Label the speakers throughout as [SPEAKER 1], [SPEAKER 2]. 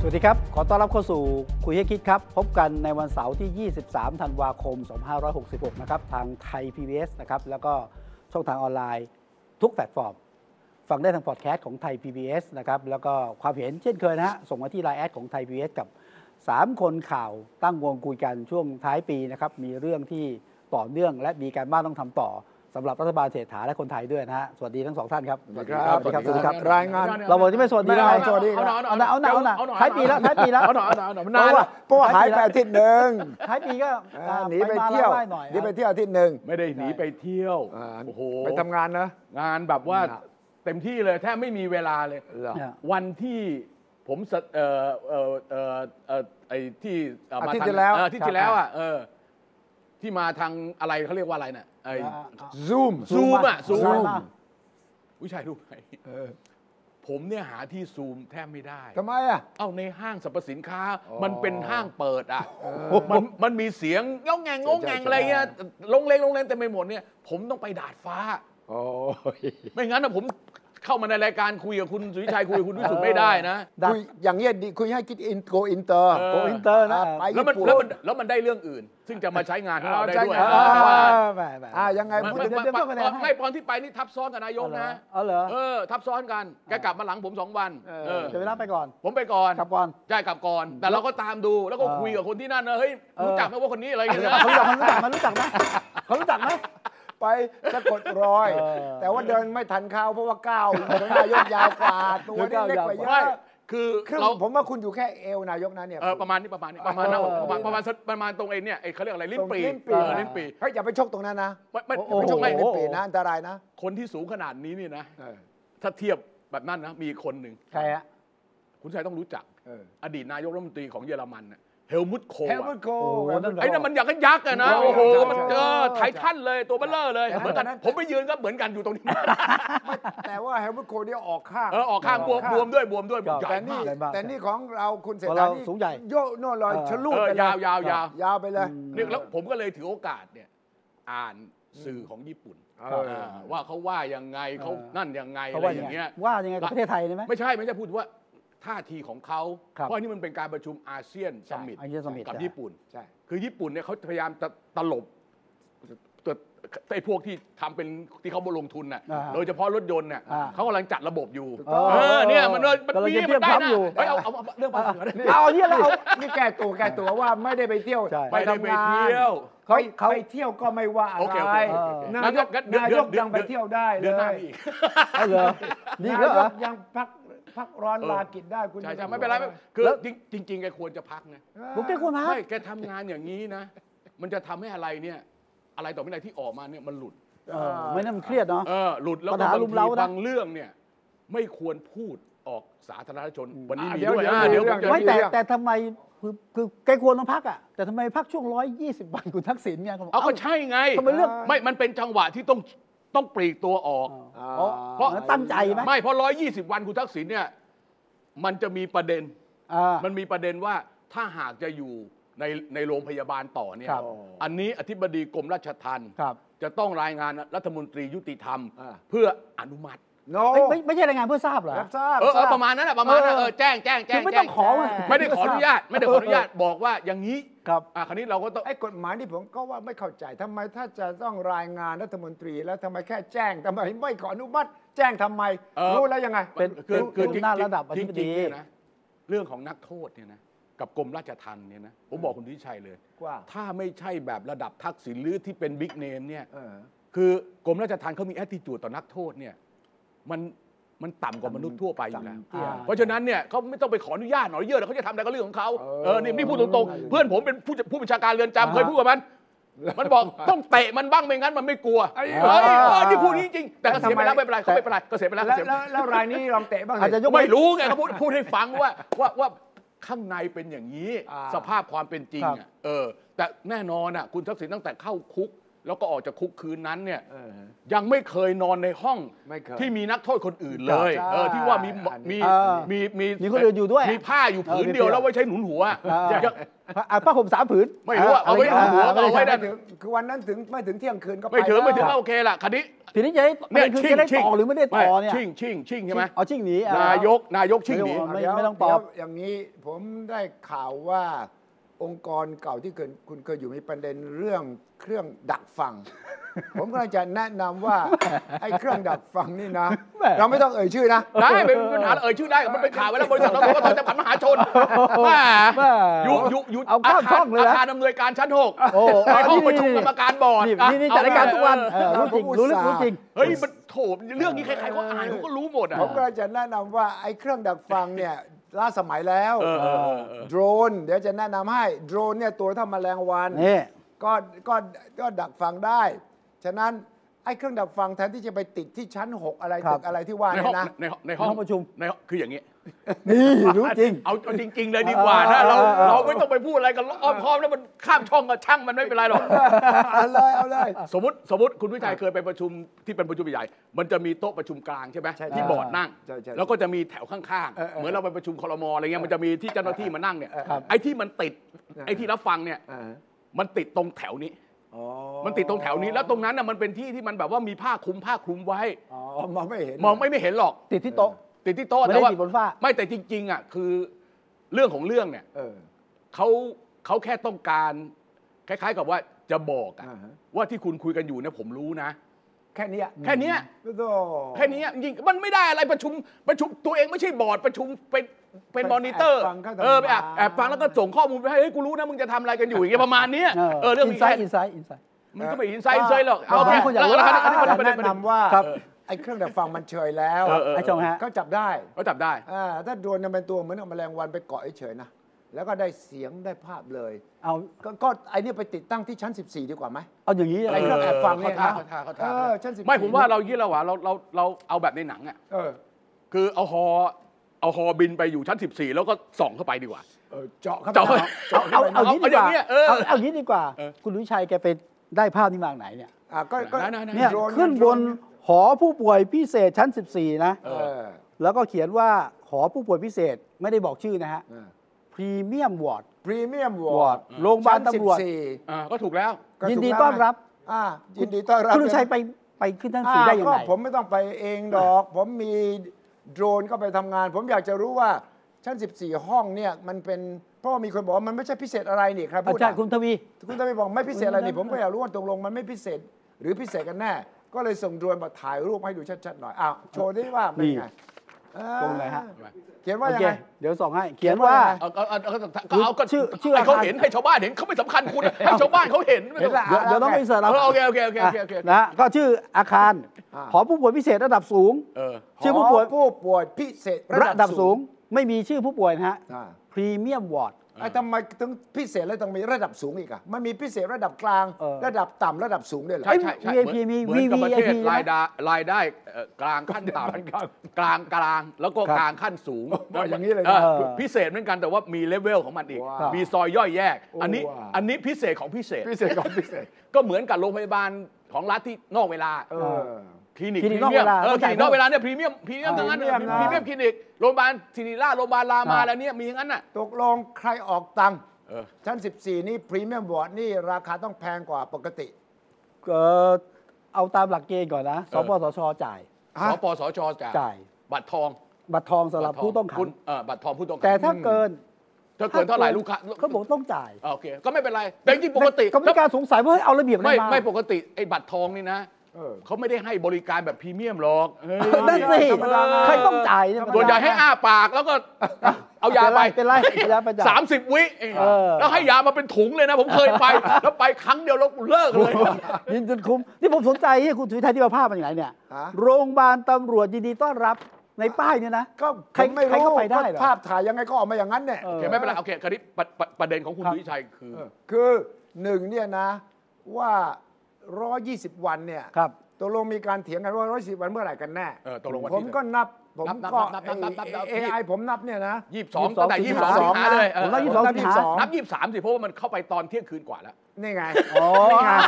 [SPEAKER 1] สวัสดีครับ ขอต้อนรับเข้าสู่คุยให้คิดครับ พบกันในวันเสาร์ที่ 23 ธันวาคม 2566 นะครับ ทางไทย PBS นะครับ แล้วก็ช่องทางออนไลน์ทุกแพลตฟอร์ม ฟังได้ทางพอดแคสต์ของไทย PBS นะครับ แล้วก็ความเห็นเช่นเคยนะฮะ ส่งมาที่ไลน์แอดของไทย PBS กับ 3 คนข่าวตั้งวงคุยกันช่วงท้ายปีนะครับ มีเรื่องที่ต่อเนื่องและมีการบ้านต้องทำต่อสำหรับรัฐบาลเศรษฐาและคนไทยด้วยนะฮะ สวัสดีทั้งสองท่านครับ
[SPEAKER 2] สวัสดีครั
[SPEAKER 1] ส
[SPEAKER 2] บ
[SPEAKER 1] วัสดีครับ สวัสดีครับ
[SPEAKER 2] รายงาน
[SPEAKER 1] เราบอกที่ไม่สนไม่เป็นไร
[SPEAKER 2] สวัสดีครั
[SPEAKER 1] เอา
[SPEAKER 2] บ
[SPEAKER 1] หน่อยเอาหน่อยเอาหน่อยเอาหน่อยท้ายปีแล้วท้ายปีแล้ว
[SPEAKER 2] เอาหน่อยเอาหน่อยเอาหน่อยมัน
[SPEAKER 1] เพ
[SPEAKER 2] นาน
[SPEAKER 1] ระ
[SPEAKER 2] ละ
[SPEAKER 3] เพราะว่าหายไปอาทิตย์หนึ่ง
[SPEAKER 1] ท้ายปีก็
[SPEAKER 3] อ่า
[SPEAKER 1] อ่า
[SPEAKER 3] หนีไปเที่ยว
[SPEAKER 1] มาล่าล่าหน่อย
[SPEAKER 3] หนีไปเที่ยวอาทิตย์หนึ่ง
[SPEAKER 2] ไม่ได้หนีไปเที่ยว
[SPEAKER 3] อ่า
[SPEAKER 2] โอ้โห
[SPEAKER 3] ไปทำงานนะ
[SPEAKER 2] งานแบบว่า
[SPEAKER 3] น่ะ
[SPEAKER 2] เต็มที่เลยแทบไม่มีเวลาเลย
[SPEAKER 3] เหรอ
[SPEAKER 1] เนี่ย
[SPEAKER 2] วันที่ผมสะเออเออเออเออไอ้ที่เ
[SPEAKER 3] อาทิตย์
[SPEAKER 2] ม
[SPEAKER 3] ที่แล้ว
[SPEAKER 2] เอออาที่ที่แล้วอ่ะเออที่มาทางอะไรเขาเรียกว่าอะไรน่ะไอ้
[SPEAKER 1] อ่าอ่า
[SPEAKER 3] ซูม
[SPEAKER 2] ซูมอะซูม
[SPEAKER 1] ซูม
[SPEAKER 2] วิชัยรู้ไหม
[SPEAKER 3] เออ
[SPEAKER 2] ผมเนี่ยหาที่ซูมแทบไม่ได้
[SPEAKER 3] ทำไมอ่ะ
[SPEAKER 2] เอ้าในห้างสรรพสินค้า
[SPEAKER 3] อ๋อ
[SPEAKER 2] มันเป็นห้างเปิดอ่ะมันมันมีเสียงง้องแงงง้องแงง
[SPEAKER 3] ใช่ใช่
[SPEAKER 2] อะไรเงี้ยลงเลงลงเลงเต็มไปหมดเนี่ย ผมต้องไปดาดฟ้า
[SPEAKER 3] โอ้ย
[SPEAKER 2] ไม่งั้นนะผมเข้ามาในรายการคุยกับคุณสุวิชัยคุยกับคุณวิสุทธ์ไม่ได้นะ
[SPEAKER 1] ดัก
[SPEAKER 3] คุยอย่างเงี้ยดีคุยให้คิดอินโกอินเตอร์
[SPEAKER 2] เอ
[SPEAKER 1] โกอินเตอร์นะ
[SPEAKER 3] ไป
[SPEAKER 2] แล้วมัน
[SPEAKER 3] ญี่ปุ่
[SPEAKER 2] แล้วมันแล้วมันได้เรื่องอื่น ซึ่งจะมาใช้งานของเราได้
[SPEAKER 3] ใช่
[SPEAKER 2] ด้ว
[SPEAKER 3] ไง
[SPEAKER 2] ยนะแต่ว่า
[SPEAKER 1] อ่าแหมแหม
[SPEAKER 3] อ่ายังไง
[SPEAKER 2] ไม่
[SPEAKER 3] พูด
[SPEAKER 2] ไม่
[SPEAKER 1] เดี๋ยวเดี๋ยวต้อง
[SPEAKER 2] ไม่ไม่
[SPEAKER 1] คะแนนให้
[SPEAKER 2] ไม่ตอนที่ไปนี่ทับซ้อนกับนายกนะ
[SPEAKER 1] เอาเหรอ
[SPEAKER 2] เออ ทับซ้อนกันแกกลับมาหลังผมสองวันเออ
[SPEAKER 1] เดี๋ยวเวลาไปก่อน
[SPEAKER 2] ผมไปก่อน
[SPEAKER 1] กลับก่อน
[SPEAKER 2] ใช่กลับก่อน แต่เราก็ตามดูแล้วก็
[SPEAKER 1] เออ
[SPEAKER 2] คุยกับคนที่นั่นนะเฮ้ย
[SPEAKER 1] เออ
[SPEAKER 2] รู้จักไหมว่าคนนี้อะไรอย่างเงี้ยนะ
[SPEAKER 1] เขารู้จักเขารู้จักเขารู้จักไหมเขารู้จักไหม
[SPEAKER 3] ไปสะกดรอย
[SPEAKER 1] เออ
[SPEAKER 3] แต่ว่าเดินไม่ทันเข้าวเพราะว่าก้าวหน้ายกยาวกว่าตัวนี่เล็กกว่าเย
[SPEAKER 2] ไม่
[SPEAKER 3] อะ
[SPEAKER 2] คือ
[SPEAKER 3] ครึ่ง
[SPEAKER 2] เรา
[SPEAKER 3] ผมว่าคุณอยู่แค่เอวนายกนะเนี่ย
[SPEAKER 2] เออประมาณนี้ประมาณนี้ประมาณนั้น
[SPEAKER 1] เออ
[SPEAKER 2] ประมาณประมาณประมาณตรงเอ็นเนี่ยไอ้เขาเรียกอะไรลิ้นปี
[SPEAKER 3] ตรงลิ้นปี่
[SPEAKER 2] เออลิ้นปี
[SPEAKER 3] เฮ้ยอย่าไปชกตรงนั้นนะ
[SPEAKER 2] ไม่ไม่
[SPEAKER 1] โอ้
[SPEAKER 2] ไม่
[SPEAKER 1] โห
[SPEAKER 2] ใช่ไม่
[SPEAKER 3] ไม่เป็นปีนะอันตรายนะ
[SPEAKER 2] คนที่สูงขนาดนี้นี่นะ ถ้าเทียบแบบนั้นนะ มีคนหนึ่ง
[SPEAKER 1] ใครฮะ
[SPEAKER 2] คุณชัยต้องรู้จัก
[SPEAKER 3] เออ
[SPEAKER 2] อดีตนายกรัฐมนตรีของเยอรมันน่ะเฮลมุตโคล
[SPEAKER 3] เฮลมุตโก
[SPEAKER 2] ไอ้นั่นมันอยากกันยักษ์อะนะ
[SPEAKER 3] ใช่
[SPEAKER 2] โอ้โห
[SPEAKER 3] ใช่
[SPEAKER 2] มันเจอไททันเลยตัวเบลเลอร์เลย
[SPEAKER 3] แต่นั้น
[SPEAKER 2] เหมือนกัน
[SPEAKER 3] แต่นั้น
[SPEAKER 2] ผมไปยืนก็เหมือนกันอยู่ตรงนี้
[SPEAKER 3] แต่ว่าเฮลมุตโกเนี่ยออกข้าง
[SPEAKER 2] เออออกข้างบวมบวมด้วยบวมด้วยบวมใหญ่
[SPEAKER 3] แต่นี่
[SPEAKER 2] มาก
[SPEAKER 1] ใหญ่มาก
[SPEAKER 3] แต่นี่ของเราคุณเศรษ
[SPEAKER 1] ของ
[SPEAKER 3] ฐา
[SPEAKER 1] เรา
[SPEAKER 3] นี่
[SPEAKER 1] สูงใหญ่
[SPEAKER 3] โยกโน่นลอย
[SPEAKER 1] เออ
[SPEAKER 3] ชะลูด
[SPEAKER 2] เออ
[SPEAKER 3] ไปเลย
[SPEAKER 2] ยาวยาวยาวย
[SPEAKER 3] าวไปเลย
[SPEAKER 2] เนี่ยแล้วผมก็เลยถือโอกาสเนี่ยอ่านสื่อของญี่ปุ่น
[SPEAKER 3] เออ
[SPEAKER 2] เออว่าเขาว่ายังไงเขา
[SPEAKER 1] เออ
[SPEAKER 2] นั่นยังไง
[SPEAKER 1] เขา
[SPEAKER 2] อะไร
[SPEAKER 1] ว่า
[SPEAKER 2] อ
[SPEAKER 1] ยัง
[SPEAKER 2] ย่าง
[SPEAKER 1] ไง
[SPEAKER 2] เงี้ย
[SPEAKER 1] ว่ายังไงกับประเทศไทยได้ไหม
[SPEAKER 2] ไม่ใช่ไม่ใช่พูดว่าท่าทีของเขา
[SPEAKER 1] ครับ
[SPEAKER 2] เพราะอันนี่มันเป็นการประชุมอาเซียนซัมมิต
[SPEAKER 1] อันนี้สมิต
[SPEAKER 2] กับ
[SPEAKER 1] อ่ะ
[SPEAKER 2] ญี่ปุ่น
[SPEAKER 3] ใช่
[SPEAKER 2] คือญี่ปุ่นเนี่ยเขาพยายามจะตลบตัวไอ้พวกที่ทำเป็นที่เขาบลงทุนน่ะ
[SPEAKER 1] อ่า
[SPEAKER 2] โดยเฉพาะรถยนต์น่ะ
[SPEAKER 1] อ่า
[SPEAKER 2] เขากำลังจัดระบบอยู่
[SPEAKER 3] ถูกต้อง
[SPEAKER 2] เออเนี่ยมันมัน
[SPEAKER 1] กำลัง
[SPEAKER 2] มี
[SPEAKER 1] จะเที
[SPEAKER 2] มั
[SPEAKER 1] ยบ
[SPEAKER 2] นได้
[SPEAKER 1] พร้อม
[SPEAKER 2] นะ
[SPEAKER 1] อยู่
[SPEAKER 2] เฮ้ยเอาเอาเอาเรื่องภาษาก่อนนะ
[SPEAKER 3] เอาเนี่ยเรานี่แก้ตัวแก้ตัวว่าไม่ได้ไปเที่ยว
[SPEAKER 1] ใช่
[SPEAKER 2] ไม่ได้ไป
[SPEAKER 3] ทำงาน
[SPEAKER 2] เที่ยว
[SPEAKER 3] เขา
[SPEAKER 1] เขาเขา
[SPEAKER 3] ไปเที่ยวก็ไม่ว่าอะ
[SPEAKER 2] โอเคโอ
[SPEAKER 3] ไร
[SPEAKER 2] เค
[SPEAKER 1] โอเค
[SPEAKER 3] นายก
[SPEAKER 2] งั้นเดือน
[SPEAKER 3] นายก
[SPEAKER 2] เดือน
[SPEAKER 3] ยังไปเที่ยวได้เล
[SPEAKER 2] เดือนหน้าย มีอีก
[SPEAKER 1] เอาเหรอนี่
[SPEAKER 3] นา
[SPEAKER 1] ก็เหร
[SPEAKER 3] ย
[SPEAKER 1] อก
[SPEAKER 3] ยังพักพักร้อนลากิจได้คุณ
[SPEAKER 2] ใช่ใช่ไม่เป็นไรไม่คือจริงจริงๆแกควรจะพักนะ
[SPEAKER 1] ผมเป็นคนนะ
[SPEAKER 2] ไม่แกทำงานอย่างนี้นะ มันจะทำให้อะไรเนี่ย อะไรต่อไม่อะไรที่ออกมาเนี่ยมันหลุด
[SPEAKER 1] เออไม่นั่นมันเครียดเนาะ
[SPEAKER 2] เออหลุดแล้ว
[SPEAKER 1] ปั
[SPEAKER 2] ก็
[SPEAKER 1] ญหา
[SPEAKER 2] บาง
[SPEAKER 1] รุมเร้า
[SPEAKER 2] ที
[SPEAKER 1] นะ
[SPEAKER 2] บางเรื่องเนี่ย ไม่ควรพูดออกสาธารณชน วันนี้
[SPEAKER 3] อ่ะ
[SPEAKER 2] มี
[SPEAKER 3] เดี๋ยว
[SPEAKER 2] ด้วย
[SPEAKER 3] เดี๋ยว
[SPEAKER 2] อ่ะ
[SPEAKER 3] เดี๋
[SPEAKER 2] เดี๋
[SPEAKER 3] ย
[SPEAKER 2] ยววผมจะ
[SPEAKER 1] ไม่แต่
[SPEAKER 3] เรื่อง
[SPEAKER 1] แต่ทำไมคือคือแกควรต้องพักอ่ะแต่ทำไมพักช่วง 120 วันคุณทักษิณเนี่ยเขาบอก
[SPEAKER 2] เอาก็
[SPEAKER 1] เอ้า
[SPEAKER 2] ใช่ไง
[SPEAKER 1] ทำไมเรื่อง
[SPEAKER 2] ไม่มันเป็นจังหวะที่ต้องต้องปลีกตัวออก
[SPEAKER 1] อ๋อ
[SPEAKER 2] เพราะ
[SPEAKER 1] ตั้งใจไหม
[SPEAKER 2] ไม่เพราะร้อยยี่สิบวันคุณทักษิณเนี่ย มันจะมีประเด็น
[SPEAKER 1] อ่า
[SPEAKER 2] มันมีประเด็นว่าถ้าหากจะอยู่ในในโรงพยาบาลต่อเนี่ย
[SPEAKER 1] ครับ
[SPEAKER 2] อันนี้อธิบดีกรมราชทัณฑ์
[SPEAKER 1] ครับ
[SPEAKER 2] จะต้องรายงานรัฐมนตรียุติธรรม
[SPEAKER 3] อ่า
[SPEAKER 2] เพื่ออนุมัติ
[SPEAKER 3] โน้
[SPEAKER 1] เอ้ยไม่ไม่ใช่รายงานเพื่อทราบเหรอ
[SPEAKER 3] รับทราบ
[SPEAKER 2] เออเออ
[SPEAKER 3] ทบ
[SPEAKER 2] ประมาณนั้นแหละประมาณนั้
[SPEAKER 1] เอ
[SPEAKER 2] น
[SPEAKER 1] อ
[SPEAKER 2] เออแจ้งแจ้งแจ้
[SPEAKER 1] คือง ไม่
[SPEAKER 2] แจ้
[SPEAKER 1] ต้อง งขอ
[SPEAKER 3] แจ้ง
[SPEAKER 2] ไม่ได้ขออนุญาตไม่ได้ขออนุญาตบอกว่าอย่างนี้
[SPEAKER 1] ครับ
[SPEAKER 2] อ่ะคราวนี้เราก็ต้อง
[SPEAKER 3] ไอ้กฎหมายนี่ผมก็ว่าไม่เข้าใจทำไมถ้าจะต้องรายงานรัฐมนตรีแล้วทำไมแค่แจ้งทำไมไม่ขออนุมัติแจ้งทำไม
[SPEAKER 2] เออ
[SPEAKER 3] รู้แล้วยังไง
[SPEAKER 1] เป็น
[SPEAKER 2] คือ
[SPEAKER 1] เป็น
[SPEAKER 2] คือ
[SPEAKER 1] อำ
[SPEAKER 2] จริง
[SPEAKER 1] นาจระดับอ
[SPEAKER 2] จ
[SPEAKER 1] ธิ
[SPEAKER 2] ริ
[SPEAKER 1] บ
[SPEAKER 2] ง
[SPEAKER 1] ดี
[SPEAKER 2] จริงเนี่ยนะเรื่องของนักโทษเนี่ยนะกับกรมราชทัณฑ์เนี่ยนะผมบอกคุณทิชัยเลย
[SPEAKER 3] ว่า
[SPEAKER 2] ถ้าไม่ใช่แบบระดับทักษิณหรือที่เป็นบิ๊กเนมเนี่ย
[SPEAKER 3] เออ
[SPEAKER 2] คือกรมราชทัณฑ์เขามีแอ t ติจูดต่อนักโทษเนี่ยมันมันต่ำกว่ามนุษย์ทั่วไปอยู่แล้ว
[SPEAKER 1] ต่ำเตี้ย
[SPEAKER 2] เพราะฉะนั้นเนี่ยเขาไม่ต้องไปขออนุญาตหน่อยเยอะแล้วเขาจะทำอะไรก็เรื่องของเขา
[SPEAKER 3] เออ
[SPEAKER 2] เออนี่นี่พูดตรงๆเพื่อนผมเป็นผู้ผู้บัญชาการเรือนจำเคยพูดกับมัน มัน บอกต้องเตะมันบ้างไม่งั้นมันไม่กลัว เฮ้ยเออนี่พูดจริงๆแต่เกษียณไปแล้วไม่เป็นไรเขาไม่เป็นไรเกษียณไปแล้วเก
[SPEAKER 3] แล้ว
[SPEAKER 2] ษียณ
[SPEAKER 3] แล้วแล้วรายนี้ลองเตะบ้าง สิ
[SPEAKER 1] อาจจะยกเว้น
[SPEAKER 2] ไม่รู้ไงเขาพูดพูดให้ฟังว่าว่าว่า ข้างในเป็นอย่างนี้
[SPEAKER 3] อ่า
[SPEAKER 2] สภาพความเป็นจริง
[SPEAKER 1] ครั
[SPEAKER 2] อะ
[SPEAKER 1] บ
[SPEAKER 2] เออ แต่แน่นอนอ่ะคุณทักษิณตั้งแต่เข้าคุก แล้วก็ออกจากคุกคืนนั้นเนี่ย
[SPEAKER 3] เออ
[SPEAKER 2] ยังไม่เคยนอนในห้อง
[SPEAKER 3] ไม่เคย
[SPEAKER 2] ที่มีนักโทษคนอื่นเลย
[SPEAKER 3] ใช่
[SPEAKER 2] เออที่ว่ามี
[SPEAKER 3] อันนี้
[SPEAKER 2] มี
[SPEAKER 1] เออ
[SPEAKER 2] มีมี
[SPEAKER 1] มีคนอื่นอยู่ด้วย
[SPEAKER 2] มีผ้าอยู่ผืน
[SPEAKER 1] เออ
[SPEAKER 2] เดียว
[SPEAKER 1] มีผ้า
[SPEAKER 2] แล้วไว้ใช้หนุนหัวยัง
[SPEAKER 1] อ่ะผ้าห่มสามผืน
[SPEAKER 2] ไม่รู้อะเอาไว้
[SPEAKER 1] ะร
[SPEAKER 2] หนุนหัวก็เอาไว้ ม่
[SPEAKER 1] ใช่
[SPEAKER 2] ได้
[SPEAKER 3] ถึงคือวันนั้นถึงไม่ถึงเที่ยงคืนก็ป
[SPEAKER 2] ไม่ถึงไม่ถึง
[SPEAKER 3] แล้ว
[SPEAKER 2] ก็โอเคล่ะคันนี้
[SPEAKER 1] ทีนี้จะได้ประเด็นคือจะได้ต่อหรือไม่ได้ต่อเนี่ย
[SPEAKER 2] ชิงชิงชิงใช่ไหม
[SPEAKER 1] เอาชิ่งหนีอ่ะ
[SPEAKER 2] นายกนายกชิงหนี
[SPEAKER 1] นายก ไม่
[SPEAKER 3] เดี๋ยว
[SPEAKER 1] ไม่ต้องตอบ
[SPEAKER 3] เดี๋ยวอย่างนี้ผมได้ข่าวว่าองค์กรเก่าที่เคยคุณเคยอยู่มีประเด็นเรื่องเครื่องดัก ฟัง ผมก็จะแนะนำว่าไอ้เครื่องดักฟังนี่นะ
[SPEAKER 1] แหม่
[SPEAKER 3] เราไม่ต้องเอ่ยชื่อนะ
[SPEAKER 2] ได้ไม่มีปัญหาเอ่ยชื่อได้มันเป็นข่าวไว้แล้วบริษัทเราก็ต้องจำกัดมหาช นแหม่
[SPEAKER 1] แหม่
[SPEAKER 2] อยู่อยู่อยู่
[SPEAKER 1] เอาข้ามช่องเลยนะ
[SPEAKER 2] อาคารอำนวยการชั้นหก
[SPEAKER 1] โอ้โห
[SPEAKER 2] ในห้อง
[SPEAKER 1] นี่
[SPEAKER 2] ประชุมกรรมการบอร์ด
[SPEAKER 1] นี่
[SPEAKER 2] อ่ะ
[SPEAKER 1] นี่นี่จัดรายการทุกวัน
[SPEAKER 2] เออ
[SPEAKER 1] เออรู้จริง
[SPEAKER 3] ผมอุ
[SPEAKER 1] รู้
[SPEAKER 3] ต
[SPEAKER 1] ลึก
[SPEAKER 3] ส่าห์
[SPEAKER 1] รู้จริง
[SPEAKER 2] เฮ้ยมันโถมเรื่องนี้ใครๆก็อ่านเขาก็รู้หมดอ่ะ
[SPEAKER 3] ผมก็จะแนะนำว่าไอ้เครื่องดักฟังเนี่ยล้าสมัยแล้ว
[SPEAKER 2] เออเออเออเออ
[SPEAKER 3] โดรน เดี๋ยวจะแนะนำให้โดรนเนี่ยตัวเท่าแมลงวัน
[SPEAKER 1] นี่
[SPEAKER 3] ก็ก็ก็ดักฟังได้ ฉะนั้นไอ้เครื่องดักฟังแทนที่จะไปติดที่ชั้น 6 อะไร
[SPEAKER 1] ครับ
[SPEAKER 3] ตึกอะไรที่ว่า
[SPEAKER 2] ในห้อ
[SPEAKER 3] เนี่ย
[SPEAKER 2] ง
[SPEAKER 3] นะ
[SPEAKER 2] ในห้องในห้อง
[SPEAKER 1] ในห้องประชุม
[SPEAKER 2] ในห้องคืออย่างนี้
[SPEAKER 1] นี่รู้จริง
[SPEAKER 2] เอาเอาจริง ๆ เลยดีกว่านะ
[SPEAKER 1] เออ
[SPEAKER 2] เรา
[SPEAKER 1] เออ
[SPEAKER 2] เราไม่ต้องไปพูดอะไรกันอ้อมค้อมแล้วมันข้ามช่องกับช่างมันไม่เป็นไรหรอก
[SPEAKER 3] เอาเลยเอาเลย
[SPEAKER 2] สมมติสมมติคุณวิชัยเคยไปประชุมที่เป็นประชุมใหญ่ มันจะมีโต๊ะประชุมกลางใช่ไหม
[SPEAKER 3] ใช่
[SPEAKER 2] ที่บอร์ดนั่ง
[SPEAKER 3] ใช่ใช่
[SPEAKER 2] แล้วก็จะมีแถวข้างๆ เหมือนเราไปประชุมคอรมออะไรเงี้ยมันจะมีที่เจ้าหน้าที่มานั่งเนี่ยไอ้ที่มันติด
[SPEAKER 3] ออ
[SPEAKER 2] ไอ้ที่รับฟังเนี่ยมันติดตรงแถวนี้ มันติดตรงแถวนี้แล้วตรงนั้นน่ะมันเป็นที่ที่มันแบบว่ามีผ้าคลุมผ้าคลุมไว้
[SPEAKER 3] อ๋อมองไม่เห็น
[SPEAKER 2] มองไม่ไม่เห็นหรอก
[SPEAKER 1] ติดที่โต๊ะ
[SPEAKER 2] ติดที่โต๊ะ
[SPEAKER 1] ไม่ได้
[SPEAKER 2] แต่ว่า
[SPEAKER 1] ติดบนฝ้า
[SPEAKER 2] ไม่แต่จริงๆอ่ะคือเรื่องของเรื่องเนี่ย
[SPEAKER 3] เออ
[SPEAKER 2] เขาเขาแค่ต้องการ คล้าย ๆ กับว่าจะบอกอะ
[SPEAKER 3] อ่าฮะ
[SPEAKER 2] ว่าที่คุณคุยกันอยู่เนี่ยผมรู้นะ
[SPEAKER 3] แค่เนี้ย
[SPEAKER 2] แค่เนี้ย
[SPEAKER 3] โธ่
[SPEAKER 2] แค่นี้จริงๆมันไม่ได้อะไรประชุมประชุมตัวเองไม่ใช่บอร์ดประชุมเป็นเป็น
[SPEAKER 3] ไป
[SPEAKER 2] มอนิเตอร์
[SPEAKER 3] แอบฟังเขาทำ
[SPEAKER 2] เออไปแอ
[SPEAKER 3] งา
[SPEAKER 2] บ
[SPEAKER 3] น
[SPEAKER 2] แอบฟังแล้วก็ส่งข้อมูลไปให้เฮ้ยกูรู้นะมึงจะทำอะไรกันอยู่อย่างเงี้ยประมาณเนี้ยเออเรื่อง
[SPEAKER 1] อิน
[SPEAKER 2] นี้
[SPEAKER 1] ไซด์อินไซด์อินไซด์
[SPEAKER 2] มันก็ไม่อินไซด์เซยหรอกเอา
[SPEAKER 1] เอา
[SPEAKER 2] แค่
[SPEAKER 1] ให้คนอยากรู้
[SPEAKER 2] แล้ว
[SPEAKER 3] แต่
[SPEAKER 2] อันนี้ประเด็นประ
[SPEAKER 3] แนะ
[SPEAKER 2] เด็นประเด็น
[SPEAKER 3] นำว่า
[SPEAKER 1] ครับ
[SPEAKER 3] ไอ้เครื่องดักฟังมันเฉยแล้ว
[SPEAKER 2] เออเออ
[SPEAKER 1] ไอ้จองฮะ
[SPEAKER 3] ก็จับได้
[SPEAKER 2] เขาจับได้
[SPEAKER 3] อ่าถ้าโดนเนี่ยเป็นตัวเหมือนกับแมลงวันไปเกาะเฉยๆนะ แล้วก็ได้เสียงได้ภาพเลย
[SPEAKER 1] เอา
[SPEAKER 3] ก็ก็ไอ้เนี่ยไปติดตั้งที่ชั้น 14 ดีกว่าไหม
[SPEAKER 1] เอาอย่างนี้เลย
[SPEAKER 3] ไอ้เครื่องแอบฟังเนี่ยนะ
[SPEAKER 2] เขาท่าเขาท่า
[SPEAKER 3] เออชั้น14
[SPEAKER 2] ไม่ผมว่าเรายี่งเราว่าเราเราเราเอาแบบในหนังอ่ะ
[SPEAKER 3] เออ
[SPEAKER 2] คือเอาฮอเอาฮอบินไปอยู่ชั้น 14 แล้วก็ส่องเข้าไปดีกว่า
[SPEAKER 3] เออเจาะเข้าไป
[SPEAKER 2] เจาะ
[SPEAKER 3] แล้ว
[SPEAKER 1] เอาเอาเอาอย่างนี้ดีกว่า
[SPEAKER 2] เอาอย่างเงี้ยเออ
[SPEAKER 1] เอาเอาอย่างนี้ดีกว่า
[SPEAKER 2] เออ
[SPEAKER 1] คุณลุชัยแกไปได้ภาพนี้มาจากไหนเนี่ย
[SPEAKER 3] อ่ะก็ก็
[SPEAKER 2] ไหนๆๆ
[SPEAKER 1] เนี่ย
[SPEAKER 3] โดรเย
[SPEAKER 1] ขึ้นบนหอผู้ป่วยพิเศษชั้น 14 นะ
[SPEAKER 3] เออ
[SPEAKER 1] แล้วก็เขียนว่าหอผู้ป่วยพิเศษไม่ได้บอกชื่อนะฮะ พรีเมียมวอร์ด
[SPEAKER 3] พรีเมียมว
[SPEAKER 1] ว
[SPEAKER 3] อ
[SPEAKER 1] อ
[SPEAKER 3] ร์
[SPEAKER 1] ร์
[SPEAKER 3] ด
[SPEAKER 1] ดโรงพยาบาลตำรวจ
[SPEAKER 2] อ่าก็ถูกแล้ว
[SPEAKER 1] ยินดีต้อนรับ
[SPEAKER 3] อ่ายินดีต้อนรับ
[SPEAKER 1] คุณลุชัยไปไปขึ้นชั้นสี่
[SPEAKER 3] อ่า
[SPEAKER 1] ได้ยัง
[SPEAKER 3] ก็
[SPEAKER 1] ไง
[SPEAKER 3] ผมไม่ต้องไปเองดอก ผมมีโดรนเข้าไปทำงาน ผมอยากจะรู้ว่าชั้น 14 ห้องเนี่ยมันเป็นเพราะว่ามีคนบอกว่ามันไม่ใช่พิเศษอะไรนี่ครับ
[SPEAKER 1] อา
[SPEAKER 3] พูด
[SPEAKER 1] จารย์คุณทวี
[SPEAKER 3] คุณต้องไปบอกไม่พิเศษอะไรนี่ ผมก็อยากรู้ว่าตกลงมันไม่พิเศษ หรือพิเศษกันแน่ ก็เลยส่งโดรนมาถ่ายรูปให้ดูชัดๆหน่อยอ้าวโชว์ได้ว่าเป็น
[SPEAKER 1] นี่
[SPEAKER 3] ไงเออ
[SPEAKER 1] ตรงไหนฮะ
[SPEAKER 3] เขียนว่า
[SPEAKER 1] โอ
[SPEAKER 3] ยัง
[SPEAKER 1] เค
[SPEAKER 3] ไง
[SPEAKER 1] เดี๋ยวส่งให้ เขียนว่า
[SPEAKER 2] เอาเอาเอาเอาเอาเอาก็
[SPEAKER 1] ชื่อชื่อ
[SPEAKER 2] ให้เขา
[SPEAKER 1] อาคาร
[SPEAKER 2] เห็นให้ชาวบ้านเห็นเขาไม่สำคัญคุณให้ชาวบ้านเขาเห็นไม่
[SPEAKER 3] เห็
[SPEAKER 2] ต้อน ง
[SPEAKER 3] ละ
[SPEAKER 1] เดี๋ยวเดี๋ยวต้องไปเสิร์ฟ
[SPEAKER 2] เอ
[SPEAKER 1] เรา
[SPEAKER 2] อโอเคโอเคโอเคโอเคโอเค
[SPEAKER 1] นะฮะก็ชื่ออาคาร
[SPEAKER 3] อ่า
[SPEAKER 1] หอผู้ป่วยพิเศษระดับสูง
[SPEAKER 2] เออ
[SPEAKER 1] ชื่อผู้ป่วย
[SPEAKER 3] หผู้ป่วยพิเศษ
[SPEAKER 1] ระดับสูง ไม่มีชื่อผู้ป่วยนะฮะ
[SPEAKER 3] อ่า
[SPEAKER 1] พรีเมียมวอร์ด
[SPEAKER 3] ไอ้ทำไมถึงพิเศษแล้วต้องมีระดับสูงอีกอะมันมีพิเศษระดับกลาง
[SPEAKER 1] เออ
[SPEAKER 3] ระดับต่ำระดับสูงด้วยเหรอ
[SPEAKER 2] ใช่ใช่ใช่
[SPEAKER 1] VIP มี
[SPEAKER 2] เหมือนกับประเทศ
[SPEAKER 1] VVIP
[SPEAKER 2] รายได้รายได้เอ่อกลางขั้นต่ำกลางกลางแล้วก็กลางขั้นสูง
[SPEAKER 3] ว่าอย่างนี้เลยนะ
[SPEAKER 2] ออพิเศษเหมือนกันแต่ว่ามีเลเวลของมันอีก
[SPEAKER 3] ว้าว
[SPEAKER 2] มีซอยย่อยแยก อันนี้
[SPEAKER 3] ว้าว
[SPEAKER 2] อันนี้พิเศษของพิเศษ
[SPEAKER 3] พิเศษของพิเศษ
[SPEAKER 2] ก็เหมือนกับโรงพยาบาลของรัฐที่นอกเวลา
[SPEAKER 3] เออ
[SPEAKER 2] คลินิก
[SPEAKER 1] คลินิก
[SPEAKER 2] พรีเมี
[SPEAKER 1] นอกเว
[SPEAKER 2] ยม
[SPEAKER 1] ลา
[SPEAKER 2] เออ
[SPEAKER 1] ต้อง
[SPEAKER 2] คลิ
[SPEAKER 1] จ่าย
[SPEAKER 2] นิกนอกเวลาเนี่ยพรีเมียมพรีเมียม
[SPEAKER 1] อ่า
[SPEAKER 2] ทั้งนั้น
[SPEAKER 3] พรีเมียมนะ
[SPEAKER 2] พรีเมียมคลินิกโรงพยาบาลศิริราชโรงพยาบาลรามา
[SPEAKER 1] อ่า
[SPEAKER 2] แล้วเนี่ยมีอย่างนั้นน่ะ
[SPEAKER 3] ตกลงใครออกตังค์
[SPEAKER 2] เออ
[SPEAKER 3] ชั้น 14 นี่พรีเมียมบอร์ดนี่ราคาต้องแพงกว่าปกติ
[SPEAKER 1] เอ่อเอาตามหลักเกณฑ์ก่อนนะ สปสชจ่าย
[SPEAKER 2] สปสชจ่าย
[SPEAKER 1] จ่าย
[SPEAKER 2] บัตรทอง
[SPEAKER 1] บัตรทองสำหรับผู้ต้องขั
[SPEAKER 2] คุณ
[SPEAKER 1] ง
[SPEAKER 2] เออบัตรทองผู้ต้องขัง
[SPEAKER 1] แต่ถ้าเกิน
[SPEAKER 2] ถ้าเกินเท่าไหร่ลูกค้า
[SPEAKER 1] เขาบอกต้องจ่าย
[SPEAKER 2] อ่าโอเค ก็ไม่เป็นไร แต่จริงๆปกติ
[SPEAKER 1] กรรมการสงสัยว่าเฮ้ยเอาระเบียบอะไร
[SPEAKER 2] ไม่
[SPEAKER 1] มา
[SPEAKER 2] ไม่ปกติไอ้บัตรทองนี่นะ
[SPEAKER 3] เออ
[SPEAKER 2] เขาไม่ได้ให้บริการแบบพรีเมียมหรอกเฮ้ย
[SPEAKER 1] นั่นสิ
[SPEAKER 3] ธรรมดา
[SPEAKER 1] ใครต้องจ่ายเย
[SPEAKER 2] ส่วนใหญ่ให้อ้าปากแล้วก็ เอายาไป
[SPEAKER 1] เป็นไรเป็นไรยาประจำ
[SPEAKER 2] สามสิบวิเอง
[SPEAKER 1] เออ
[SPEAKER 2] แล้วให้ยามาเป็นถุงเลยนะ ผมเคยไป แล้วไปครั้งเดียวแล้วเลิก เลย
[SPEAKER 1] ยินจนคุ้ม นี่ผมสนใจที่คุณสุวิทัยที่มาภาพมันอย่างไรเนี่ย
[SPEAKER 3] ฮะ
[SPEAKER 1] โรงพยาบาลตำรวจยินดีต้อนรับในป้ายเนี่ยนะ
[SPEAKER 3] ก็
[SPEAKER 1] ใคร
[SPEAKER 3] ผมไม่
[SPEAKER 1] ใคร
[SPEAKER 3] รู้
[SPEAKER 1] เข้าไปได้เหรอ
[SPEAKER 3] ก็ภาพถ่ายยังไงก็ออกมาอย่างนั้นเนี่ย
[SPEAKER 2] โอเคไม่เป็นไรโอเคคราวนี้ประประประเด็นของคุณ
[SPEAKER 1] ครับ
[SPEAKER 2] วิชัยคือ
[SPEAKER 3] คือหนึ่งเนี่ยนะว่า 120 วันเนี่ย
[SPEAKER 1] ครับ
[SPEAKER 3] ตกลงมีการเถียงกันว่า 120 วันเมื่อไหร่กันแน่
[SPEAKER 2] เออตกลงวันที่
[SPEAKER 3] ผมก็นับ ผม
[SPEAKER 2] นับนับ
[SPEAKER 3] ก็
[SPEAKER 2] นับนับนับนับนับ
[SPEAKER 3] เอไอผมนับเนี่ยนะ
[SPEAKER 2] ยี่สิบสองตั้งแต่ยี่สิบสองสิงหาเลยเออ
[SPEAKER 1] ผมว่า
[SPEAKER 3] ยี่
[SPEAKER 1] ยี่สิ
[SPEAKER 3] สิบบ ส
[SPEAKER 1] ส
[SPEAKER 3] อ
[SPEAKER 1] องงสิง
[SPEAKER 3] สิงหา
[SPEAKER 1] หา
[SPEAKER 2] นับยี่สิบสามสิเพราะว่ามันเข้าไปตอนเที่ยงคืนกว่าแล้ว
[SPEAKER 3] นี่ไง
[SPEAKER 1] อ๋อ
[SPEAKER 3] นี่ไง
[SPEAKER 1] อ่ะ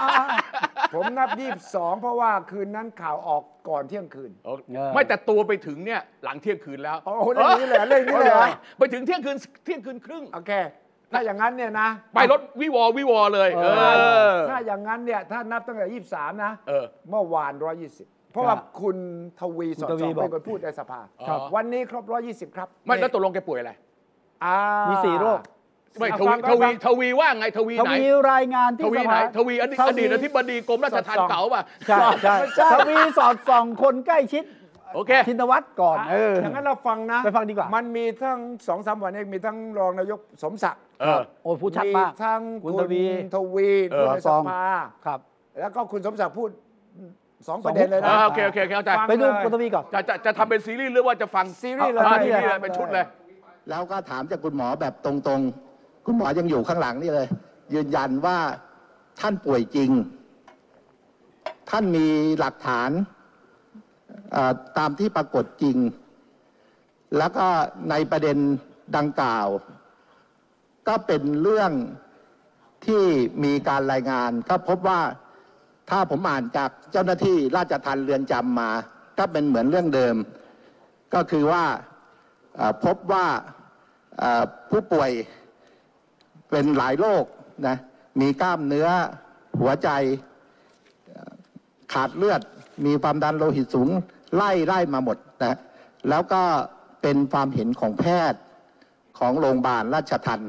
[SPEAKER 3] ผมนับ 22 เพราะว่าคืนนั้นข่าวออกก่อนเที่ยงคืน
[SPEAKER 2] ไม่แต่ตัวไปถึงเนี่ยหลังเที่ยงคืนแล้ว
[SPEAKER 3] โอ้โหเรื่องนี้เลยเรื่องนี้เลยเหรอ
[SPEAKER 2] ไปถึงเที่ยงคืนเที่ยงคืนครึ่ง
[SPEAKER 3] โอเค ถ้าอย่างนั้นเนี่ยนะ
[SPEAKER 2] ไปรถวิวอวิวอเลย เออ
[SPEAKER 3] ถ้าอย่างนั้นเนี่ยถ้านับตั้งแต่ 23 นะ
[SPEAKER 2] เออ
[SPEAKER 3] เมื่อวาน 120 เพราะว่าคุณทวีสอด
[SPEAKER 1] คุณทวี
[SPEAKER 3] ส่อง
[SPEAKER 1] บอก
[SPEAKER 3] เป็นคนพูดในสภา
[SPEAKER 2] ครับ
[SPEAKER 3] วันนี้ครบ 120 ครับ
[SPEAKER 2] ไม่แล้วตกลงแกป่วยอะไร
[SPEAKER 3] อ่า
[SPEAKER 1] มีสี่โรค
[SPEAKER 2] ไม่ท
[SPEAKER 3] ฟั
[SPEAKER 2] วี
[SPEAKER 3] งก่
[SPEAKER 2] ท
[SPEAKER 3] อนฟั
[SPEAKER 2] วี
[SPEAKER 3] ง
[SPEAKER 2] ทวีว่าไงทวี
[SPEAKER 1] ท
[SPEAKER 2] ไหน
[SPEAKER 1] วีรายงาน
[SPEAKER 2] ท
[SPEAKER 1] ที่
[SPEAKER 2] วี
[SPEAKER 1] ส
[SPEAKER 2] ไหน
[SPEAKER 1] ภา
[SPEAKER 2] ทวีอดีตอดีตอธิบดีกรมราชทัณฑ์เก่าป่ะ
[SPEAKER 1] ใช่ใช่ทวีสอดส่องคนใกล้ชิด
[SPEAKER 2] โอเค
[SPEAKER 1] ชินวัตรก่อน
[SPEAKER 3] อ่ะ
[SPEAKER 1] เอออ
[SPEAKER 3] ย่างนั้นเราฟังนะ
[SPEAKER 1] ไปฟังดีกว่ามั
[SPEAKER 3] นมีทั้งสองสามวันเองมีทั้งรองนายกสมศักดิ์
[SPEAKER 2] เออ
[SPEAKER 1] โอ้ยพูดชัดมาก
[SPEAKER 3] ทั้ง
[SPEAKER 1] คุณ
[SPEAKER 3] คุณ
[SPEAKER 1] ทวี
[SPEAKER 3] ทวี
[SPEAKER 1] เอ
[SPEAKER 3] คุ
[SPEAKER 1] อ
[SPEAKER 3] ณใน
[SPEAKER 1] ซ
[SPEAKER 3] ส
[SPEAKER 1] อง
[SPEAKER 3] ภา
[SPEAKER 1] ครับ
[SPEAKER 3] แล้วก็คุณสมศักดิ์พูดสองประเด็นเลย
[SPEAKER 2] เอ
[SPEAKER 3] นะ
[SPEAKER 2] อโอเคโอเคโอเคเข้าใจ
[SPEAKER 3] ฟัง
[SPEAKER 1] ไปดู
[SPEAKER 3] เลย
[SPEAKER 1] คุณทวีก่อน
[SPEAKER 2] จะจะจะทำเป็นซีรีส์หรือว่าจะฟัง
[SPEAKER 3] ซีรีส์เลย
[SPEAKER 2] อ่าซีรีส์เลยเป็นชุดเลย
[SPEAKER 4] แล้วก็ถามจากคุณหมอแบบตรงๆ คุณหมอยังอยู่ข้างหลังนี่เลย ยืนยันว่าท่านป่วยจริง ท่านมีหลักฐานเอ่อตามที่ปรากฏจริง แล้วก็ในประเด็นดังกล่าว ก็เป็นเรื่องที่มีการรายงาน ก็พบว่าถ้าผมอ่านจากเจ้าหน้าที่ราชทัณฑ์เรือนจำมา ก็เป็นเหมือนเรื่องเดิม ก็คือว่า เอ่อพบว่าเอ่อผู้ป่วยเป็นหลายโรคนะมีกล้ามเนื้อหัวใจเอ่อขาดเลือด มีความดันโลหิตสูงไล่ไล่มาหมดนะแล้วก็เป็นความเห็นของแพทย์ของโรงพยาบาลราชทัน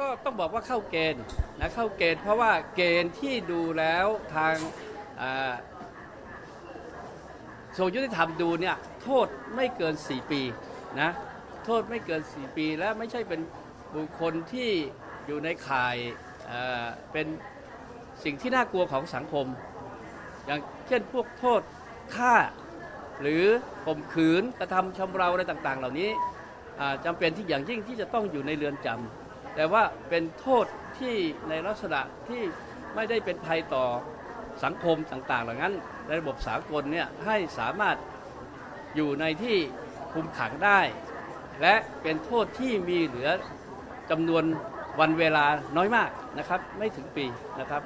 [SPEAKER 5] ก็ต้องบอกว่าเข้าเกณฑ์นะเข้าเกณฑ์เพราะว่าเกณฑ์ที่ดูแล้วทางอ่าโซยุติธรรมดูเนี่ยโทษไม่เกิน 4 ปีนะโทษไม่เกิน 4 ปีและไม่ใช่เป็นบุคคลที่อยู่ในข่ายเอ่อเป็นสิ่งที่น่ากลัวของสังคม อย่างเช่นพวกโทษฆ่า หรือข่มขืนกระทำชำเราอะไรต่างๆ เหล่านี้อ่าจำาเป็นที่อย่างยิ่งที่จะต้องอยู่ในเรือนจำ แต่ว่าเป็นโทษที่ในลักษณะที่ไม่ได้เป็นภัยต่อสังคมต่างๆ เหล่านั้นในระบบสากลเนี่ยให้สามารถอยู่ในที่คุมขังได้ และเป็นโทษที่มีเหลือจำนวนวันเวลาน้อยมากนะครับ ไม่ถึงปีนะครับ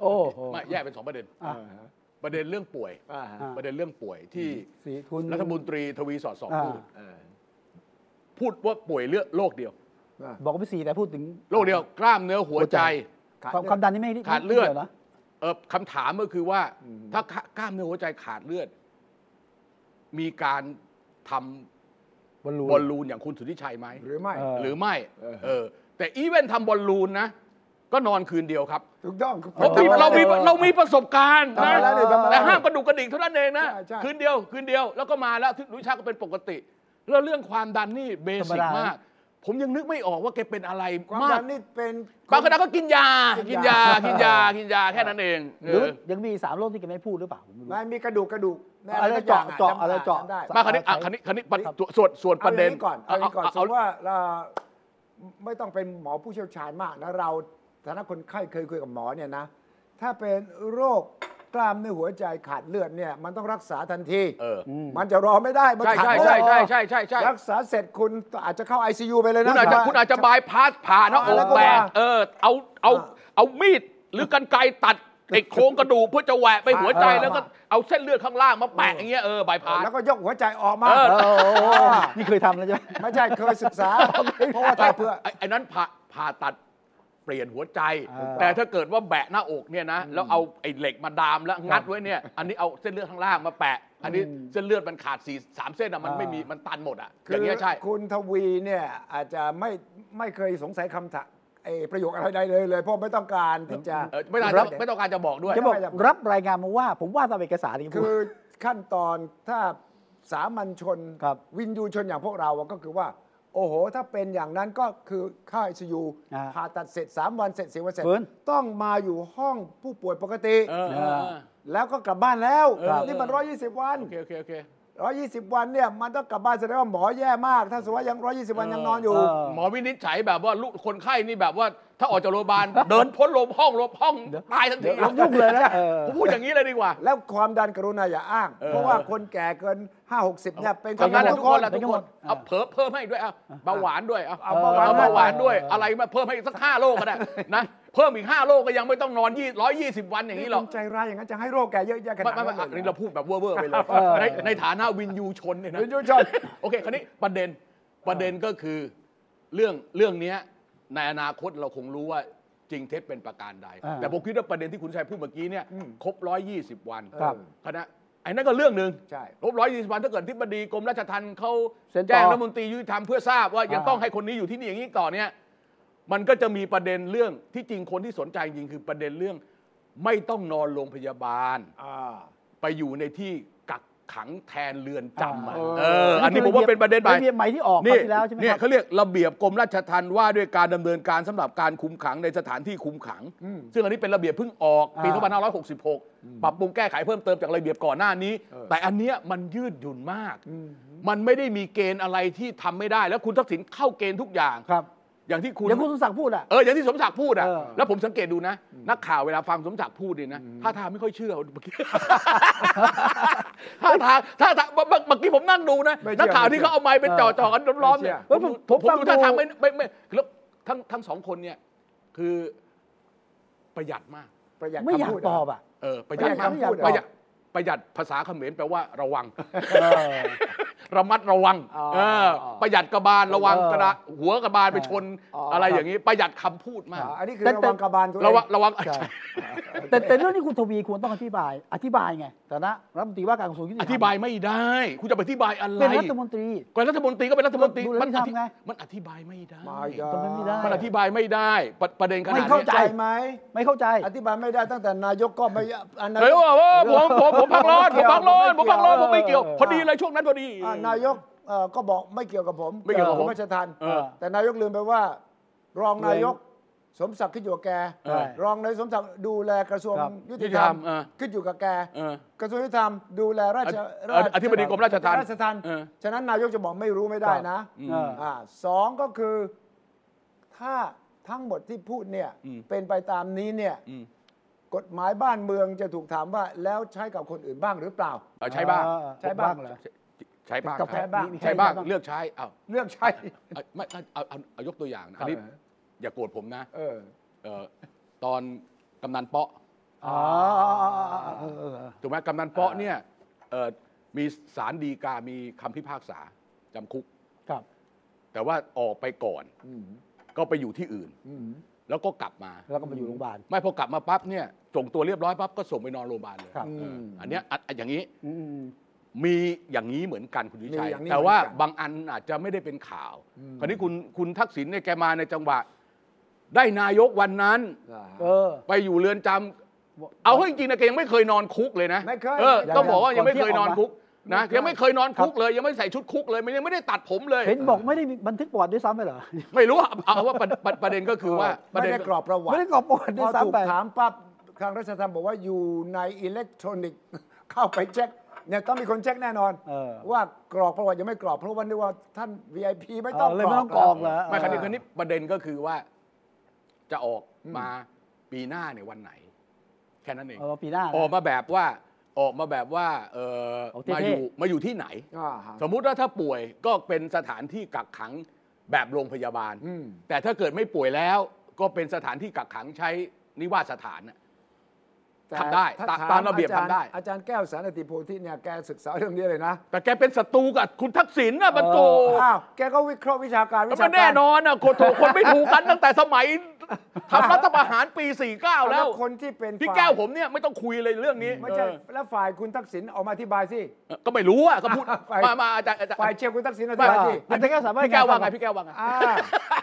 [SPEAKER 1] โอ้โห
[SPEAKER 2] ไม่แยกเป็นสองประเด็น
[SPEAKER 1] อ่ะ
[SPEAKER 2] ประเด็นเรื่องป่วย
[SPEAKER 3] อ่าฮะ
[SPEAKER 2] ประเด็นเรื่องป่วยที่
[SPEAKER 1] สีคุณ
[SPEAKER 2] รัฐมนตรีทวีสอดส่อง
[SPEAKER 1] อ่า
[SPEAKER 2] พูดพูดว่าป่วยเลือดโรคเดียว
[SPEAKER 3] อ่า
[SPEAKER 1] บอกว่าไม่สีแต่พูดถึง
[SPEAKER 2] โรคเดียวกล้ามเนื้อหัว
[SPEAKER 1] หัว
[SPEAKER 2] ใจ
[SPEAKER 1] ใจ ความความดันนี่ไม่
[SPEAKER 2] ขาดเลือด
[SPEAKER 1] ไม่กี่ยวนะ
[SPEAKER 2] เออคำถามก็คือว่า ถ้ากล้ามเนื้อหัวใจขาดเลือด มีการทำ
[SPEAKER 1] บอลลูน
[SPEAKER 2] บอลลูนอย่างคุณสุทธิชัยไหม
[SPEAKER 3] หรือไม่
[SPEAKER 1] เอ
[SPEAKER 2] หรือไม่
[SPEAKER 3] เออ
[SPEAKER 2] เออ แต่อีเวนต์ทำบอลลูนนะ ก็นอนคืนเดียวครับ
[SPEAKER 3] ถูกต้อง
[SPEAKER 1] เอ
[SPEAKER 2] เรา
[SPEAKER 1] อ
[SPEAKER 2] มี
[SPEAKER 3] ทำอะ
[SPEAKER 2] เรามี
[SPEAKER 3] ไนี่ย
[SPEAKER 2] เรามีประสบการณ์
[SPEAKER 3] ทำ
[SPEAKER 2] นะ
[SPEAKER 3] มาแล้วเนี่ยทำมา
[SPEAKER 2] แต่
[SPEAKER 3] แล้ว
[SPEAKER 2] ห้ามกระดูกกระดิกเท่านั้นเองนะ
[SPEAKER 3] ใช่ใช่
[SPEAKER 2] คืนเดียว คืนเดียว แล้วก็มาแล้วทุกวิชาก็เป็นปกติ แล้วเรื่องความดันนี่เบ
[SPEAKER 1] ธรรม
[SPEAKER 2] สิก
[SPEAKER 1] ดาม
[SPEAKER 2] มาก ผมยังนึกไม่ออกว่าแกเป็นอะไร
[SPEAKER 3] ความ
[SPEAKER 2] มา
[SPEAKER 3] ดั
[SPEAKER 2] ก
[SPEAKER 3] นนี่เป็น
[SPEAKER 2] บางคนก็กินยา
[SPEAKER 3] กิ
[SPEAKER 2] กิ
[SPEAKER 3] น
[SPEAKER 2] น
[SPEAKER 3] ยา
[SPEAKER 2] ยา กินยา กินยาแค่นั้นเอง
[SPEAKER 1] หรือ
[SPEAKER 2] เออ
[SPEAKER 1] ยังมีอีกสามโรคที่แกไม่พูดหรือเปล่าผมไม่รู้
[SPEAKER 3] มันมีกระดูกกระดูกแน่น
[SPEAKER 1] อะไร
[SPEAKER 3] ทุกย่ง
[SPEAKER 1] เจาะ
[SPEAKER 3] จำ
[SPEAKER 1] เจาะอะไรเจาะ
[SPEAKER 3] จำได้
[SPEAKER 2] มาคันนี้อ่ะคันนี้คันนี้ประส่วนส่วนป
[SPEAKER 3] เอา
[SPEAKER 2] ระ
[SPEAKER 3] อ
[SPEAKER 2] เด็น
[SPEAKER 3] ย่างนี้ก่อนเอาอย่างนี้ก่อน
[SPEAKER 2] เอา
[SPEAKER 3] สม
[SPEAKER 2] เอา
[SPEAKER 3] มติว่าเราไม่ต้องเป็นหมอผู้เชี่ยวชาญมากนะเราฐานะคนไข้เคยคุยกับหมอเนี่ยนะ ถ้าเป็นโรคกล้ามเนื้อหัวใจขาดเลือดเนี่ยมันต้องรักษาทันที
[SPEAKER 2] เออ
[SPEAKER 3] มันจะรอไม่ได้มัน
[SPEAKER 2] ใช่
[SPEAKER 3] ขาด
[SPEAKER 2] ใช่
[SPEAKER 3] เลือ
[SPEAKER 2] ใช่
[SPEAKER 3] ด
[SPEAKER 2] ใช่ใช่ใช่ใช่
[SPEAKER 3] รักษาเสร็จคุณอาจจะเข้า ICU ไปเลยนะ
[SPEAKER 2] คุณอาจจะคุณอาจจะบายพาสผ่าหน้าอ
[SPEAKER 3] แล้
[SPEAKER 2] ก
[SPEAKER 3] วก็
[SPEAKER 2] แตก
[SPEAKER 3] ว่า
[SPEAKER 2] เออ เอาเอา
[SPEAKER 3] อ่า
[SPEAKER 2] เอามีดหรือกันไกรตัดไอ้โครงกระดูกเพื่อจะแหวะไปหัวใจ
[SPEAKER 3] อ่า
[SPEAKER 2] แล้วก็เอาเส้นเลือดข้างล่างมาแปะอย่างเงี้ยเออบายพาส
[SPEAKER 3] แล้วก็ยกหัวใจออกมา
[SPEAKER 2] เออ
[SPEAKER 1] เออโอ้โหนี่เคยทำแล้วใช่ไหม
[SPEAKER 3] ไม่ใช่เคยศึกษา เพราะว่าทำเพื่อ
[SPEAKER 2] ไไอ้นั้นผ่าผ่าตัดเปลี่ยนหัวใจ
[SPEAKER 1] อ่า
[SPEAKER 2] แต่ถ้าเกิดว่าแบะหน้าอกเนี่ยนะแล้วเอาไอ้เหล็กมาดามแล้วงัดไว้เนี่ยอันนี้เอาเส้นเลือดข้างล่างมาแปะ อันนี้เส้นเลือดมันขาดสี่สามเส้นอะมันไม่มีมันตันหมดอะอ
[SPEAKER 3] คื
[SPEAKER 2] ย่างเงี้ยใช่
[SPEAKER 3] คุณทวีเนี่ยอาจจะไม่ไม่เคยสงสัยคำถามไอ้ประโยคอะไรใดเลยเลย เพราะไม่ต้องการที่จะ
[SPEAKER 2] เออไม่ต้องการจะไม่ต้องการจะบอกด้วย
[SPEAKER 1] จะบอก
[SPEAKER 3] ไม่ได้
[SPEAKER 1] รับรายงานมาว่าผมว่าตามเอกสารนี่
[SPEAKER 3] คือขั้นตอนถ้าสามัญชน
[SPEAKER 1] ครับ
[SPEAKER 3] วินยูชนอย่างพวกเราอะก็คือว่า โอ้โห ถ้าเป็นอย่างนั้นก็คือค่าไอซียู
[SPEAKER 1] อ่า
[SPEAKER 3] ผ่าตัดเสร็จ 3 วันเสร็จสี่วันเสร็จ
[SPEAKER 1] ฟื้น
[SPEAKER 3] ต้องมาอยู่ห้องผู้ป่วยปกติ
[SPEAKER 2] เออเออเออ
[SPEAKER 3] แล้วก็กลับบ้านแล้ว
[SPEAKER 2] เออ
[SPEAKER 3] นี่มัน 120 วัน
[SPEAKER 2] โอเคโอเคโอเค
[SPEAKER 3] 120 วันเนี่ยมันต้องกลับบ้านแสดงว่าหมอแย่มาก ถ้าสมมติว่ายัง 120 วันยังนอนอยู่
[SPEAKER 1] เออ
[SPEAKER 2] หมอวินิจฉัยแบบว่าลูกคนไข้นี่แบบว่า ถ้าออกจากโรงพยาบาล เดินพ้นโรงห้องโรงห้องตายทันที
[SPEAKER 1] เดี๋ยวยุ่งเลยนะเออ
[SPEAKER 2] ผมพูดอย่างนี้เลยดีกว่า
[SPEAKER 3] แล้วความดันกรุณาอย่าอ้าง เพราะว่าคนแก่เกิน 5 60เนี่ยเป็น
[SPEAKER 2] ทำงานแหละทุกคนแหละ
[SPEAKER 3] ทุ
[SPEAKER 2] ทุ
[SPEAKER 3] ก
[SPEAKER 2] ก
[SPEAKER 3] ค
[SPEAKER 2] คน นเอาเพิ่มเพิ่มให้ด้วยเอาเบาหวานด้วยเอา
[SPEAKER 3] เอาเบาหวาน
[SPEAKER 2] อเบาหวานด้วย อะไรมาเพิ่มให้อีกสักห้าโลก็ได้นะเพิ่มอีกห้าโลก็ยังไม่ต้องนอนยี่ร้อยยี่สิบวันอย่างนี้หรอก
[SPEAKER 3] คุณใจร้ายอย่างนั้นจะให้โรคแก่เยอะแยะขนา
[SPEAKER 2] ไม่
[SPEAKER 3] ด
[SPEAKER 2] ไม่ไม่
[SPEAKER 3] นั้น
[SPEAKER 2] อัน
[SPEAKER 3] เลย
[SPEAKER 2] นี้
[SPEAKER 3] เหรอ
[SPEAKER 2] เราพูดแบบเว่อร์ๆไปเลย
[SPEAKER 1] เออ
[SPEAKER 2] ในในฐานะวินยูชนเนี่ยนะ
[SPEAKER 3] วินยูชน
[SPEAKER 2] โอเคคราวนี้ประเด็นประเด็นก็คือเรื่องเรื่องเนี้ยในอนาคตเราคงรู้ว่าจริงเท็จเป็นประการใด
[SPEAKER 1] อ่า
[SPEAKER 2] แต่ผมคิดว่าประเด็นที่คุณชัยพูดเมื่อกี้เนี่ยครบร้อยยี่สิบวัน
[SPEAKER 1] ครับ
[SPEAKER 2] คณะไอ้นั่นก็เรื่องหนึ่ง
[SPEAKER 3] ใช่
[SPEAKER 2] ลบร้อยยี่สิบวันถ้าเกิดที่บดีกรมราชทัณฑ์เขา
[SPEAKER 1] เซ็นต่อ
[SPEAKER 2] แจ้งรัฐมนตรียุติธรรมเพื่อทราบว่ายัง
[SPEAKER 1] อ่า
[SPEAKER 2] ต้องให้คนนี้อยู่ที่นี่อย่างนี้ต่อเนี่ยมันก็จะมีประเด็นเรื่องที่จริงคนที่สนใจจริงคือประเด็นเรื่อง ไม่ต้องนอนโรงพยาบาล
[SPEAKER 3] อ่า
[SPEAKER 2] ไปอยู่ในที่กักขังแทนเรือนจำอะ
[SPEAKER 1] เออ
[SPEAKER 2] เออ อันนี้ผมว่าเป็นประเด็นใหม่
[SPEAKER 1] ระเบียบใหม่ที่ออกคราวที่แล้วใช่ไหม
[SPEAKER 2] เนี่
[SPEAKER 1] ค
[SPEAKER 2] ย
[SPEAKER 1] รับ
[SPEAKER 2] เขาเรียกระเบียบกรมราชทัณฑ์ว่าด้วยการดำเนินการสำหรับการคุมขังในสถานที่คุมขัง ซึ่งอันนี้เป็นระเบียบเพิ่งออกปี
[SPEAKER 1] อ่า
[SPEAKER 2] 2566 ปรับปรุงแก้ไขเพิ่มเติมจากระเบียบก่อนหน้านี้ แต่อันเนี้ยมันยืดหยุ่นมาก มันไม่ได้มีเกณฑ์อะไรที่ทำไม่ได้ แล้วคุณทักษิณเข้าเกณฑ์ทุกอย่าง
[SPEAKER 1] ครับ
[SPEAKER 2] อย่างที่คุณ
[SPEAKER 1] อย่างคุณสุศักดิ์พูดอ่ะ
[SPEAKER 2] เอออย่างที่สมศักดิ์พูดอ่ะ
[SPEAKER 1] เออ
[SPEAKER 2] แล้วผมสังเกตดูนะ นักข่าวเวลาฟังสมศักดิ์พูดเนี่ยนะท่าทางไม่ค่อยเชื่อเมื่อกี้ ท่าทางท่าทางเมื่อเมื่อเมื่อกี้ผมนั่งดูนะ
[SPEAKER 3] ไม่เชื่อ
[SPEAKER 2] นักข่าวที่เขาเอาไม้ไปจ่อจ่อกันล้อมๆ
[SPEAKER 3] ไม่เชื่อ
[SPEAKER 2] เนี่ย
[SPEAKER 1] เออผม
[SPEAKER 2] ผม
[SPEAKER 1] ผมฟัง
[SPEAKER 2] ดูท่า
[SPEAKER 1] ดู
[SPEAKER 2] ทางไม่ไม่ไม่แล้วทั้งทั้งสองคนเนี่ย คือประหยัดมาก
[SPEAKER 3] ประหยัด
[SPEAKER 1] ไม่อยาก
[SPEAKER 3] คำพูด
[SPEAKER 1] ตอบอ่ะ
[SPEAKER 2] เออประหยัดมาก
[SPEAKER 3] ประหยัดคำพูดเหรอ
[SPEAKER 2] ประหยัดประหยัดภาษาเขมรแปลว่าระวัง
[SPEAKER 1] เออ
[SPEAKER 2] ระมัดระวัง
[SPEAKER 3] อ๋อ
[SPEAKER 2] เออประหยัดกระบาลระวัง
[SPEAKER 1] เออก
[SPEAKER 2] ระดาหัวกระบาลไปชน
[SPEAKER 3] อ๋ออ
[SPEAKER 2] อะไรอย่างนี้ประหยัดคำพูดมาก
[SPEAKER 3] อ่าอันนี้คือ
[SPEAKER 1] แต่
[SPEAKER 3] ระวังกระบาลตัวเอง
[SPEAKER 2] ระวังระวัง
[SPEAKER 1] ใช่ แต่แต่เรื่องนี้คุณทวีควรต้องอธิบาย อธิบายไงแต่นะรัฐมนตรีว่าการกระทรวงยุติธร
[SPEAKER 2] อ
[SPEAKER 1] รม
[SPEAKER 2] ธิบายไม่ได้ คุณจะไปอธิบายอะไร
[SPEAKER 1] เป็นรัฐมนตรี
[SPEAKER 2] ก่อนรัฐมนตรีก็เป็นรัฐมนตรี
[SPEAKER 1] ดูแล
[SPEAKER 2] มัอธิ
[SPEAKER 1] ทำไง
[SPEAKER 2] มันอธิบายไม่ได้
[SPEAKER 3] ไม่ได้
[SPEAKER 1] มันไม่ได้
[SPEAKER 2] มันอธิบายไม่ได้ประประเด็นขนาด
[SPEAKER 3] ไม่
[SPEAKER 2] นี้
[SPEAKER 3] เข้าใจไหม
[SPEAKER 1] ไม่เข้าใจ
[SPEAKER 3] อธิบายไม่ได้ตั้งแต่นายกก็ไม่อ่ะนา
[SPEAKER 2] เฮ้ย
[SPEAKER 3] ยก
[SPEAKER 2] ว่าว่าผมผมผมพักร้อนผมพักร้อน
[SPEAKER 3] ไม่
[SPEAKER 2] ผม
[SPEAKER 3] เกี่ยว
[SPEAKER 2] พักร้อนผมไม่เกี่ยว
[SPEAKER 1] เออ
[SPEAKER 2] พอดีเลยช่วงนั้นพอดี
[SPEAKER 3] อ่ะนายกเอ่อก็บอกไม่เกี่ยวกับผม
[SPEAKER 2] ไม่เกี่ยวกับผม
[SPEAKER 3] ผราชทัน
[SPEAKER 2] เออ
[SPEAKER 3] แต่นายกลืมไปว่า รองนายกสมศักดิ์ขึ้นอยู่กับแก
[SPEAKER 1] เออ
[SPEAKER 3] รองนายกสมศักดิ์ดูแลกระทรวง
[SPEAKER 1] ครับ
[SPEAKER 3] ยุติธรรม
[SPEAKER 2] ยุติธรรมเออ
[SPEAKER 3] ขึ้นอยู่กับแก
[SPEAKER 2] เออก
[SPEAKER 3] ระทรวงยุติธรรมดูแลราช
[SPEAKER 2] อธิ
[SPEAKER 3] ราช
[SPEAKER 2] อธิบดีกรมราชทัณฑ์
[SPEAKER 3] ราชทัณฑ์
[SPEAKER 2] เออ
[SPEAKER 3] ฉะนั้นนายกจะบอกไม่รู้ไม่ได้นะ
[SPEAKER 2] อืม
[SPEAKER 1] เออ
[SPEAKER 3] อ่าสองก็คือถ้าทั้งหมดที่พูดเนี่ย
[SPEAKER 2] อืม
[SPEAKER 3] เป็นไปตามนี้เนี่ย
[SPEAKER 2] อืม
[SPEAKER 3] กฎหมายบ้านเมืองจะถูกถามว่าแล้วใช้กับคนอื่นบ้างหรือเปล่า
[SPEAKER 2] เออใช้บ้าง
[SPEAKER 1] เออ
[SPEAKER 3] ใช้บ้าง
[SPEAKER 1] เหรอ
[SPEAKER 2] ใช้บ้าง
[SPEAKER 1] กับ
[SPEAKER 2] ใช้
[SPEAKER 1] ใช้
[SPEAKER 2] บ้าง
[SPEAKER 1] บ้าง
[SPEAKER 2] ใช้บ้าง
[SPEAKER 1] มีใครใช้บ้าง
[SPEAKER 2] เลือกใช้เอา
[SPEAKER 3] เรื่องใช้
[SPEAKER 2] เอาไม่เอาเอาเอาเอายกตัวอย่างนะอันนี้
[SPEAKER 3] ครับ
[SPEAKER 2] อย่าโกรธผมนะ
[SPEAKER 3] เออ
[SPEAKER 2] เอ่อตอนกำนันเปาะ
[SPEAKER 1] อ๋อเออเออเออ
[SPEAKER 2] ถูกไหมกำนันเปาะเนี่ยเอ่อมีสารดีกา มีคำพิพากษาจำคุก
[SPEAKER 1] ครับ
[SPEAKER 2] แต่ว่าออกไปก่อน
[SPEAKER 3] อืม
[SPEAKER 2] ก็ไปอยู่ที่อื่น
[SPEAKER 3] อืม
[SPEAKER 2] แล้วก็กลับมา
[SPEAKER 1] แล้วก็มาอยู่โรงพยาบาล
[SPEAKER 2] ไม่พอกลับมาปั๊บเนี่ยส่งตัวเรียบร้อยปั๊บก็ส่งไปนอนโรงพยาบาลเลย
[SPEAKER 1] ครับ
[SPEAKER 2] เอออันเนี้ยอันอันอย่างนี้
[SPEAKER 1] อืม
[SPEAKER 2] มีอย่างนี้เหมือนกันคุณวิชั
[SPEAKER 1] มี
[SPEAKER 2] ย
[SPEAKER 1] อย่างนี้
[SPEAKER 2] แต่ว่าบางอันอาจจะไม่ได้เป็นข่าว คราวนี้คุณคุณทักษิณเนี่ยแกมาในจังหวะ ได้นายกวันนั้น
[SPEAKER 1] เออ
[SPEAKER 2] ไปอยู่เรือนจำเอาให้จริงๆนะแกยังไม่เคยนอนคุกเลยนะ
[SPEAKER 3] ไม่เคย
[SPEAKER 2] เออต้องบอกว่ายังไม่เคยนอนคุกนะ
[SPEAKER 3] ไม่เคย
[SPEAKER 2] ยังไม่เคยนอนคุกเลย ยังไม่ใส่ชุดคุกเลยมันยังไม่ได้ตัดผมเลย
[SPEAKER 1] เห็นบอกไม่ได้มีบันทึกประวัติด้วยซ้ำไปเหรอ
[SPEAKER 2] ไม่รู้อะเอาเอาว่าประประประเด็นก็คือว่าประ
[SPEAKER 3] ไม่
[SPEAKER 2] เด็น
[SPEAKER 3] ได้กรอบประวัติ
[SPEAKER 1] ไม่ได้กรอบประวัติด้
[SPEAKER 3] พ
[SPEAKER 1] ว
[SPEAKER 3] อย ถู
[SPEAKER 1] ซ้ำ
[SPEAKER 3] ก
[SPEAKER 1] ไป
[SPEAKER 3] ถามปั๊บทางรัชธรรมบอกว่าอยู่ในอิเล็กทรอนิกส์ เข้าไปเช็คเนี่ยต้องมีคนเช็คแน่นอน
[SPEAKER 1] เออ
[SPEAKER 3] ว่ากรอกประวัติยังไม่กรอกเพราะวันนี้ว่าท่าน VIP ไม่ต้อง
[SPEAKER 1] เเลย
[SPEAKER 3] กร
[SPEAKER 1] ไม่
[SPEAKER 3] อ
[SPEAKER 1] ต้
[SPEAKER 3] ก
[SPEAKER 1] องกรอกเหรอ
[SPEAKER 2] ไม่คราวนี้คราวนี้ประเด็นก็คือว่าจะออกมาปีหน้าในยวันไหน แค่นั้นเอง
[SPEAKER 1] เออปีหน้านะ
[SPEAKER 2] ออกมาแบบว่าออกมาแบบว่าเออ
[SPEAKER 1] เอาเท่ๆ
[SPEAKER 2] มาอยู่มาอยู่ที่ไหน
[SPEAKER 3] อ่าฮะ
[SPEAKER 2] สมมุติว่าถ้าป่วยก็เป็นสถานที่กักขังแบบโรงพยาบาล
[SPEAKER 3] อืม
[SPEAKER 2] แต่ถ้าเกิดไม่ป่วยแล้วก็เป็นสถานที่กักขังใช้นิวาสสถานน่ะ
[SPEAKER 3] แต่
[SPEAKER 2] ทำได้
[SPEAKER 3] ถ้
[SPEAKER 2] ตา
[SPEAKER 3] ถ
[SPEAKER 2] ตามระเบียบ
[SPEAKER 3] อจ
[SPEAKER 2] ทำได้
[SPEAKER 3] อาจารย์แก้วสารติโพธิเนี่ยแกศึกษาเรื่องนี้เลยนะ
[SPEAKER 2] แต่แกเป็นศัตรูกับคุณทักษิณนะบรรโต
[SPEAKER 3] อ้าวแกก็วิเคราะห์วิชาการวิ
[SPEAKER 2] แล้ว
[SPEAKER 3] ชากา
[SPEAKER 2] มั
[SPEAKER 3] น ร
[SPEAKER 2] แน่นอนอ่ะคนโถคนไม่ถูกกัน ตั้งแต่สมัยทำรัฐประหารปี 49 แล้ว
[SPEAKER 3] คนที่เป็น
[SPEAKER 2] พี่
[SPEAKER 3] ฝ่าย
[SPEAKER 2] แก้วผมเนี่ยไม่ต้องคุยเลยเรื่องนี้
[SPEAKER 3] ไม่ใช่
[SPEAKER 2] เออ
[SPEAKER 3] แล้วฝ่ายคุณทักษิณออกมาอธิบายสิ
[SPEAKER 2] เออก็ไม่รู้อ่ะก็พูด
[SPEAKER 3] ฝ่าย
[SPEAKER 2] มามาอาจารย์อาจารย์
[SPEAKER 3] ฝ่ายเชียร์คุณทักษิณอธิ
[SPEAKER 2] ไม่
[SPEAKER 3] บายสิ
[SPEAKER 1] อาจารย์แก้วสามารถ
[SPEAKER 2] พี่แก้วว่าไงพี่แก้วว่าไง
[SPEAKER 3] อ่า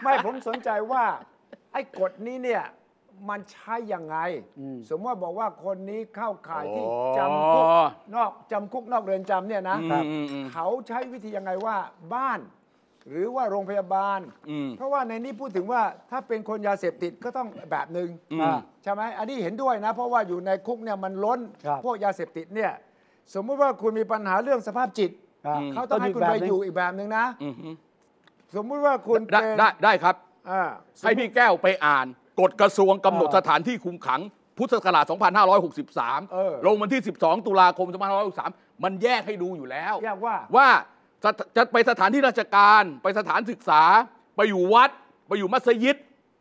[SPEAKER 3] ไม่ผมสนใจว่า ไอ้กฎนี้เนี่ยมันใช้ยังไง สมมติว่าบอกว่าคนนี้เข้าข่ายที่
[SPEAKER 2] โอ้
[SPEAKER 3] จำคุกนอกจำคุกนอกเรือนจำเนี่ยนะ
[SPEAKER 2] อืมครับอืมอืม
[SPEAKER 3] เขาใช้วิธียังไงว่าบ้าน หรือว่าโรงพยาบาล
[SPEAKER 2] อืม
[SPEAKER 3] เพราะว่าในนี้พูดถึงว่าถ้าเป็นคนยาเสพติดก็ต้องแบบหนึ่ง
[SPEAKER 2] อืม
[SPEAKER 3] อ่า ใช่ไหมอันนี้เห็นด้วยนะ เพราะว่าอยู่ในคุกเนี่ยมันล้น
[SPEAKER 1] ครับ
[SPEAKER 3] พวกยาเสพติดเนี่ย สมมุติว่าคุณมีปัญหาเรื่องสภาพจิต
[SPEAKER 1] อ่า
[SPEAKER 3] เขาต้องให้คุณไป
[SPEAKER 1] แบบนึ
[SPEAKER 3] อยู่อีกแบบหนึ่งนะ
[SPEAKER 2] อือฮึ
[SPEAKER 3] สมมุติว่าคุณ
[SPEAKER 2] ได้
[SPEAKER 3] เป็น
[SPEAKER 2] ได้ได้ครับ
[SPEAKER 3] อ่า
[SPEAKER 2] ให้พี่แก้วไปอ่านกฎกระทรวงกำหนดสถานที่คุมขัง พุทธศักราช
[SPEAKER 3] เออ
[SPEAKER 2] 2563 ลงวันที่ 12 ตุลาคม 2563 มันแยกให้ดูอยู่แล้ว
[SPEAKER 1] แยกว่า
[SPEAKER 2] ว่าจะจะไปสถานที่ราชการไปสถานศึกษา ไปอยู่วัด ไปอยู่มัสยิด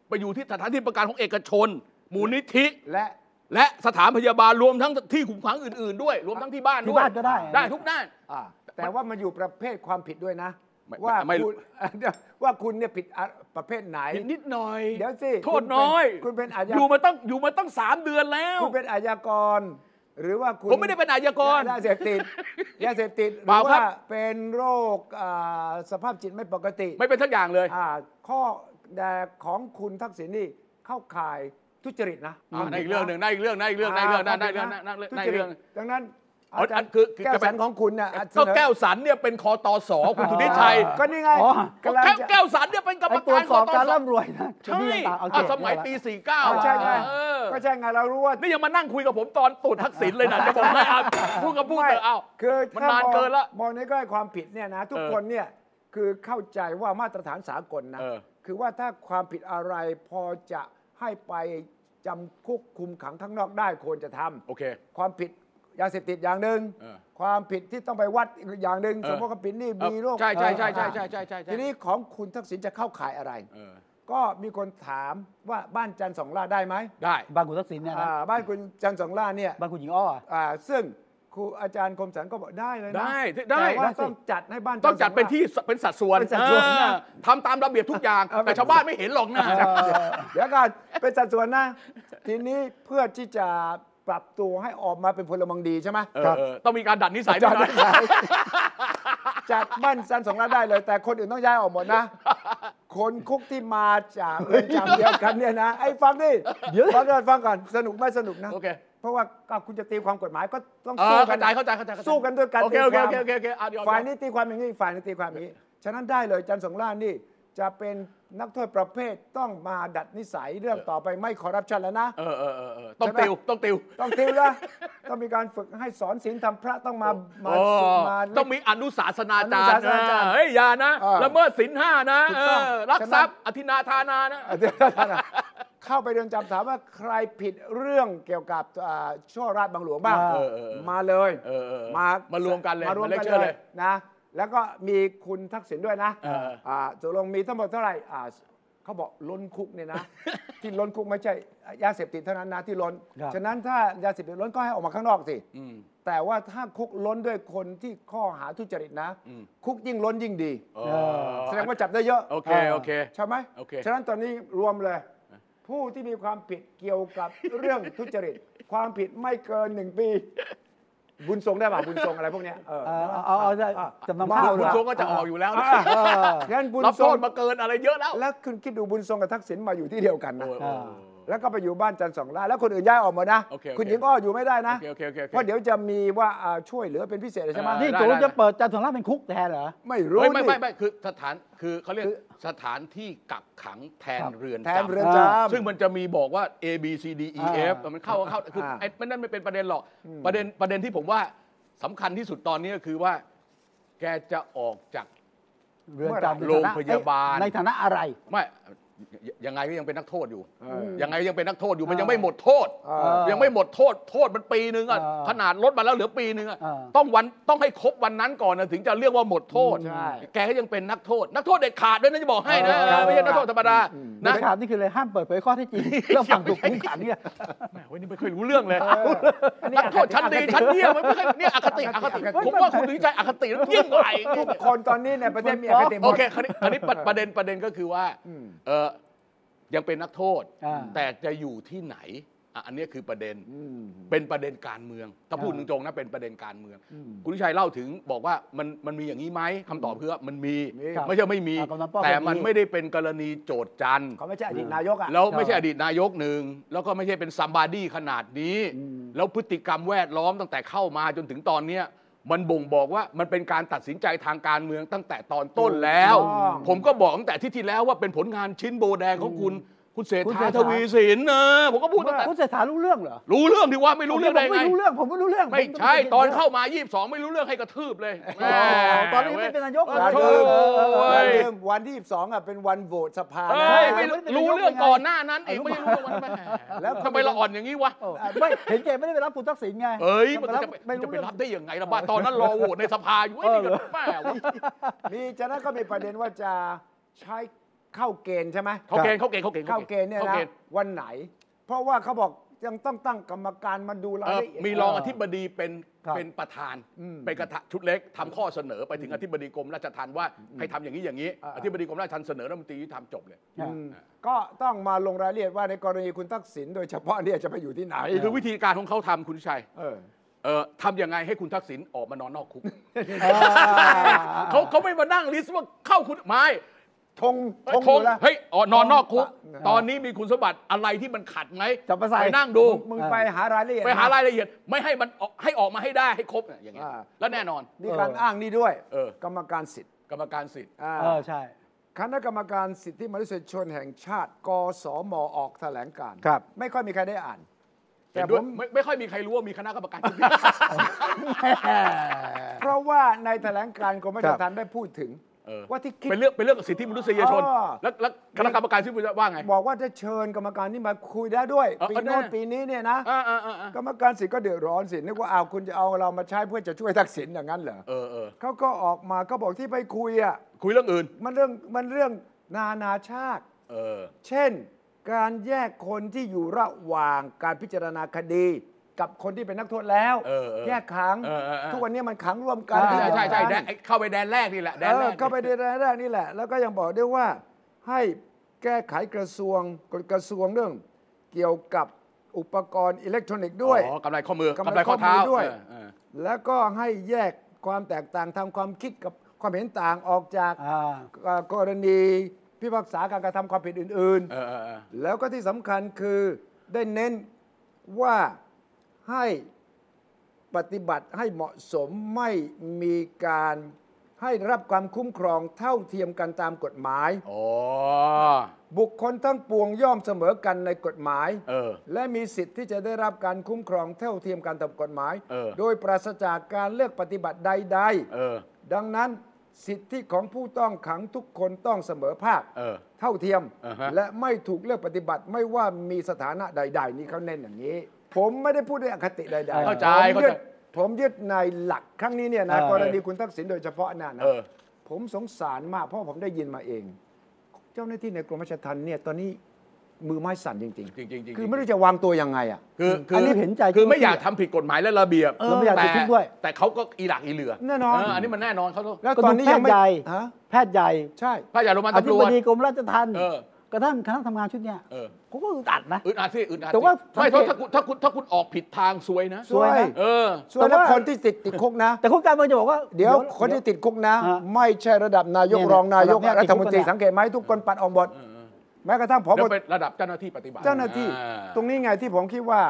[SPEAKER 2] ไปอยู่ที่สถานที่ประกันของเอกชน มูลนิธิ
[SPEAKER 3] และ
[SPEAKER 2] และสถานพยาบาลรวมทั้งที่คุมขังอื่นๆ ด้วย รวมทั้งที่บ้าน
[SPEAKER 1] ที่
[SPEAKER 2] ด้วย
[SPEAKER 1] บ้านก็ได้
[SPEAKER 2] ได้ทุกด้าน
[SPEAKER 3] อ่าแต่ว่ามันอยู่ประเภทความผิดด้วยนะ
[SPEAKER 2] ไม่
[SPEAKER 3] ว่า
[SPEAKER 2] ไม่
[SPEAKER 3] คุณ ว่าคุณเนี่ยผิดอะประเภทไหน
[SPEAKER 2] นิดนิดหน่อย
[SPEAKER 3] เดี๋ยวสิ
[SPEAKER 2] โท
[SPEAKER 3] คุ
[SPEAKER 2] ษ
[SPEAKER 3] ณเป็น
[SPEAKER 2] น้อย
[SPEAKER 3] คุณเป็นอาญา
[SPEAKER 2] อยู่มาตั้งอยู่มาตั้งสามเดือนแล้ว
[SPEAKER 3] คุณเป็นอาญากร หรือว่าคุณ
[SPEAKER 2] ผมไม่ได้เป็นอาชญากร
[SPEAKER 3] ยาเสพติดยาเสพติดห
[SPEAKER 2] เป
[SPEAKER 3] รื
[SPEAKER 2] ล่า
[SPEAKER 3] อ
[SPEAKER 2] ครับ
[SPEAKER 3] ว่าเป็นโรคอ่าสภาพจิตไม่ปกติ
[SPEAKER 2] ไม่เป็นทักอย่างเลย
[SPEAKER 3] อ่าข้อแต่ของคุณทักษิณนี่เข้าข่ายทุจริตนะ
[SPEAKER 2] อ่านั่นอีกเรื่องหนึ่งนั่นอีกเรื่องนั่นอีกเรื่องนั่นอีกเรื่องนั่นอีกเรื่องนั่นอีกเรื่อง
[SPEAKER 3] ทุจริตดั
[SPEAKER 2] นั่นอีกเรื่อง
[SPEAKER 3] งนั้น
[SPEAKER 2] อ๋ออัน
[SPEAKER 3] จารย์
[SPEAKER 2] คือคือ
[SPEAKER 3] แก้ว
[SPEAKER 2] จะเป็
[SPEAKER 3] สั
[SPEAKER 2] น
[SPEAKER 3] นของคุณน่ะ
[SPEAKER 2] ก็แก้วสันเนี่ยเป็นคอตสคุณสุนิชัย
[SPEAKER 3] ก็นี่ไง
[SPEAKER 1] อ๋อ
[SPEAKER 2] ก็
[SPEAKER 3] กำลัง
[SPEAKER 2] แก้ว
[SPEAKER 3] จะ
[SPEAKER 2] แก้วสันเนี่ยเป็นกรรม
[SPEAKER 1] ไอ้ตรว
[SPEAKER 2] การ
[SPEAKER 1] จ
[SPEAKER 2] ค
[SPEAKER 1] ส
[SPEAKER 2] อ
[SPEAKER 1] อบ
[SPEAKER 2] ต
[SPEAKER 1] การ
[SPEAKER 2] ส
[SPEAKER 1] ร่ำรวยนะ
[SPEAKER 2] ใช่
[SPEAKER 1] คดีต่างๆเอา
[SPEAKER 2] อ่ะ
[SPEAKER 1] เก็บ
[SPEAKER 2] สมัย
[SPEAKER 1] ไว้ละ
[SPEAKER 2] ปี 49
[SPEAKER 3] อ่าใช่ใช่
[SPEAKER 2] เออ
[SPEAKER 3] ก็ใช่ไงเรารู้ว่า
[SPEAKER 2] นี่ยังมานั่งคุยกับผมตอนตูดทักษิณเลยนะจะบอกให้อ่ะพูดกับพูดเถอะเอา
[SPEAKER 3] คือ
[SPEAKER 2] มัน
[SPEAKER 3] ถ้
[SPEAKER 2] นาน
[SPEAKER 3] มอง
[SPEAKER 2] เกินละ
[SPEAKER 3] มองในแง่ความผิดเนี่ยนะ ทุก
[SPEAKER 2] เออ
[SPEAKER 3] คนเนี่ยคือเข้าใจว่ามาตรฐานสากลนะ
[SPEAKER 2] เออ
[SPEAKER 3] คือว่าถ้าความผิดอะไรพอจะให้ไปจำคุกคุมขังข้างนอกได้ควรจะท
[SPEAKER 2] โอเค
[SPEAKER 3] ำความผิดยาเสพติดอย่างหนึ่ง
[SPEAKER 2] เออ
[SPEAKER 3] ความผิดที่ต้องไปวัดอีกอย่างหนึ่ง
[SPEAKER 2] เออ
[SPEAKER 3] สมมติว่าผิดนี่มีโรค
[SPEAKER 2] ใช่ใช่ใช่ใช่
[SPEAKER 3] อ่า
[SPEAKER 2] ใช่ใช่ใช่ใช่
[SPEAKER 3] ทีนี้ของคุณทักษิณจะเข้าข่ายอะไร
[SPEAKER 2] เออ
[SPEAKER 3] ก็มีคนถามว่าบ้านจันทร์สองล่าได้ไหม
[SPEAKER 2] ได้
[SPEAKER 1] บางคุณทักษิณเนี่ยนะ
[SPEAKER 3] อ่าบ้านคุณจันทร์สองล่าเนี่ย
[SPEAKER 1] บางคุณหญิงอ้ออ่ะ
[SPEAKER 3] อ่าซึ่งครูอาจารย์คมสันก็บอกได้เลยนะ
[SPEAKER 2] ได้ได้
[SPEAKER 3] แต่ว่าต้องจัดให้บ้าน
[SPEAKER 2] ต้องจัด
[SPEAKER 3] ส
[SPEAKER 2] เป็นที่
[SPEAKER 3] หลั
[SPEAKER 2] เป็นสัดส่วน
[SPEAKER 3] เป็นสัดส่วน
[SPEAKER 2] เออ
[SPEAKER 3] นะ
[SPEAKER 2] ทำตามระเบียบทุกอย่าง
[SPEAKER 3] เอาแบบ
[SPEAKER 2] แต่ชาวบ้านไม่เห็นหรอกนะ
[SPEAKER 3] ง เดี๋ยวก่อนเป็นสัดส่วนนะ ทีนี้เพื่อที่จะปรับตัวให้ออกมาเป็นพลเมืองดีใช่ไหม
[SPEAKER 2] เออเออต้องมีการดัดนิสัยด้
[SPEAKER 3] จั
[SPEAKER 2] ว
[SPEAKER 3] ด
[SPEAKER 2] ยนะ
[SPEAKER 3] จัดบ้านจันทร์สองรัฐได้เลย แต่คนอื่นต้องย้ายออกหมดนะ คนคุกที่มาจากเรือนจำเดียวกันเนี่ยนะไอ้ฟังดิ
[SPEAKER 1] เดี๋ยว
[SPEAKER 3] ฟังก่อนฟังก่อนสนุกไม่สนุกนะ
[SPEAKER 2] โอเค
[SPEAKER 3] เพราะว่าก็คุณจะตีความกฎหมายก็ต้อง
[SPEAKER 2] เอ
[SPEAKER 3] สู้
[SPEAKER 2] อ
[SPEAKER 3] กั
[SPEAKER 2] เข้านใจเข้าใจเข้าใจเข้าใจ
[SPEAKER 3] สู้กันด้วยการ
[SPEAKER 2] โอเค
[SPEAKER 3] ตี
[SPEAKER 2] โอ
[SPEAKER 3] ค
[SPEAKER 2] เค
[SPEAKER 3] วาม
[SPEAKER 2] โอเคโอเคโอเคอ่ะยอม
[SPEAKER 3] ฝ่ายนี้ตีความอย่างนี้อีกฝ่ายนึงตีความอย่างนี้ ฉะนั้นได้เลยจันทร์สงล่านนี่จะเป็นนักโทษประเภทต้องมาดัดนิสัยเรื่องต่อไปไม่คอร์รัปชันแล้วนะ
[SPEAKER 2] เออเออเออเออต้อง
[SPEAKER 3] ใช่ปะ
[SPEAKER 2] ติวต้องติว
[SPEAKER 3] ต้องติวนะต้องมีการฝึกให้สอนศีลทำพระต้องมามา
[SPEAKER 2] โอ้
[SPEAKER 3] สวดมา
[SPEAKER 2] ต้องมีอนุสาสนาจา
[SPEAKER 3] อนุ
[SPEAKER 2] ร
[SPEAKER 3] สา
[SPEAKER 2] ย์
[SPEAKER 3] สนาจารย์
[SPEAKER 2] นะเฮ้ยอย่านะ
[SPEAKER 3] เออ
[SPEAKER 2] ละเมิดศีลห้านะ
[SPEAKER 3] ถูต้อง
[SPEAKER 2] เอกอรัก
[SPEAKER 3] ฉะนั้น
[SPEAKER 2] ทรัพย์อธินาทานานะ
[SPEAKER 3] เดี๋ยวนะเข้าไปเรือนจำถามว่าใครผิดเรื่องเกี่ยวกับอ่าช่อราชบังหลวงบ้าง
[SPEAKER 1] เออ
[SPEAKER 2] เออเออ
[SPEAKER 3] มาเลย
[SPEAKER 2] เออเออ
[SPEAKER 3] มาม
[SPEAKER 2] ารวมกันเลย
[SPEAKER 3] มารวม
[SPEAKER 2] มาเล
[SPEAKER 3] กัน
[SPEAKER 2] คเชอร์
[SPEAKER 3] เล
[SPEAKER 2] เลย ย
[SPEAKER 3] นะ แล้วก็มีคุณทักษิณด้วยนะ
[SPEAKER 2] เออ
[SPEAKER 3] ่าตกลงมีทั้งหมดเท่าไหร่อ่าเขาบอกล้นคุกเนี่ย นะ ที่ล้นคุกไม่ใช่ยาเสพติดเท่านั้นนะที่ล้น
[SPEAKER 1] ครับ
[SPEAKER 3] ฉะนั้นถ้ายาเสพติดล้นก็ให้ออกมาข้างนอกสิ
[SPEAKER 2] อืม
[SPEAKER 3] แต่ว่าถ้าคุกล้นด้วยคนที่ข้อหาทุจริตนะ
[SPEAKER 2] อืม
[SPEAKER 3] คุกยิ่งล้นยิ่งดี
[SPEAKER 2] เออ
[SPEAKER 3] แสดงว่าจับได้เยอะ
[SPEAKER 2] โอเคโอเค
[SPEAKER 3] ใช่ไหม
[SPEAKER 2] โอเค
[SPEAKER 3] ฉะนั้นตอนนี้รวมเลย ผู้ที่มีความผิดเกี่ยวกับ เรื่องทุจริต ความผิดไม่เกินหนึ่งปี บุญทรงได้ป่ะบุญทรงอะไรพวกเนี้ยเออ
[SPEAKER 1] เออเอาเอาเอาจะจำนำ
[SPEAKER 2] คุ
[SPEAKER 1] ข้าว
[SPEAKER 2] ณ
[SPEAKER 1] เลย
[SPEAKER 2] ทรงก็จะออกอยู่แล้วนะ
[SPEAKER 1] เออ
[SPEAKER 3] ฉะนั้นบุญ
[SPEAKER 2] รับ
[SPEAKER 3] ท
[SPEAKER 2] โท
[SPEAKER 3] รง
[SPEAKER 2] ษมาเกินอะไรเยอะแล้ว
[SPEAKER 3] แล้วคุณคิดดูบุญทรงกับทักษิณมาอยู่ที่เดียวกันนะ
[SPEAKER 2] โอ้ยโอ้ยโอ้ย
[SPEAKER 3] แล้วก็ไปอยู่บ้านจันทร์สองล้านแล้วคนอื่นย้ายออกหมดนะ
[SPEAKER 2] โอเคโอเค
[SPEAKER 3] คุณหญิงอ้ออยู่ไม่ได้นะ
[SPEAKER 2] โอเคโอเคโอเคโอค
[SPEAKER 3] เพราะเดี๋ยวจะมีว่าอ่าช่วยเหลือเป็นพิเศษเลยใช่ไหม
[SPEAKER 2] เออ
[SPEAKER 1] นี่ตกลงจะเปิดจันทร์สองล่าเป็นคุกแทนเหรอ
[SPEAKER 3] ไม่รู้
[SPEAKER 2] เฮ้ยไม่
[SPEAKER 3] นี่
[SPEAKER 2] ไม่ไม่คือสถานคือเขาเรียกสถานที่กักขังแทน
[SPEAKER 1] ครับ
[SPEAKER 2] เรือน
[SPEAKER 3] แทน
[SPEAKER 2] จำ
[SPEAKER 3] เรือนจำ
[SPEAKER 2] ซึ่งมันจะมีบอกว่า A B C D E F
[SPEAKER 1] อ่า
[SPEAKER 2] มันเข้าเข้าคือ
[SPEAKER 3] อ่า
[SPEAKER 2] ไอ้ไม่นั่นไม่เป็นประเด็นหรอก ประเด็นประเด็นที่ผมว่าสำคัญที่สุดตอนนี้ก็คือว่า แกจะออกจาก
[SPEAKER 1] เรือนจำใน
[SPEAKER 2] โรง
[SPEAKER 1] ฐนะ
[SPEAKER 2] พยาบาล
[SPEAKER 1] ในฐานะอะไร
[SPEAKER 2] ไม่ยยังไงก็ยังเป็นนักโทษอยู่
[SPEAKER 3] เออ
[SPEAKER 2] ยังไงก็ยังเป็นนักโทษอยู่มัน
[SPEAKER 1] อ่ายั
[SPEAKER 2] ยังไม่หมดโทษ
[SPEAKER 3] เออ
[SPEAKER 2] ยังไม่หมดโทษ โทษมันปีนึงอ่ะ
[SPEAKER 1] เออ
[SPEAKER 2] ขนาดลดมาแล้วเหลือปีนึงอ่ะ
[SPEAKER 1] เออ
[SPEAKER 2] ต้องวันต้องให้ครบวันนั้นก่อนนะถึงจะเรียกว่าหมดโทษ
[SPEAKER 3] ใช่
[SPEAKER 2] แกก็ยังเป็นนักโทษ นักโทษเด็ดขาดด้วยนะจะบอกให้นะ
[SPEAKER 1] เออ
[SPEAKER 2] ไม่ใช่นักโทษธรรมดา
[SPEAKER 1] นะ
[SPEAKER 2] นะ
[SPEAKER 1] ถามนี่คือเลยห้ามเปิดเผยข้อเท็จจริงเรื่องฝั่งถูกคุมขังเนี่ย
[SPEAKER 2] แหมวันนี้ไม่เคยรู้เรื่องเลย
[SPEAKER 3] อันนี้
[SPEAKER 2] นักโทษชั้นดีชั้นเยี่ยมมันไม่เคยเนี่ยอคติอคติ
[SPEAKER 3] อคติ
[SPEAKER 2] ผมว่าคุณถึงใจอคติแล้วยิ่งกว่าอีก
[SPEAKER 3] ทุกคนตอนนี้ในประเทศมีอคติหม
[SPEAKER 2] โอ
[SPEAKER 3] ด
[SPEAKER 2] เคคราวนี้อันนี้ประประเด็นประเด็นก็คือว่าเออยังเป็นนักโทษ
[SPEAKER 1] อ่า
[SPEAKER 2] แต่จะอยู่ที่ไหนอ่ะอันนี้คือประเด็นเป็นประเด็นการเมืองถ้าพูดตรงๆนะเป็นประเด็นการเมือง คุณวิชัยเล่าถึงบอกว่ามันมันมีอย่างนี้ไหมคำตอบคือว่ามันมี
[SPEAKER 3] มี
[SPEAKER 2] ไม่ใช่ไม่มี
[SPEAKER 1] อ่ะกำนันป้อม
[SPEAKER 2] แต่มัน
[SPEAKER 1] มี
[SPEAKER 2] ไม่ได้เป็นกรณีโจทย์จันทร์
[SPEAKER 3] เขาไม่ใช่อดีตนายกอ่ะ
[SPEAKER 2] แล้วไม่ใช่อดีตนายกหนึ่ง แล้วก็ไม่ใช่เป็นซัมบาดี้ขนาดนี้ แล้วพฤติกรรมแวดล้อมตั้งแต่เข้ามาจนถึงตอนเนี้ยมันบ่งบอกว่ามันเป็นการตัดสินใจทางการเมืองตั้งแต่ตอนต้นแล้ว
[SPEAKER 3] ถูกต้อง
[SPEAKER 2] ผมก็บอกตั้งแต่ที่ที่แล้วว่าเป็นผลงานชิ้นโบแดงของคุณ คุณเศรษ
[SPEAKER 1] คุณเศร
[SPEAKER 2] ฐา
[SPEAKER 1] ษฐา
[SPEAKER 2] ทวีสินนะผมก็พูดตั้งแต่
[SPEAKER 1] คุณเศรษฐารู้เรื่องเหรอ
[SPEAKER 2] รู้เรื่องดีว่าไม่รู้เรื่องได้
[SPEAKER 1] ผม
[SPEAKER 2] ไง
[SPEAKER 1] ไม่รู้เรื่องผมไม่รู้เรื่อง
[SPEAKER 2] ไม่ใช่
[SPEAKER 1] ผ
[SPEAKER 2] ตอน
[SPEAKER 1] ป็ด็ก
[SPEAKER 2] เข้ามา 22 ไม่รู้เรื่องให้กระทืบเลย
[SPEAKER 1] อ๋อตอนนี้ไม่เป็นนายก
[SPEAKER 2] เอ
[SPEAKER 1] เหร
[SPEAKER 2] อ
[SPEAKER 1] อ
[SPEAKER 2] โธ่
[SPEAKER 1] เออ
[SPEAKER 2] เว้ย
[SPEAKER 3] วันที่สองอ่ะเป็นวันโหวตสภา
[SPEAKER 2] เอ้ยไม่รู้รู้เรื่องก่อนหน้านั้นอีกไม่รู้เรื่องวันนั้นแหม
[SPEAKER 1] แล้ว
[SPEAKER 2] ทำไมเราอ่อนอย่างนี้วะ
[SPEAKER 1] เออไม่เห็นแกไม่ได้ไปรับคุณทักษิณไง
[SPEAKER 2] เอ้ยมันจะไป
[SPEAKER 1] ไม่
[SPEAKER 2] จะ
[SPEAKER 1] รู้
[SPEAKER 2] ไป
[SPEAKER 1] เรื่อง
[SPEAKER 2] รับได้ยังไงล่ะบ้าตอนนั้นรอโหวตในสภาอยู่ไอ้ยนี่ก็แม่เว้ย
[SPEAKER 3] มีจากนั้นก็มีประเด็นว่าจะใช้เข้าเกณฑ์ใช่ไหม
[SPEAKER 2] เขาเกณฑ์เขาเกณฑ์เขาเกณฑ์
[SPEAKER 3] เข้าเกณฑ์เนี่ย
[SPEAKER 2] ขา
[SPEAKER 3] นะ
[SPEAKER 2] กณฑ์
[SPEAKER 3] วันไหน เพราะว่าเขาบอกยังต้องตั้งกรรมการมาดูราย
[SPEAKER 2] เอ่อ
[SPEAKER 3] ละเอียด
[SPEAKER 2] มีรองอธิบดีเป็น
[SPEAKER 1] ครับ
[SPEAKER 2] เป็นประธานเป็นกระทะชุดเล็กทำข้อเสนอไปถึงอธิบดีกรมราชทัณฑ์ว่าให้ทำอย่างนี้อย่างนี้
[SPEAKER 3] อ่า
[SPEAKER 2] อธิบดีกรมราชทัณฑ์เสนอรัฐมนตรียุติธรรมจบเลย
[SPEAKER 3] อืมก็ต้องมาลงรายละเอียดว่าในกรณีคุณทักษิณโดยเฉพาะเนี่ยจะไปอยู่ที่ไหน
[SPEAKER 2] คือวิธีการของเขาทำคุณชัย
[SPEAKER 3] เออ
[SPEAKER 2] เออทำยังไงให้คุณทักษิณออกมานอนนอกคุก
[SPEAKER 1] า
[SPEAKER 2] เขาเขาไม่มานั่งลิสต์ว่าเข้าคุณไม่
[SPEAKER 3] ธง
[SPEAKER 2] ทง
[SPEAKER 3] อยู่แล้ว
[SPEAKER 2] เฮ้ยออกนอนนอกคุก
[SPEAKER 3] อ่า
[SPEAKER 2] ตอนนี้มีคุณสมบัติอะไรที่มันขัดไหม
[SPEAKER 1] จับมาใส่
[SPEAKER 2] ไปนั่งดู
[SPEAKER 3] มึงไปหารายละเอียด
[SPEAKER 2] ไปหารายละเอียด ไม่ให้มันออกให้ออกมาให้ได้ให้ครบอย่างเงี้ย
[SPEAKER 3] อ่า
[SPEAKER 2] แล้วแน่นอน
[SPEAKER 3] มีการอ้างนี่ด้วย
[SPEAKER 2] เออ
[SPEAKER 3] กรรมการสิทธิ์
[SPEAKER 2] กรรมการสิทธิ์
[SPEAKER 3] อ่า
[SPEAKER 1] เออใช่
[SPEAKER 3] คณะกรรมการสิทธิมนุษยชนแห่งชาติ กสมออกแถลงการณ์
[SPEAKER 1] ครับ
[SPEAKER 3] ไม่ค่อยมีใครได้อ่าน แต่
[SPEAKER 2] เห็น
[SPEAKER 3] ผ
[SPEAKER 2] ด้วย
[SPEAKER 3] ม
[SPEAKER 2] ไม่ไม่ค่อยมีใครรู้ว่ามีคณะกร รมการชุดนี้
[SPEAKER 3] เพราะว่าในแถลงการณ์กรมราชทัณฑ์ได้พูดถึง
[SPEAKER 2] เออ
[SPEAKER 3] ว่าที่คิด
[SPEAKER 2] เป็นเรื่องเป็นเรื่องสิทธิมนุษยชน
[SPEAKER 3] อ๋อ
[SPEAKER 2] แล้วแล้วคณะกรรมการสิทธิมนุษยชนว่าไง
[SPEAKER 3] บอกว่าจะเชิญกรรมการนี่มาคุยได้ด้วย
[SPEAKER 2] เออ
[SPEAKER 3] ปี
[SPEAKER 2] เออ
[SPEAKER 3] โน้น
[SPEAKER 2] ได้
[SPEAKER 3] ปีนี้เนี่ยนะ
[SPEAKER 2] อ่าอ่าอ่าอ่าก
[SPEAKER 3] รรมการสิทธิ์ก็เดือดร้อนสินึกว่าเอาวคุณจะเอาเรามาใช้เพื่อจะช่วยทักษิณอย่างนั้นเหรอ
[SPEAKER 2] เออเออ
[SPEAKER 3] เขาก็ออกมาก็บอกที่ไปคุยอ่ะ
[SPEAKER 2] คุยเรื่องอื่น
[SPEAKER 3] มันเรื่องมันเรื่องนานาชาติ
[SPEAKER 2] เออ
[SPEAKER 3] เช่น การแยกคนที่อยู่ระหว่างการพิจารณาคดี กับคนที่เป็นนักโทษแล้ว
[SPEAKER 2] เออเออ
[SPEAKER 3] แยกขัง
[SPEAKER 2] เออเออเออ
[SPEAKER 3] ทุกวันนี้มันขังรวมกัน
[SPEAKER 1] ใช่
[SPEAKER 3] ที่
[SPEAKER 2] ใช่
[SPEAKER 3] เดียว
[SPEAKER 2] ใช่ใช่
[SPEAKER 3] กัน
[SPEAKER 2] แดนไอ้เข้าไปแดนแรกนี่แหละแด
[SPEAKER 3] เอน
[SPEAKER 2] แร
[SPEAKER 3] อก เข้าไปในรายแรกนี่แหละ แล้วก็ยังบอกด้วยว่าให้แก้ไขกระทรวงกฎกระทรวงเรื่อง เกี่ยวกับอุปกรณ์อิเล็กทรอนิกส์ด้วย
[SPEAKER 2] อ๋อกำไรข้อมือก
[SPEAKER 3] ำ
[SPEAKER 2] กำ
[SPEAKER 3] ไร
[SPEAKER 2] ไร
[SPEAKER 3] ข้
[SPEAKER 2] ข้
[SPEAKER 3] อ
[SPEAKER 2] อ
[SPEAKER 3] มื
[SPEAKER 2] เท้า
[SPEAKER 3] อด้วย
[SPEAKER 2] เออ
[SPEAKER 3] แล้วก็ให้แยกความแตกต่างทางความคิดกับความเห็นต่างออกจาก
[SPEAKER 1] อ่า
[SPEAKER 3] เอ่อกรณีพิพากษาการกระทำความผิดอื่น
[SPEAKER 2] เออเออเออ
[SPEAKER 3] ๆ แล้วก็ที่สำคัญคือได้เน้นว่าให้ปฏิบัติให้เหมาะสมไม่มีการให้รับความคุ้มครองเท่าเทียมกันตามกฎหมาย
[SPEAKER 2] โอ้
[SPEAKER 3] บุคคลทั้งปวงย่อมเสมอกันในกฎหมาย
[SPEAKER 2] เออ
[SPEAKER 3] และมีสิทธิ์ที่จะได้รับการคุ้มครองเท่าเทียมกันตามกฎหมาย
[SPEAKER 2] เออ
[SPEAKER 3] โดยปราศจากการเลือกปฏิบัติใด
[SPEAKER 2] เออ
[SPEAKER 3] ๆ ดังนั้นสิทธิของผู้ต้องขังทุกคนต้องเสมอภาค
[SPEAKER 2] เออ
[SPEAKER 3] เท่าเทียม
[SPEAKER 2] อ่าฮะ
[SPEAKER 3] และไม่ถูกเลือกปฏิบัติไม่ว่ามีสถานะใด ๆ นี่เขาเน้นอย่างนี้ ผมไม่ได้พูดด้วยอคติใดๆ
[SPEAKER 2] เข้าใจ
[SPEAKER 3] ผม
[SPEAKER 2] เข้า
[SPEAKER 3] ยึ
[SPEAKER 2] ใจ
[SPEAKER 3] ดผมยึดในหลักครั้งนี้เนี่ยนะ
[SPEAKER 1] เออ
[SPEAKER 3] กรณีคุณทักษิณโดยเฉพาะน่ะนะ
[SPEAKER 2] เออ
[SPEAKER 3] ผมสงสารมากเพราะผมได้ยินมาเอง เจ้าหน้าที่ในกรมราชทัณฑ์เนี่ยตอนนี้มือไม้สั่นจริง ๆ
[SPEAKER 2] จริงๆจริงๆ
[SPEAKER 3] คือไม่รู้จะวางตัวยังไงอ่ะ
[SPEAKER 2] คือคื
[SPEAKER 1] นนี้เห็นใจ
[SPEAKER 2] คือไม่อยากทำผิดกฎหมายและระเบียบ
[SPEAKER 1] เออไม่อยากติดคุกด้วย
[SPEAKER 2] แต่เขาก็อีหลักอีเหลือ
[SPEAKER 3] แน่นอน
[SPEAKER 2] เอันนี้มันแน่นอนเขาต้อง
[SPEAKER 3] แล้ว
[SPEAKER 1] ก็
[SPEAKER 3] ต
[SPEAKER 1] ดู
[SPEAKER 3] อนนี้
[SPEAKER 1] แพ
[SPEAKER 3] ยั
[SPEAKER 1] ท
[SPEAKER 3] ง
[SPEAKER 1] ย์
[SPEAKER 3] ไม่
[SPEAKER 1] ใหญ่
[SPEAKER 3] ฮะ
[SPEAKER 1] แพทย์ใหญ่
[SPEAKER 3] ใช่
[SPEAKER 2] พระยาโรมัน
[SPEAKER 1] อ
[SPEAKER 2] ตำ
[SPEAKER 1] ธิ
[SPEAKER 2] ร
[SPEAKER 1] บ
[SPEAKER 2] วจ
[SPEAKER 1] ดีกรมราชทัณฑ์
[SPEAKER 2] เออ
[SPEAKER 1] กระทั่งคณะทำงานชุดเนี้ย
[SPEAKER 2] เออ
[SPEAKER 1] เขาก็อึดอัดนะ
[SPEAKER 2] อึดอัดสิอึดอัดสิ
[SPEAKER 1] แต่ว่า
[SPEAKER 2] ไม่เพราะถ้าคุณถ้าคุณถ้าคุณออกผิดทางซวยนะ
[SPEAKER 1] สวยนะ
[SPEAKER 2] เออ
[SPEAKER 3] ส่วนแล้
[SPEAKER 1] แต่
[SPEAKER 3] ว
[SPEAKER 1] ว่า
[SPEAKER 3] คนที่ติดติดคุกนะ
[SPEAKER 1] แต่คนการเมืองจะบอกว่า
[SPEAKER 3] เดี๋ยวคนที่ติดคุกนะ
[SPEAKER 1] ฮะ
[SPEAKER 3] ไม่ใช่ระดับนายก
[SPEAKER 1] เนี่ย
[SPEAKER 3] รองนายก
[SPEAKER 1] ระดับเนี่ย
[SPEAKER 3] รัฐมนตรี
[SPEAKER 1] ติดคุกกันอะ
[SPEAKER 3] สังเกตไหมทุกคนปัดออกหมดแม้กระทั่งผบ
[SPEAKER 2] แล้วเป็นระดับเจ้าหน้าที่ปฏิบัติ
[SPEAKER 3] เจ้าหน้าที่
[SPEAKER 2] อ่
[SPEAKER 3] ตรงนี้ไงที่ผมคิดว่า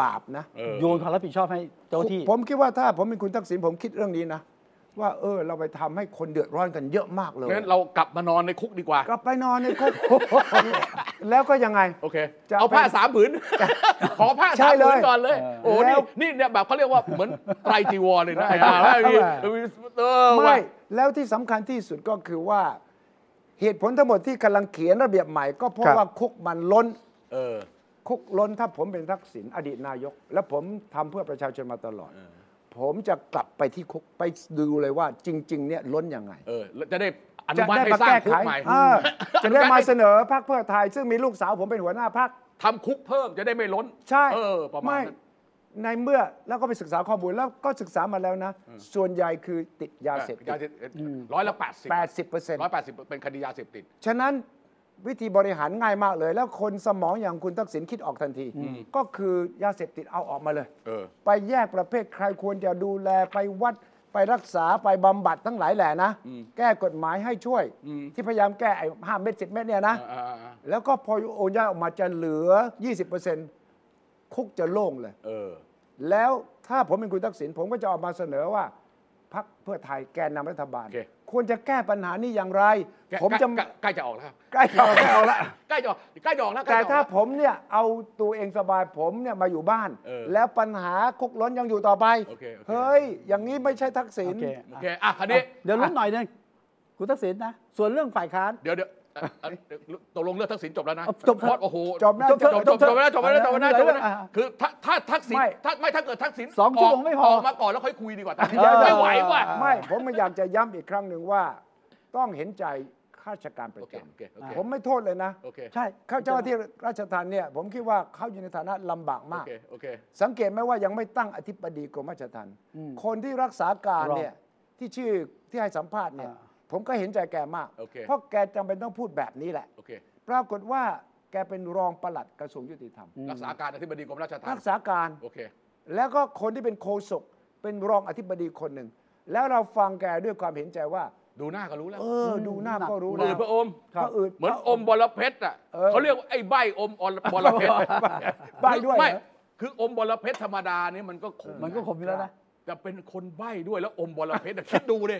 [SPEAKER 3] บาปนะ
[SPEAKER 2] เออ
[SPEAKER 1] โยนความรับผิดชอบให้เจ้าหน้าที่
[SPEAKER 3] ผมคิดว่าถ้าผมเป็นคุณทักษิณผมคิดเรื่องนี้นะ ว่าเออเราไปทำให้คนเดือดร้อนกันเยอะมากเลย
[SPEAKER 2] งั้นเรากลับมานอนในคุกดีกว่า
[SPEAKER 3] กลับไปนอนใน คุกแล้วก็ยังไง
[SPEAKER 2] โอเค
[SPEAKER 3] จะ
[SPEAKER 2] เอาผ้าสามผืน ขอผ้า
[SPEAKER 3] ใช่
[SPEAKER 2] สาม
[SPEAKER 3] เล
[SPEAKER 2] ผื
[SPEAKER 3] ย
[SPEAKER 2] นก่อนเลย
[SPEAKER 1] เออ
[SPEAKER 2] โอ้
[SPEAKER 3] แล้
[SPEAKER 2] นี่
[SPEAKER 3] ว
[SPEAKER 2] นี่เนี่ยแบบเขาเรียกว่าเหมือนไตรจีวรเลยนะไอ้ห่า
[SPEAKER 3] ไม่
[SPEAKER 2] มีมีเออว่ะ
[SPEAKER 3] ไม่แล้วที่สำคัญที่สุดก็คือว่า เหตุผลทั้งหมดที่กำลังเขียนระเบียบใหม่ก็เพราะ
[SPEAKER 1] ครับ
[SPEAKER 3] ว่าคุกมันล้น
[SPEAKER 2] เออ
[SPEAKER 3] คุกล้นถ้าผมเป็นทักษิณอดีตนายก และผมทำเพื่อประชาชนมาตลอด ผมจะกลับไปที่คุกไปดูเลยว่าจริง ๆ เนี่ยล้นยังไง
[SPEAKER 2] เออแล้วจะได้อนุ
[SPEAKER 3] จะ
[SPEAKER 2] มัติ
[SPEAKER 3] ได้
[SPEAKER 2] ให้
[SPEAKER 3] มา
[SPEAKER 2] สร้าง
[SPEAKER 3] แก้
[SPEAKER 2] คุ
[SPEAKER 3] ไข
[SPEAKER 2] กใหม่
[SPEAKER 3] เออจะได้มา
[SPEAKER 2] ให้
[SPEAKER 3] เสนอพรรคเพื่อไทย ซึ่งมีลูกสาวผมเป็นหัวหน้าพรรค
[SPEAKER 2] ทำคุกเพิ่มจะได้ไม่ล้น
[SPEAKER 3] ใช่
[SPEAKER 2] เออประมาณ
[SPEAKER 3] ไม่
[SPEAKER 2] นั้น
[SPEAKER 3] ในเมื่อแล้วก็ไปศึกษาข้อมูลแล้วก็ศึกษามาแล้วนะ ส่วนใหญ่คือติดยาเสพติด
[SPEAKER 2] ร้อยละแปดสิบ
[SPEAKER 3] 80%
[SPEAKER 2] ร้อยแปดสิบเป็นคดียาเสพติด
[SPEAKER 3] ฉะนั้นวิธีบริหารง่ายมากเลย แล้วคนสมองอย่างคุณทักษิณคิดออกทันที ก็คือยาเสพติดเอาออกมาเลย
[SPEAKER 2] เออ
[SPEAKER 3] ไปแยกประเภทใครควรจะดูแลไปวัดไปรักษาไปบำบัดทั้งหลายแหล่นะ แก้กฎหมายให้ช่วย ที่พยายามแก้ไอ้ห้าเม็ดสิบเม็ดเนี่ยนะ
[SPEAKER 2] อ่าๆ
[SPEAKER 3] แล้วก็พอโอนย้ายออกมาจะเหลือ 20%คุกจะโล่งเลย
[SPEAKER 2] ๆเออ
[SPEAKER 3] แล้วถ้าผมเป็นคุณทักษิณผมก็จะออกมาเสนอว่า พักเพื่อไทยแกนนำรัฐบาล
[SPEAKER 2] โอเค
[SPEAKER 3] ควรจะแก้ปัญหานี้อย่างไร
[SPEAKER 2] แก
[SPEAKER 3] ผมจะ
[SPEAKER 2] ใกล้ใกล้จะออกแล้วครับ
[SPEAKER 3] ใกล้เอาใกล้เอาละ
[SPEAKER 2] ใกล้จะออกใกล้จะออกแล้วใกล้
[SPEAKER 3] แต่
[SPEAKER 2] จะออก
[SPEAKER 3] ถ้า
[SPEAKER 2] ล้ว
[SPEAKER 3] ผมเนี่ยเอาตัวเองสบายผมเนี่ยมาอยู่บ้าน
[SPEAKER 2] เออ
[SPEAKER 3] แล้วปัญหาคุกล้นยังอยู่ต่อไป
[SPEAKER 2] โอเคโอเค
[SPEAKER 3] ยอย่างนี้ไม่ใช่ทักษิณ
[SPEAKER 1] โอเค
[SPEAKER 2] โอ
[SPEAKER 1] อ่ะ
[SPEAKER 2] เคอ่ะคันนี้
[SPEAKER 1] เดี๋ยวลุ้นหน่อยหนึงคุณทักษิณนะ ส่วนเรื่องฝ่ายค้าน
[SPEAKER 2] เดี๋ยวเดี๋ยวเอ่อเอ่อเดี๋ยวตกลงเรื่องทักษิณจบแล้วนะ
[SPEAKER 1] เอาจบ
[SPEAKER 2] เพราะโอ้โห
[SPEAKER 3] จบนะ
[SPEAKER 1] จ
[SPEAKER 3] จ
[SPEAKER 1] บบ เถอะ
[SPEAKER 2] จบจบจบแล้วจบแล้วจบแล้วจบแล้วคือถ้าถ้าทักษิณ
[SPEAKER 1] ไม่
[SPEAKER 2] ถ้าไม่ถ้าเกิดทักษิณ
[SPEAKER 1] สองชั่วโมงไม่พอ
[SPEAKER 2] ออกมาก่อนแล้วค่อยคุยดีกว่าตอนนี้
[SPEAKER 3] เดี๋ยวเดี๋ย
[SPEAKER 2] ไม่
[SPEAKER 3] ว
[SPEAKER 2] ไหวว่ะ
[SPEAKER 3] ไม่ผมไม่อยากจะย้ำอีกครั้งหนึ่งว่า ต้องเห็นใจข้าราชการประ
[SPEAKER 2] โอเค
[SPEAKER 3] จ
[SPEAKER 2] โอเคโอเค
[SPEAKER 3] ำผมไม่โทษเลยนะ
[SPEAKER 2] โอเค
[SPEAKER 1] ใช่
[SPEAKER 3] เข้าเจ้าหน้าที่ราชทานเนี่ยผมคิดว่าเขาอยู่ในฐานะลำบาก
[SPEAKER 2] โอ
[SPEAKER 3] มาก
[SPEAKER 2] เคโอเค
[SPEAKER 3] สังเกตไหมว่ายังไม่ตั้งอธิบดีกรมราชทัณฑ์
[SPEAKER 1] อืม
[SPEAKER 3] คนที่รักษาการ
[SPEAKER 1] รอ
[SPEAKER 3] เนี่ยที่ชื่อที่ให้สัมภาษณ์เนี่ย
[SPEAKER 1] อ่า
[SPEAKER 3] ผมก็เห็นใจแกมาก
[SPEAKER 2] โอเค
[SPEAKER 3] เพราะแกจำเป็นต้องพูดแบบนี้แหละ
[SPEAKER 2] โอเค
[SPEAKER 3] ปรากฏว่าแกเป็นรองปลัดกระทรวงยุติธรรม
[SPEAKER 2] รักษาการอธิบดีกรมราชทัณ
[SPEAKER 3] รัก
[SPEAKER 2] ฑ์
[SPEAKER 3] ษาการ
[SPEAKER 2] โอเค
[SPEAKER 3] แล้วก็คนที่เป็นโฆษกเป็นรองอธิบดีคนหนึ่ง แล้วเราฟังแกด้วยความเห็นใจว่า
[SPEAKER 2] ดูหน้าก็รู้แล้ว
[SPEAKER 3] เออ ดูหน้าก็รู้
[SPEAKER 2] มื
[SPEAKER 3] แล้
[SPEAKER 2] อ
[SPEAKER 3] ว
[SPEAKER 2] พระอม
[SPEAKER 3] ก็อืด
[SPEAKER 2] เหมือนอมบอลเพชรอ่ะ
[SPEAKER 3] เออ
[SPEAKER 2] เขาเรียกว่าไอ้ใบอมอลบอลเพชร
[SPEAKER 3] ใบ้ด้วยเหรอ
[SPEAKER 2] ไม่คืออมบอลเพชรธรรมดาเนี่ยมันก็ขม
[SPEAKER 1] มันก็ขมอยู่แล้วนะ
[SPEAKER 2] แต่เป็นคนใบ้ด้วยแล้วอมบอลเพชรอะคิดดูดิ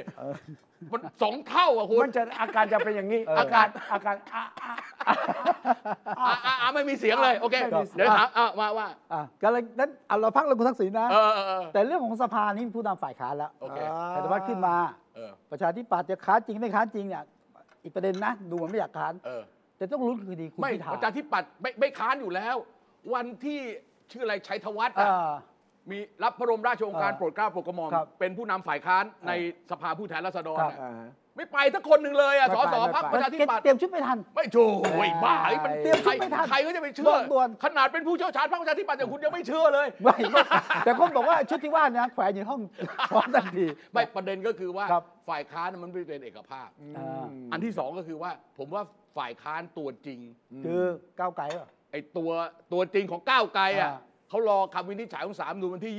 [SPEAKER 2] มันสองเท่าอ่ะคุณ
[SPEAKER 3] มันจะอาการจะเป็นอย่างนี้ อาการอาการอ่ะอ่ะ
[SPEAKER 2] อ่ะอ่ะอ่ะไม่มีเสียงเลยโอเค
[SPEAKER 3] ไม่มีเสียง
[SPEAKER 2] เดี๋ยวถามอ่ะมาว่า
[SPEAKER 1] อ่ะกำลังนั้นเอาเราพักเรื่องคุณทักษิณนะ
[SPEAKER 2] เออเออเออ
[SPEAKER 1] แต่เรื่องของสภานี่ผู้นำฝ่ายค้านแล้ว
[SPEAKER 2] โอเค
[SPEAKER 1] แต่สภาขึ้นมา
[SPEAKER 2] เออ
[SPEAKER 1] ประชาธิปัตย์จะค้านจริงไม่ค้านจริงเนี่ยอีกประเด็นนะ ดูเหมันไม่อยากค้าน
[SPEAKER 2] เออ
[SPEAKER 1] แต่ต้องลุ้นคือดีคุณ
[SPEAKER 2] ไม่
[SPEAKER 1] พิธา
[SPEAKER 2] ประชาธิปัตย์ไม่ไม่ค้านอยู่แล้ว วันที่ชื่ออะไรชัยธวัฒน์
[SPEAKER 1] เอ
[SPEAKER 2] อ่ะ
[SPEAKER 1] อ
[SPEAKER 2] มีรับพระบรมราชโองการ
[SPEAKER 1] เออ
[SPEAKER 2] โปรดเกล้าโปรดกระหม่อม
[SPEAKER 1] ครับ
[SPEAKER 2] เป็นผู้นำฝ่ายค้านในสภาผู้แทนราษฎร
[SPEAKER 1] ครับ
[SPEAKER 2] น่ะ
[SPEAKER 3] อ่า
[SPEAKER 2] ไม่ไปสักคนหนึ่งเลยอ่ะ
[SPEAKER 3] ไม่
[SPEAKER 2] ส
[SPEAKER 3] ไป
[SPEAKER 2] ส
[SPEAKER 3] ไม่ไป
[SPEAKER 2] พักประชาธิปัตย์
[SPEAKER 1] เตรียมชุดไม่ทัน
[SPEAKER 2] ไม่โจไอ้ยบ้าไอ้มัน
[SPEAKER 1] เตรียม
[SPEAKER 2] ใคร
[SPEAKER 1] ไม่ทัน
[SPEAKER 2] ใครก็จะไปเชื่อ
[SPEAKER 1] ด่วน
[SPEAKER 2] ขนาดเป็นผู้เชี่ยวชาญพรรคประชาธิปัตย์อย่างคุณยังไม่เชื่อเลย
[SPEAKER 1] ไม่ ไม่แต่คนบอกว่าชุดที่ว่านะแขวนอยู่ในห้องพร้อมทันที
[SPEAKER 2] ไม่ประเด็นก็คือว่า
[SPEAKER 1] ครับ
[SPEAKER 2] ฝ่ายค้านน่ะมันไม่เป็นเอกภาพ
[SPEAKER 1] อ่า
[SPEAKER 2] อันที่สองก็คือว่า ผมว่าฝ่ายค้านตัวจริง
[SPEAKER 1] คือก้าวไกลเหรอ
[SPEAKER 2] ไอ้ตัวตัวจริงของก้าวไกลอ่ะ
[SPEAKER 1] อ่า
[SPEAKER 2] เขารอคำวินิจฉัยของสามนูนวันที่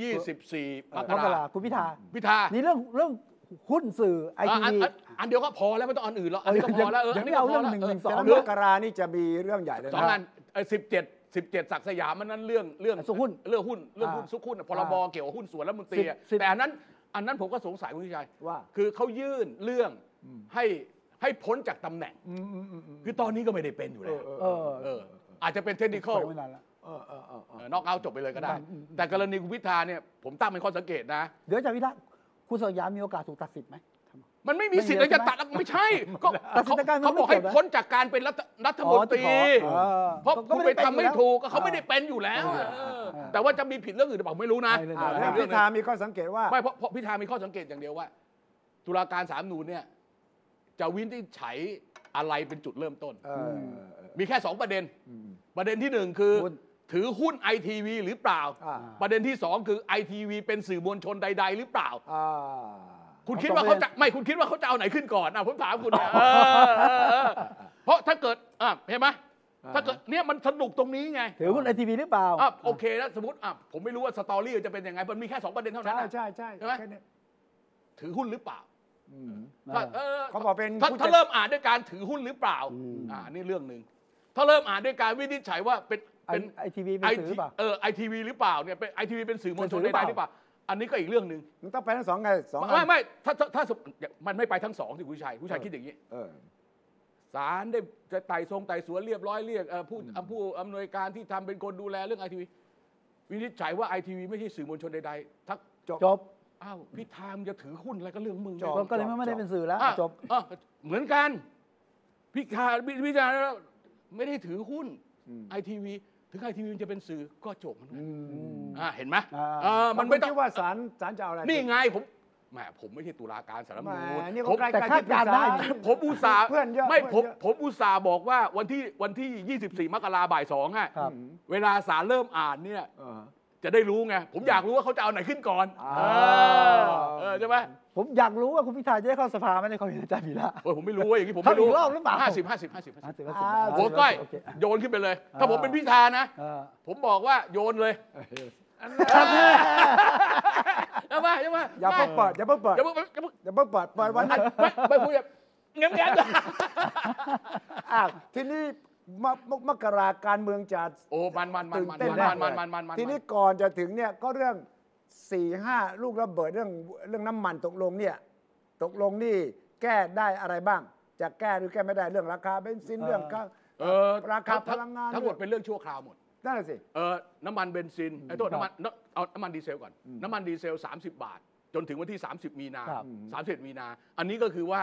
[SPEAKER 2] 24ม
[SPEAKER 1] ม
[SPEAKER 2] ก
[SPEAKER 1] ก
[SPEAKER 2] รา
[SPEAKER 1] ราคุณพิธา
[SPEAKER 2] พิธา
[SPEAKER 1] นี่เรื่องเรื่องหุ้นสื่อไอ
[SPEAKER 2] เออ
[SPEAKER 1] ที
[SPEAKER 2] อัน
[SPEAKER 1] วี
[SPEAKER 2] อันอันเดียวก็พอแล้วไม่ต้องอันอื่นหรอกอันนี้ก็
[SPEAKER 1] เออ
[SPEAKER 2] พอแล้วเออ
[SPEAKER 1] ยั
[SPEAKER 2] อั
[SPEAKER 1] ง
[SPEAKER 2] นนี้
[SPEAKER 1] ไม่
[SPEAKER 2] ก็
[SPEAKER 1] เอา
[SPEAKER 2] พอแล้ว
[SPEAKER 1] เรื่อง
[SPEAKER 2] เออ
[SPEAKER 1] หนึ่งหนึ่งสอง
[SPEAKER 3] แต่
[SPEAKER 2] เรื่
[SPEAKER 3] เรื่
[SPEAKER 2] อ
[SPEAKER 3] อง งกรานี่จะมีเรื่องใหญ่เลย
[SPEAKER 2] ส
[SPEAKER 3] นะ
[SPEAKER 2] องอันสิบเจ็ดสิบเจ็ดศักดิ์สยามมันนั้นเรื่องเรื่อง
[SPEAKER 1] สุขุน
[SPEAKER 2] เรื่องหุ้นเรื่องหุ้น
[SPEAKER 1] อ่า
[SPEAKER 2] สุขุนพรบเกี่ยวกับหุ้นส่วนรัฐมนตรีอะ
[SPEAKER 1] สิบ
[SPEAKER 2] แต่อันนั้นอันนั้นผมก็สงสัยคุณชัย
[SPEAKER 3] ว่า
[SPEAKER 2] คือเขายื่นเรื่องให้ให้พ้นจากตำแหน่ง คือตอนนี้ก็ไม่ได้เป็นอยู่แล้ว
[SPEAKER 1] เออ
[SPEAKER 2] เอออาจจะเป็นเทคนิค
[SPEAKER 1] ป
[SPEAKER 2] อ
[SPEAKER 1] ล่
[SPEAKER 2] ล
[SPEAKER 1] อยไว้นานแล้ว
[SPEAKER 2] นอกเอาจบไปเลยก็ได้ แต่กรณีคุณพิธาเนี่ยผมตั้งเป็นข้อสังเกตนะ
[SPEAKER 1] เดี๋ยวอาจารย์วิระคุณสักดิ์สยามมีโอกาสถูกตัดสิทธิ์ไหม
[SPEAKER 2] มันไม่มีสิทธิ์เลยจะตัดแล้วไม่ใช่ก็
[SPEAKER 1] ตัดสิทธิ์ทางการเมือง
[SPEAKER 2] เขาบอกให้
[SPEAKER 1] ไม่เกี่ยวนะ
[SPEAKER 2] พ้นจากการเป็นรัฐรัฐมนตรี
[SPEAKER 1] อ๋อที่ขอออ
[SPEAKER 2] เพราะคุณไปทำไม่
[SPEAKER 1] ด้เป็นอยู่แล้ว
[SPEAKER 2] ถูกก็เขาไม่ได้เป็นอยู่แล้วอะเออแต่ว่าจะมีผิดเรื่องอื่นหรือเปล่าไม่รู้นะ
[SPEAKER 1] ไม่เลย
[SPEAKER 2] อ่า
[SPEAKER 3] เรื่อง
[SPEAKER 2] เรื่
[SPEAKER 3] พิ
[SPEAKER 2] อง
[SPEAKER 3] ธา
[SPEAKER 2] นั้น
[SPEAKER 3] มีข้อสังเกตว่า
[SPEAKER 2] ไม่เพราะเพราะพิธามีข้อสังเกตอย่างเดียวว่า ตุลาการสามนูนเนี่ย จะวินิจฉัยอะไรเป็นจุดเริ่มต้น
[SPEAKER 3] เออ
[SPEAKER 2] มีแค่สองประเด็น ประเด็นที่หนึ่งคือ
[SPEAKER 1] หุ้น
[SPEAKER 2] ถือหุ้นไอทีวีหรือเปล่า
[SPEAKER 3] อ่า
[SPEAKER 2] ประเด็นที่สองคือไอทีวีเป็นสื่อมวลชนใด ๆ หรือเปล่า
[SPEAKER 3] อ่า
[SPEAKER 2] คุณคิดว่าเขาจะไม่คุณคิดว่าเขาจะเอาไหนขึ้นก่อนอ่ะผมถามคุณเนี่ยเออเออเออเพราะถ้าเกิดอ่ะเห็นไหมถ้าเกิดเนี่ยมันสนุกตรงนี้ไง
[SPEAKER 1] ถือหุ้นไอทีวีหรือเปล่า
[SPEAKER 2] อ่ะโอเคนะสมมติอ่ะผมไม่รู้ว่าสตอรี่จะเป็นยังไง มันมีแค่ 2 ประเด็นเท่านั้น
[SPEAKER 3] ใช่
[SPEAKER 2] น่ะ
[SPEAKER 3] ใช่ใช่
[SPEAKER 2] ใช่ไหม
[SPEAKER 3] แค่เนี้ย
[SPEAKER 2] ถือหุ้นหรือเปล่า
[SPEAKER 1] เออ
[SPEAKER 2] ถ้าเออ
[SPEAKER 3] เขาบอกเป็น
[SPEAKER 2] ถ้า
[SPEAKER 3] ผู้จัด
[SPEAKER 2] ถ้าเริ่มอ่านด้วยการถือหุ้นหรือเปล่าอ่านี่เรื่องหนึ่งถ้าเริ่มอ่านด้วยการวินิจฉัยว่าเป็นเป็น
[SPEAKER 1] ไอทีวีเป็น
[SPEAKER 2] ไอ
[SPEAKER 1] สื่อห
[SPEAKER 2] ที
[SPEAKER 1] รือเปล่า
[SPEAKER 2] เออไอทีวีหรือเปล่าเนี่ยเป็นไอทีวีเป็นสื่อมวลชน
[SPEAKER 1] เป็นสื่อหรือเปล่า
[SPEAKER 2] ใดๆหรือเปล่า อันนี้ก็อีกเรื่องหนึ่ง
[SPEAKER 3] มันต้องไปทั้งสองไงสองอัน
[SPEAKER 2] ไม่ไม่ถ้าถ้าถ้าสมมันไม่ไปทั้งสองสิคุณชัยคุณชัยคิดอย่างนี้
[SPEAKER 3] เออ
[SPEAKER 2] ศาลได้จะไต่ทรงไต่สวนเรียบร้อยเรียกเอ่อผู้อ่ะผู้อำนวยการที่ทำเป็นคนดูแลเรื่องไอทีวีวินิจฉัยว่าไอทีวีไม่ใช่สื่อมวลชนใดๆทัก
[SPEAKER 1] จบ
[SPEAKER 2] อ้าวพิธามนจะถือหุ้นอะไรก็เรื่องมึง
[SPEAKER 3] จบ
[SPEAKER 1] ก็เลยไม่ได้เป็นสื่อแล้ว
[SPEAKER 2] อ่ะ
[SPEAKER 1] จบ
[SPEAKER 2] อ่ะเหมือนกัน พิธาพิพิธาแล้วไม่ได้ถือหุ้นไอทีวีถึงไอทีวีจะเป็นสื่อก็จบมัน
[SPEAKER 3] อืม
[SPEAKER 2] อ่ะเห็นไหม
[SPEAKER 1] อ่า
[SPEAKER 2] เออมันไม่ต้อง
[SPEAKER 3] แล้วคุณคิดว่าศาลศาลจะเอาอะไร
[SPEAKER 2] นี่ไงผมแหมผมไม่ใช่ตุลาการสาลรฐธรรมนู
[SPEAKER 3] แหมนี่
[SPEAKER 2] ญ
[SPEAKER 3] ก็
[SPEAKER 2] ผม
[SPEAKER 3] ใกล้
[SPEAKER 1] แต่คาดการณ์ได้นะ
[SPEAKER 2] ผมอุตส่าห์
[SPEAKER 3] เพื่อนเยอะ
[SPEAKER 2] ไม่
[SPEAKER 3] เพื่อน
[SPEAKER 2] ผม
[SPEAKER 3] เยอะ
[SPEAKER 2] ผมอุตส่าห์บอกว่าวันที่วันที่ 24 มกราบ่ายสองอะ
[SPEAKER 1] ครับ
[SPEAKER 2] เวลาสารเริ่มอ่านเนี่ย
[SPEAKER 3] เออ
[SPEAKER 2] จะได้รู้ไง ผมอยากรู้ว่าเขาจะเอาไหนขึ้นก่อน
[SPEAKER 3] อ่า
[SPEAKER 2] เออเออใช่ไหม
[SPEAKER 1] ผมอยากรู้ว่าคุณพิธาจะได้เข้าสภาไหมในความเห็นอาจารย์วีระ
[SPEAKER 2] โอ้ยผมไม่รู้เว่าอย่างนี้ผมไม่รู้
[SPEAKER 1] เขาอีกรอบหรือเปล่า
[SPEAKER 2] ห้าสิบห้าสิบห้าสิบ
[SPEAKER 1] อ่ะ
[SPEAKER 2] ห้าสิบ
[SPEAKER 1] ถือว่าสุด
[SPEAKER 3] อ่า
[SPEAKER 1] า
[SPEAKER 2] หัวก้อย
[SPEAKER 1] โเค
[SPEAKER 2] โยนขึ้นไปเลย ถ้าผมเป็นพิธานะ
[SPEAKER 1] เออ
[SPEAKER 2] ผมบอกว่าโยนเลยใช่ไหมใช่ไหม
[SPEAKER 3] อย่าเพิ่งเปิดอย่าเพิ่งเปิด
[SPEAKER 2] อย่าเพิ่งอย่าเพิ่ง
[SPEAKER 3] อย่าเพิ่งเปิดเปิดวันนั้น
[SPEAKER 2] ไม่ไม่พูดแบบเงี้ยเงี้ย
[SPEAKER 3] อ่ะทีนี้มะมะมกราการเมืองจะ
[SPEAKER 2] โอ้มันมันมัน
[SPEAKER 3] ตื่น
[SPEAKER 2] มัน
[SPEAKER 3] เต้นแเลย
[SPEAKER 2] มันมันมันมันมัน
[SPEAKER 3] ทีนี้ก่อนจะถึงเนี่ยก็เรื่อง สี่ห้าลูกระเบิดเรื่องเรื่องน้ำมันตกลงเนี่ย ตกลงนี่แก้ได้อะไรบ้าง จะแก้หรือแก้ไม่ได้เรื่องราคาเบนซินเรื่องค่า
[SPEAKER 2] เออ
[SPEAKER 3] ราคาพ
[SPEAKER 2] ทั้
[SPEAKER 3] ลังงาน
[SPEAKER 2] ทั้งหมดเป็นเรื่องชั่วคราวหมด
[SPEAKER 3] นั่นแหละสิ
[SPEAKER 2] เออน้ำมันเบนซินไอ้โทษ
[SPEAKER 1] ครับ
[SPEAKER 2] น้ำมันน้ำเอาน้ำมันดีเซลก่อน น้ำมันดีเซล 30 บาท จนถึงวันที่ 30 มีนา
[SPEAKER 1] ครับ
[SPEAKER 2] 30 มีนา อันนี้ก็คือว่า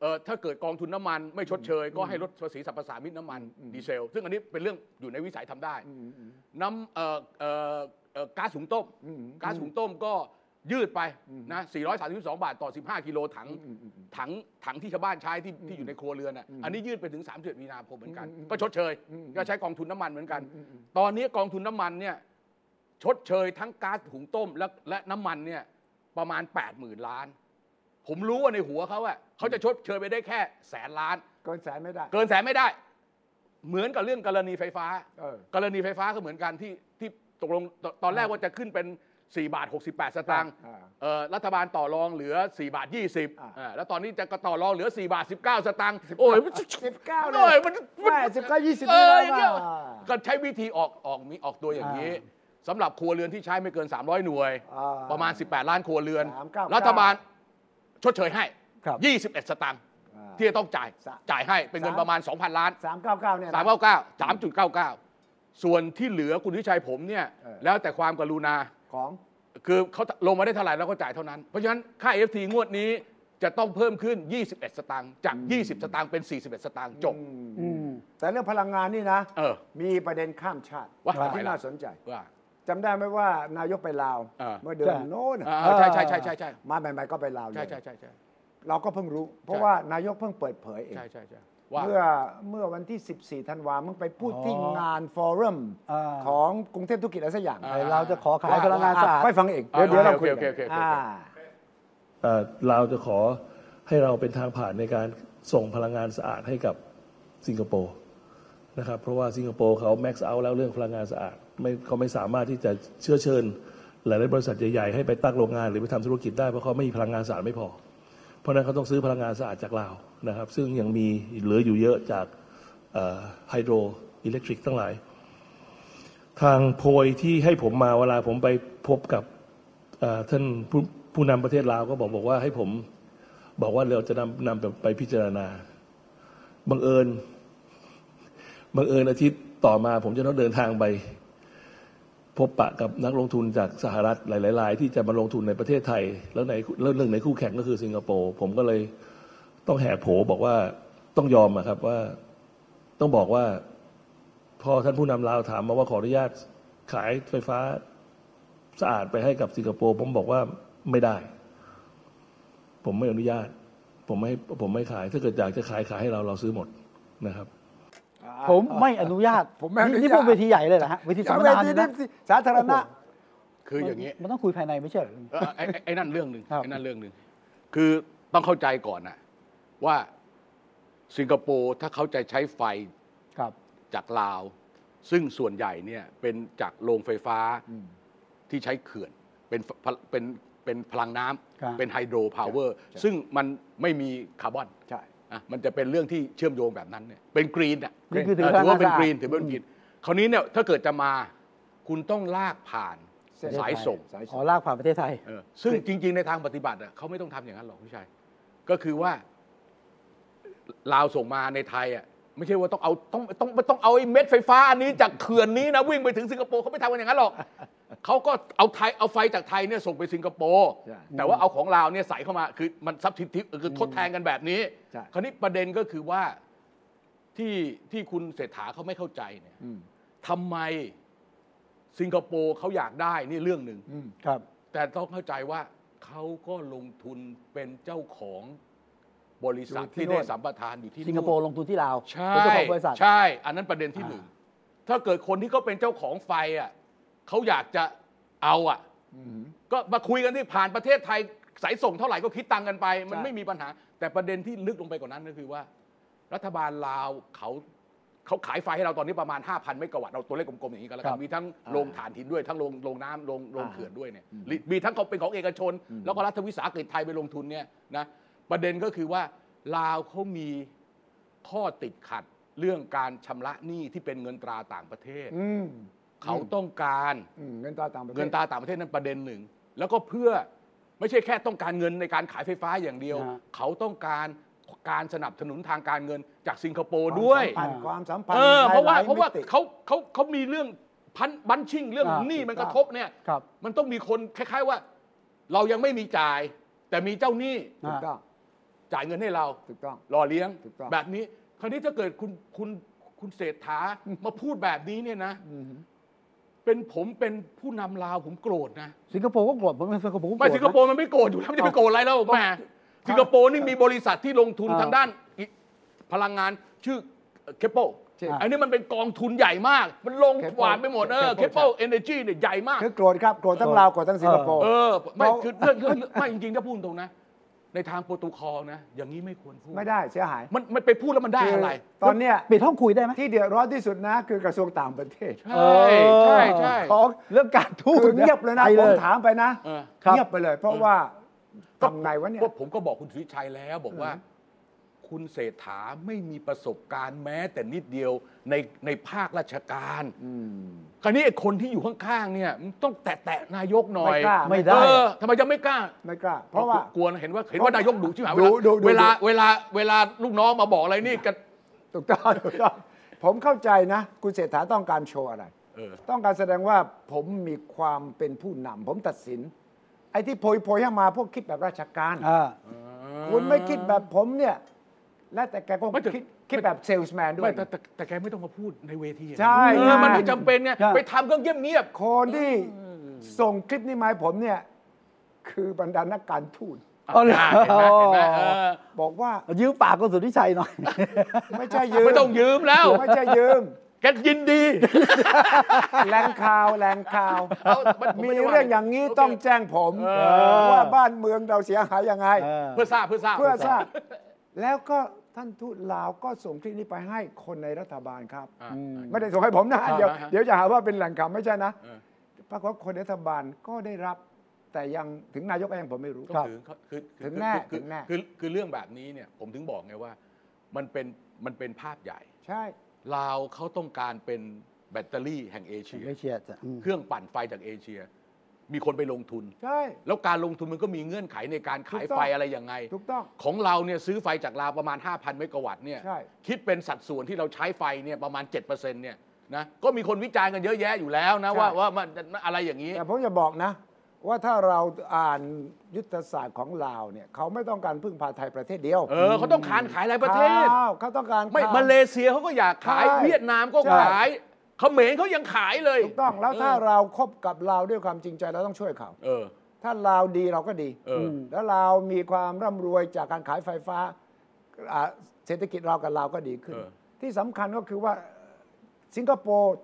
[SPEAKER 2] เออถ้าเกิดกองทุนน้ำมันไม่ชดเชย ก็ให้ลดภาษีสรรพสามิตน้ำมันดีเซล ซึ่งอันนี้เป็นเรื่องอยู่ในวิสัยทำได้ น้ำเอ่อเอ่อเอ่อก๊าซหุงต้มก๊าซหุงต้มก็ยืดไปนะ432 บาทต่อ 15 กิโลถังถังถังที่ชาวบ้านใช้ที่ที่อยู่ในครัวเรือนอ่ะอันนี้ยืดไปถึง 30 มีนาคมเหมือนกัน ก็ชดเชย ก็ใช้กองทุนน้ำมันเหมือนกัน ตอนนี้กองทุนน้ำมันเนี่ยชดเชยทั้งก๊าซหุงต้มและและน้ำมันเนี่ยประมาณ 80,000 ล้าน ผมรู้ว่าในหัวเขาอะเขาจะชดเชยไปได้แค่แสนล้าน
[SPEAKER 3] เกินแสนไม่ได้
[SPEAKER 2] เกินแสนไม่ได้ เหมือนกับเรื่องกรณีไฟฟ้า
[SPEAKER 3] เออ
[SPEAKER 2] กรณีไฟฟ้าก็เหมือนกันที่ที่ตกลงตตอนแรกว่าจะขึ้นเป็น 4 บาท 68 สตางค์
[SPEAKER 3] อ่า
[SPEAKER 2] เอ่อรัฐบาลต่อรองเหลือ 4 บาท 20
[SPEAKER 3] อ่า
[SPEAKER 2] อ่าแล้วตอนนี้จะก็ต่อรองเหลือ 4 บาท 19 สตางค์โอ้ยมัน
[SPEAKER 3] สิบเก้าเล
[SPEAKER 2] โอ้
[SPEAKER 3] ย
[SPEAKER 2] ยมันมัน
[SPEAKER 3] แม่สิบเก้ายี่สิบ
[SPEAKER 2] เอ
[SPEAKER 3] ไม่
[SPEAKER 2] อ
[SPEAKER 3] ได้
[SPEAKER 2] อย่างเงี้ย
[SPEAKER 3] ว่ะ
[SPEAKER 2] ก็ใช้วิธีออกออกมีออกตัวอย่างนี้สำหรับครัวเรือนที่ใช้ไม่เกิน 300 หน่วย
[SPEAKER 3] อ่า
[SPEAKER 2] ประมาณ 18 ล้านครัวเรือน
[SPEAKER 3] 399
[SPEAKER 2] รัฐบาลชดเชยให้
[SPEAKER 1] ครับ
[SPEAKER 2] 21 สตางค์ ที่จะต้องจ่าย
[SPEAKER 3] สาม
[SPEAKER 2] จ่ายให้เป็นเงิน
[SPEAKER 3] สาม
[SPEAKER 2] ประมาณ 2,000 ล้าน
[SPEAKER 3] สามเก้าเก้าเนี่ยนะ
[SPEAKER 2] 399 3.99 ส่วนที่เหลือคุณทิชัยผมเนี่ย
[SPEAKER 3] เออ
[SPEAKER 2] แล้วแต่ความกรุณา
[SPEAKER 3] ของ
[SPEAKER 2] คือเขาลงมาได้เท่าไหร่เราก็จ่ายเท่านั้น เพราะฉะนั้น ค่า FT งวดนี้จะต้องเพิ่มขึ้น 21 สตางค์จาก 20 สตางค์เป็น 41 สตางค์จบ
[SPEAKER 3] แต่เรื่องพลังงานนี่นะ
[SPEAKER 2] เออ
[SPEAKER 3] มีประเด็นข้ามชาติ
[SPEAKER 2] ว่าทำไม
[SPEAKER 3] ที่
[SPEAKER 2] ล่ะ
[SPEAKER 3] น่าสนใจ
[SPEAKER 2] ว่า
[SPEAKER 3] จำได้ไหมว่านายกไปลาว
[SPEAKER 2] เออ
[SPEAKER 3] เมื่อเดือนโน้นน่ะ
[SPEAKER 2] อ่าใช่ใช่ใช่ใช่ใช่
[SPEAKER 3] มาใหม่ๆก็ไปลาวเลย
[SPEAKER 2] ใช่ใช่ใช่ใช่
[SPEAKER 3] เราก็เพิ่งรู้ เพราะ
[SPEAKER 2] ใช่
[SPEAKER 3] ว่านายกเพิ่งเปิดเผยเอง
[SPEAKER 2] ใช่ใช่ใช่ว่า
[SPEAKER 3] เมื่อเมื่อวันที่ 14 ธันวาเมื่อไปพูด
[SPEAKER 1] อ๋อ
[SPEAKER 3] ที่งานฟอรัม
[SPEAKER 1] อ่า
[SPEAKER 3] ของกรุงเทพธุรกิจอะไรสักอย่าง
[SPEAKER 2] อ่
[SPEAKER 1] ไอ้เราจะขอขายพลังงานสะอาด
[SPEAKER 3] ไปฟังเอง
[SPEAKER 2] อ่า
[SPEAKER 3] เดี๋ยวเดี๋ยวเรา
[SPEAKER 2] โอ
[SPEAKER 3] คุ
[SPEAKER 2] เค
[SPEAKER 3] ย
[SPEAKER 2] โอเคโอเคโอเค
[SPEAKER 3] อ่า
[SPEAKER 6] เอ่อลาวจะขอให้เราเป็นทางผ่านในการส่งพลังงานสะอาดให้กับสิงคโปร์นะครับเพราะว่าสิงคโปร์เขาแม็กซ์เอาแล้วเรื่องพลังงานสะอาดไม่เขาไม่สามารถที่จะเชื้อเชิญ หลายๆบริษัทใหญ่ๆให้ไปตั้งโรงงานหรือไปทำธุรกิจได้เพราะเขาไม่มีพลังงานสะอาดไม่พอ เพราะฉะนั้นเขาต้องซื้อพลังงานสะอาดจากลาวนะครับ ซึ่งยังมีเหลืออยู่เยอะจากไฮโดรอิเล็กทริกทั้งหลาย ทางโพยที่ให้ผมมาเวลาผมไปพบกับ เอ่อท่านผู้ผู้นำประเทศลาวก็บอกบอกว่าให้ผมบอกว่าเราจะนำนำไปไปพิจารณาบังเอิญบังเอิญอาทิตย์ต่อมาผมจะต้องเดินทางไป พบปะกับนักลงทุนจากสหรัฐหลายๆรายที่จะมาลงทุนในประเทศไทย แล้วในแล้วหนึ่งในคู่แข่งก็คือสิงคโปร์ผมก็เลยต้องแหกโผบอกว่าต้องยอมอะครับว่าต้องบอกว่า พอท่านผู้นำลาวถามมาว่าขออนุญาตขายไฟฟ้า สะอาดไปให้กับสิงคโปร์ผมบอกว่าไม่ได้ ผมไม่อนุญาต ผมไม่ผมไม่ขาย ถ้าเกิดอยากจะขายขายให้เราเราซื้อหมดนะครับ
[SPEAKER 1] ผมไม่อนุญาต
[SPEAKER 3] ผมไม่อนุญาต
[SPEAKER 1] นี่พวกเวทีใหญ่เลยเหรอฮะเวทีสัมม
[SPEAKER 3] เว
[SPEAKER 1] นา
[SPEAKER 3] ที
[SPEAKER 1] เนี่ย
[SPEAKER 3] นี้
[SPEAKER 1] นะ
[SPEAKER 3] สาธารณะ
[SPEAKER 2] คืออย่างนี้
[SPEAKER 1] มันต้องคุยภายในไม่ใช่เหรอ
[SPEAKER 2] เออไอ้ไอ้ไอ้นั่นเรื่องหนึ่ง
[SPEAKER 1] ครับ
[SPEAKER 2] ไอ้นั่นเรื่องหนึ่งคือต้องเข้าใจก่อนนะว่าสิงคโปร์ถ้าเขาจะใช้ไฟ
[SPEAKER 1] ครับ
[SPEAKER 2] จากลาว ซึ่งส่วนใหญ่เนี่ยเป็นจากโรงไฟฟ้าที่ใช้เขื่อน เป็นพลเป็นเป็นพลังน้
[SPEAKER 1] ครับ
[SPEAKER 2] ำเป็นไฮโดรพาวเวอร์ซึ่งมันไม่มีคาร์บอน
[SPEAKER 3] ใช่
[SPEAKER 2] อ่ะมันจะเป็นเรื่องที่เชื่อมโยงแบบนั้นเนี่ยเป็นกรีนอ่ะ
[SPEAKER 1] นี่คือถื
[SPEAKER 2] เอ
[SPEAKER 1] อ
[SPEAKER 2] อ
[SPEAKER 1] พลังา
[SPEAKER 2] ถืองว่าน เป็น
[SPEAKER 1] สะอาด
[SPEAKER 2] กรีนถือเป็นกรีนคราวนี้เนี่ยถ้าเกิดจะมาคุณต้องลากผ่าน
[SPEAKER 3] เส้นทาง
[SPEAKER 2] สายส่ง
[SPEAKER 3] สาย
[SPEAKER 1] ข
[SPEAKER 3] ส่
[SPEAKER 1] อง ลากผ่านประเทศไทย
[SPEAKER 2] เออซึ่งจริง ๆ ในทางปฏิบัติอะเขาไม่ต้องทำอย่างนั้นหรอกพี่ชัยก็คือว่าลาวส่งมาในไทยอ่ะไม่ใช่ว่าต้องเอาต้องต้องต้องเอาไอ้เม็ดไฟฟ้าอันนี้จากเขื่อนนี้นะวิ่งไปถึงสิงคโปร์เขาไม่ทำกันอย่างนั้นหรอกเขาก็เอาไทยเอาไฟจากไทยเนี่ยส่งไปสิงคโปร์
[SPEAKER 3] ใช่
[SPEAKER 2] แต่ว่าเอาของลาวเนี่ยใส่เข้ามาคือมันซับทิทิคือทดแทนกันแบบนี้
[SPEAKER 3] ใช่
[SPEAKER 2] คราวนี้ประเด็นก็คือว่าที่ที่คุณเศรษฐาเขาไม่เข้าใจเนี่ย
[SPEAKER 3] อืม
[SPEAKER 2] ทำไมสิงคโปร์เขาอยากได้นี่เรื่องหนึ่ง
[SPEAKER 3] อืม
[SPEAKER 1] ครับ
[SPEAKER 2] แต่ต้องเข้าใจว่าเขาก็ลงทุนเป็นเจ้าของบริษัท
[SPEAKER 3] อยู่ที่
[SPEAKER 2] ที่
[SPEAKER 3] โน่
[SPEAKER 2] ได้
[SPEAKER 3] น
[SPEAKER 2] สัมปทานอยู่ที่
[SPEAKER 1] สิงคโปร์ลงทุนที่ลาว
[SPEAKER 2] ใช่
[SPEAKER 1] เป็นเจ้าของบริษัท
[SPEAKER 2] ใช่ อันนั้นประเด็นที่หนึ่งถ้าเกิดคนที่เขาเป็นเจ้าของไฟอ่ะเขาอยากจะเอาอ่ะก็มาคุยกันที่ผ่านประเทศไทยสายส่งเท่าไหร่ก็คิดตังค์กันไป มัน
[SPEAKER 1] ใช่
[SPEAKER 2] ไม่มีปัญหา แต่ประเด็นที่ลึกลงไปกว่านั้นก็คือว่า รัฐบาลลาวเขาเขาขายไฟให้เราตอนนี้ประมาณ 5,000 เมกะวัตต์เอาตัวเลขกลมๆอย่างนี้ก็แล้ว
[SPEAKER 1] ค
[SPEAKER 2] กั
[SPEAKER 1] รั
[SPEAKER 2] น
[SPEAKER 1] บ
[SPEAKER 2] มีทั้งโรงถ่านหินด้วยทั้งโรงโรงน้ำโรงโรง
[SPEAKER 3] อ่า
[SPEAKER 2] เขื่อนด้วยเนี่ยหรือมีทั้งเขาเป็นของเอกชน แล้วก็รัฐวิสาหกิจไทยไปลงทุนเนี่ยนะประเด็นก็คือว่าลาวเขามีข้อติดขัดเรื่องการชำระหนี้ที่เป็นเงินตราต่างประเทศ
[SPEAKER 3] อืม
[SPEAKER 2] เขาต้องการ
[SPEAKER 3] อืมเงินตราต่างประเทศ
[SPEAKER 2] เงินตราต่างประเทศนั้นประเด็นหนึ่ง แล้วก็เพื่อไม่ใช่แค่ต้องการเงินในการขายไฟฟ้าอย่างเดียว
[SPEAKER 1] นะฮะ
[SPEAKER 2] เขาต้องการการสนับสนุนทางการเงินจากสิงคโปร์
[SPEAKER 3] ด้
[SPEAKER 2] ด้
[SPEAKER 3] ว
[SPEAKER 2] วย ย
[SPEAKER 3] ความสัมพันธ์
[SPEAKER 2] เออเพราะว่าเพราะว่า
[SPEAKER 3] หลยๆมิติ
[SPEAKER 2] เขาเขาเขามีเรื่องพันบัญชิ่งเรื่อง
[SPEAKER 1] อ่า
[SPEAKER 2] หนี้มัน
[SPEAKER 1] ถู
[SPEAKER 2] ก
[SPEAKER 1] กต้อง
[SPEAKER 2] ระทบเนี่ย
[SPEAKER 1] ครับ
[SPEAKER 2] มันต้องมีคนคล้าย ๆว่า เรายังไม่มีจ่าย แต่มีเจ้าหนี้
[SPEAKER 1] อ่า
[SPEAKER 3] ถูกต้อง
[SPEAKER 2] จ่ายเงินให้เรา
[SPEAKER 3] ถูกต้อง
[SPEAKER 2] หล่อเลี้ยง
[SPEAKER 3] ถูกต้อง
[SPEAKER 2] แบบนี้ คราวนี้ถ้าเกิดคุณคุณคุณเศรษฐามาพูดแบบนี้เนี่ยนะ เป็นผมเป็นผู้นำลาวผมโกรธนะ
[SPEAKER 1] สิงคโปร์ก็โกรธผมไม่สิงคโปร์ก็โกรธ
[SPEAKER 2] ไม่
[SPEAKER 1] นะ
[SPEAKER 2] สิงคโปร์มันไม่โกรธอยู่แล้วมันจะไปโกรธอะไรแล้วแหมสิงคโปร์นี่มีบริษัทที่ลงทุน
[SPEAKER 1] อ่า
[SPEAKER 2] ทางด้านอิพลังงานชื่อเคปโป
[SPEAKER 3] ใช่
[SPEAKER 2] อันนี้มันเป็นกองทุนใหญ่มาก มันลง
[SPEAKER 3] Keppel
[SPEAKER 2] หวานไปหมดเออเคปโป
[SPEAKER 3] Keppel
[SPEAKER 2] เอเนจีเนี่ยใหญ่มาก
[SPEAKER 3] คือโกรธครับ โกรธทั้งลาวโกรธทั้งสิงคโปร์
[SPEAKER 2] เออไม่
[SPEAKER 3] เรา
[SPEAKER 2] คือเรื่องเรื่องเรื่องไม่จริงๆถ้าพูดตรงนะ ในทางโปรโตุคอลนะ อย่างนี้ไม่ควรพูด
[SPEAKER 3] ไม่ได้เสียหาย
[SPEAKER 2] มันมันไปพูดแล้วมันได้อะไร
[SPEAKER 3] ตอนเนี้ย
[SPEAKER 1] ปิดห้องคุยได้ไหม
[SPEAKER 3] ที่เดือดร้อนที่สุดนะ คือกระทรวงต่างประเทศ
[SPEAKER 2] ใช่ใช่ใช่
[SPEAKER 3] ของ
[SPEAKER 1] เรื่องการทูต
[SPEAKER 3] คือเงียบเลยนะ
[SPEAKER 1] ไป
[SPEAKER 3] ผ
[SPEAKER 1] เล
[SPEAKER 3] ม
[SPEAKER 1] ย
[SPEAKER 3] ถามไปนะ
[SPEAKER 2] เออ
[SPEAKER 1] ครับ
[SPEAKER 3] เงียบไปเลย เพราะว่าทำไงวะเนี่ย
[SPEAKER 2] ก็ผมก็บอกคุณสุริชัยแล้วบอกว่า คุณเศรษฐาไม่มีประสบการณ์แม้แต่นิดเดียวในในภาคราชการคราวนี้ไอ้คนที่อยู่ข้างๆเนี่ยมันต้องแตะแตะๆนายกหน่อย
[SPEAKER 3] ไม่กล้าไม่ได้
[SPEAKER 2] เออทำไมจะไม่กล้า
[SPEAKER 3] ไม่กล้า เพราะว่า
[SPEAKER 2] กลัวเห็นว่าเห็นว่านายกดุใช่ไหม
[SPEAKER 3] ดุดุดุ
[SPEAKER 2] เวลาเวลาเวลาลูกน้องมาบอกอะไรนี่กัน
[SPEAKER 3] ถูกต้อง ถูกต้องผมเข้าใจนะ คุณเศรษฐาต้องการโชว์อะไร
[SPEAKER 2] เออ
[SPEAKER 3] ต้องการแสดงว่าผมมีความเป็นผู้นำผมตัดสิน ไอ้ที่โพยโพยๆให้มาพวกคิดแบบราชการ
[SPEAKER 1] อ่า
[SPEAKER 3] คุณไม่คิดแบบผมเนี่ย และแต่แกก็
[SPEAKER 2] ไม่ถึง
[SPEAKER 3] คิดคิดแบบเซลส์แมนด้ว
[SPEAKER 2] ไม่
[SPEAKER 3] ย
[SPEAKER 2] แต่แต่แต่แกไม่ต้องมาพูดในเวที
[SPEAKER 3] ใช่
[SPEAKER 2] เออมันไม่
[SPEAKER 3] ไง
[SPEAKER 2] จำเป็นไง
[SPEAKER 1] ใช่
[SPEAKER 2] ไปทำก็เงียบเงียบ
[SPEAKER 3] คนที่ส่งคลิปนี้มาให้ผมเนี่ย คือบรรดานักการทูต
[SPEAKER 2] ๆอ่ะเห็นไหมเห็นไหมเออ
[SPEAKER 3] บอกว่า
[SPEAKER 1] ยืมปากคุณสุทธิชัยหน่อย
[SPEAKER 3] ไม่ใช่ยืม
[SPEAKER 2] ไม่ต้องยืมแล้ว
[SPEAKER 3] ไม่ใช่ยืม
[SPEAKER 2] แกยินดี
[SPEAKER 3] แหล่งข่าวแหล่งข่าว
[SPEAKER 2] เอามันผ
[SPEAKER 3] มี
[SPEAKER 2] ไได้ว่
[SPEAKER 3] เรื่องอย่างนี้ต้อง
[SPEAKER 2] โเค
[SPEAKER 3] แจ้งผมว่าบ้านเมืองเราเสียหายยังไง
[SPEAKER 2] เพื่อทราบเพื่อทราบ
[SPEAKER 3] เพื่อทราบแล้วก็ท่านทูตลาวก็ส่งคลิปนี้ไปให้คนในรัฐบาลครับ
[SPEAKER 2] อ่า
[SPEAKER 3] ไม่ได้ส่งให้ผมนะ
[SPEAKER 2] อ่า
[SPEAKER 3] เดี๋ยว
[SPEAKER 2] อ่าฮะ
[SPEAKER 3] เดี๋ยวจะหาว่าเป็นแหล่งข่าวไม่ใช่นะ
[SPEAKER 2] เออ
[SPEAKER 3] ปรากฏว่าคนในรัฐบาลก็ได้รับ แต่ยังถึงนายกเองผมไม่รู้
[SPEAKER 2] ก็คือ
[SPEAKER 3] ถึงแน่
[SPEAKER 2] คื
[SPEAKER 3] ถึ
[SPEAKER 2] อ
[SPEAKER 3] งแน่
[SPEAKER 2] คือคือคือเรื่องแบบนี้เนี่ยผมถึงบอกไงว่า มันเป็นมันเป็นภาพใหญ่
[SPEAKER 3] ใช่
[SPEAKER 2] ลาวเขาต้องการเป็นแบตเตอรี่แห่งเอเชีย
[SPEAKER 1] ไม่เชียร์จ้ะ
[SPEAKER 2] เครื่องปั่นไฟจากเอเชีย มีคนไปลงทุน
[SPEAKER 3] ใช่
[SPEAKER 2] แล้วการลงทุนมันก็มีเงื่อนไขในการขาย
[SPEAKER 3] ถูกต้อง
[SPEAKER 2] ไฟอะไรยังไง
[SPEAKER 3] ถูกต้อง
[SPEAKER 2] ของเราเนี่ยซื้อไฟจากลาวประมาณ 5,000 เมกะวัตต์เนี่ย
[SPEAKER 3] ใช่
[SPEAKER 2] คิดเป็นสัดส่วนที่เราใช้ไฟเนี่ยประมาณ 7%เนี่ยนะก็มีคนวิจารณ์กันเยอะแยะอยู่แล้วนะว่าว่ามันอะไรอย่างนี้
[SPEAKER 3] แต่ผมจะบอกนะ ว่าถ้าเราอ่านยุทธศาสตร์ของลาวเนี่ยเขาไม่ต้องการพึ่งพาไทยประเทศเดียว
[SPEAKER 2] เออเขาต้องการขายหลายประเทศ
[SPEAKER 3] ข้าวเขาต้องการ
[SPEAKER 2] ไม่
[SPEAKER 3] ข้ว
[SPEAKER 2] มาเลเซียเขาก็อยากขาย
[SPEAKER 3] ใช่
[SPEAKER 2] เวียดนามก็
[SPEAKER 3] ใช่
[SPEAKER 2] ขายเขมรเขายังขายเลย
[SPEAKER 3] ถูกต้องแล้วถ้าเราคบกับลาวด้วยความจริงใจเราต้องช่วยเขา
[SPEAKER 2] เออ
[SPEAKER 3] ถ้าลาวดีเราก็ดี
[SPEAKER 2] เอออื
[SPEAKER 3] มแล้วลาวมีความร่ำรวยจากการขายไฟฟ้าอ่าเศรษฐกิจเรากับลาวก็ดีขึ้น
[SPEAKER 2] เออ
[SPEAKER 3] ที่สำคัญก็คือว่าสิงคโปร์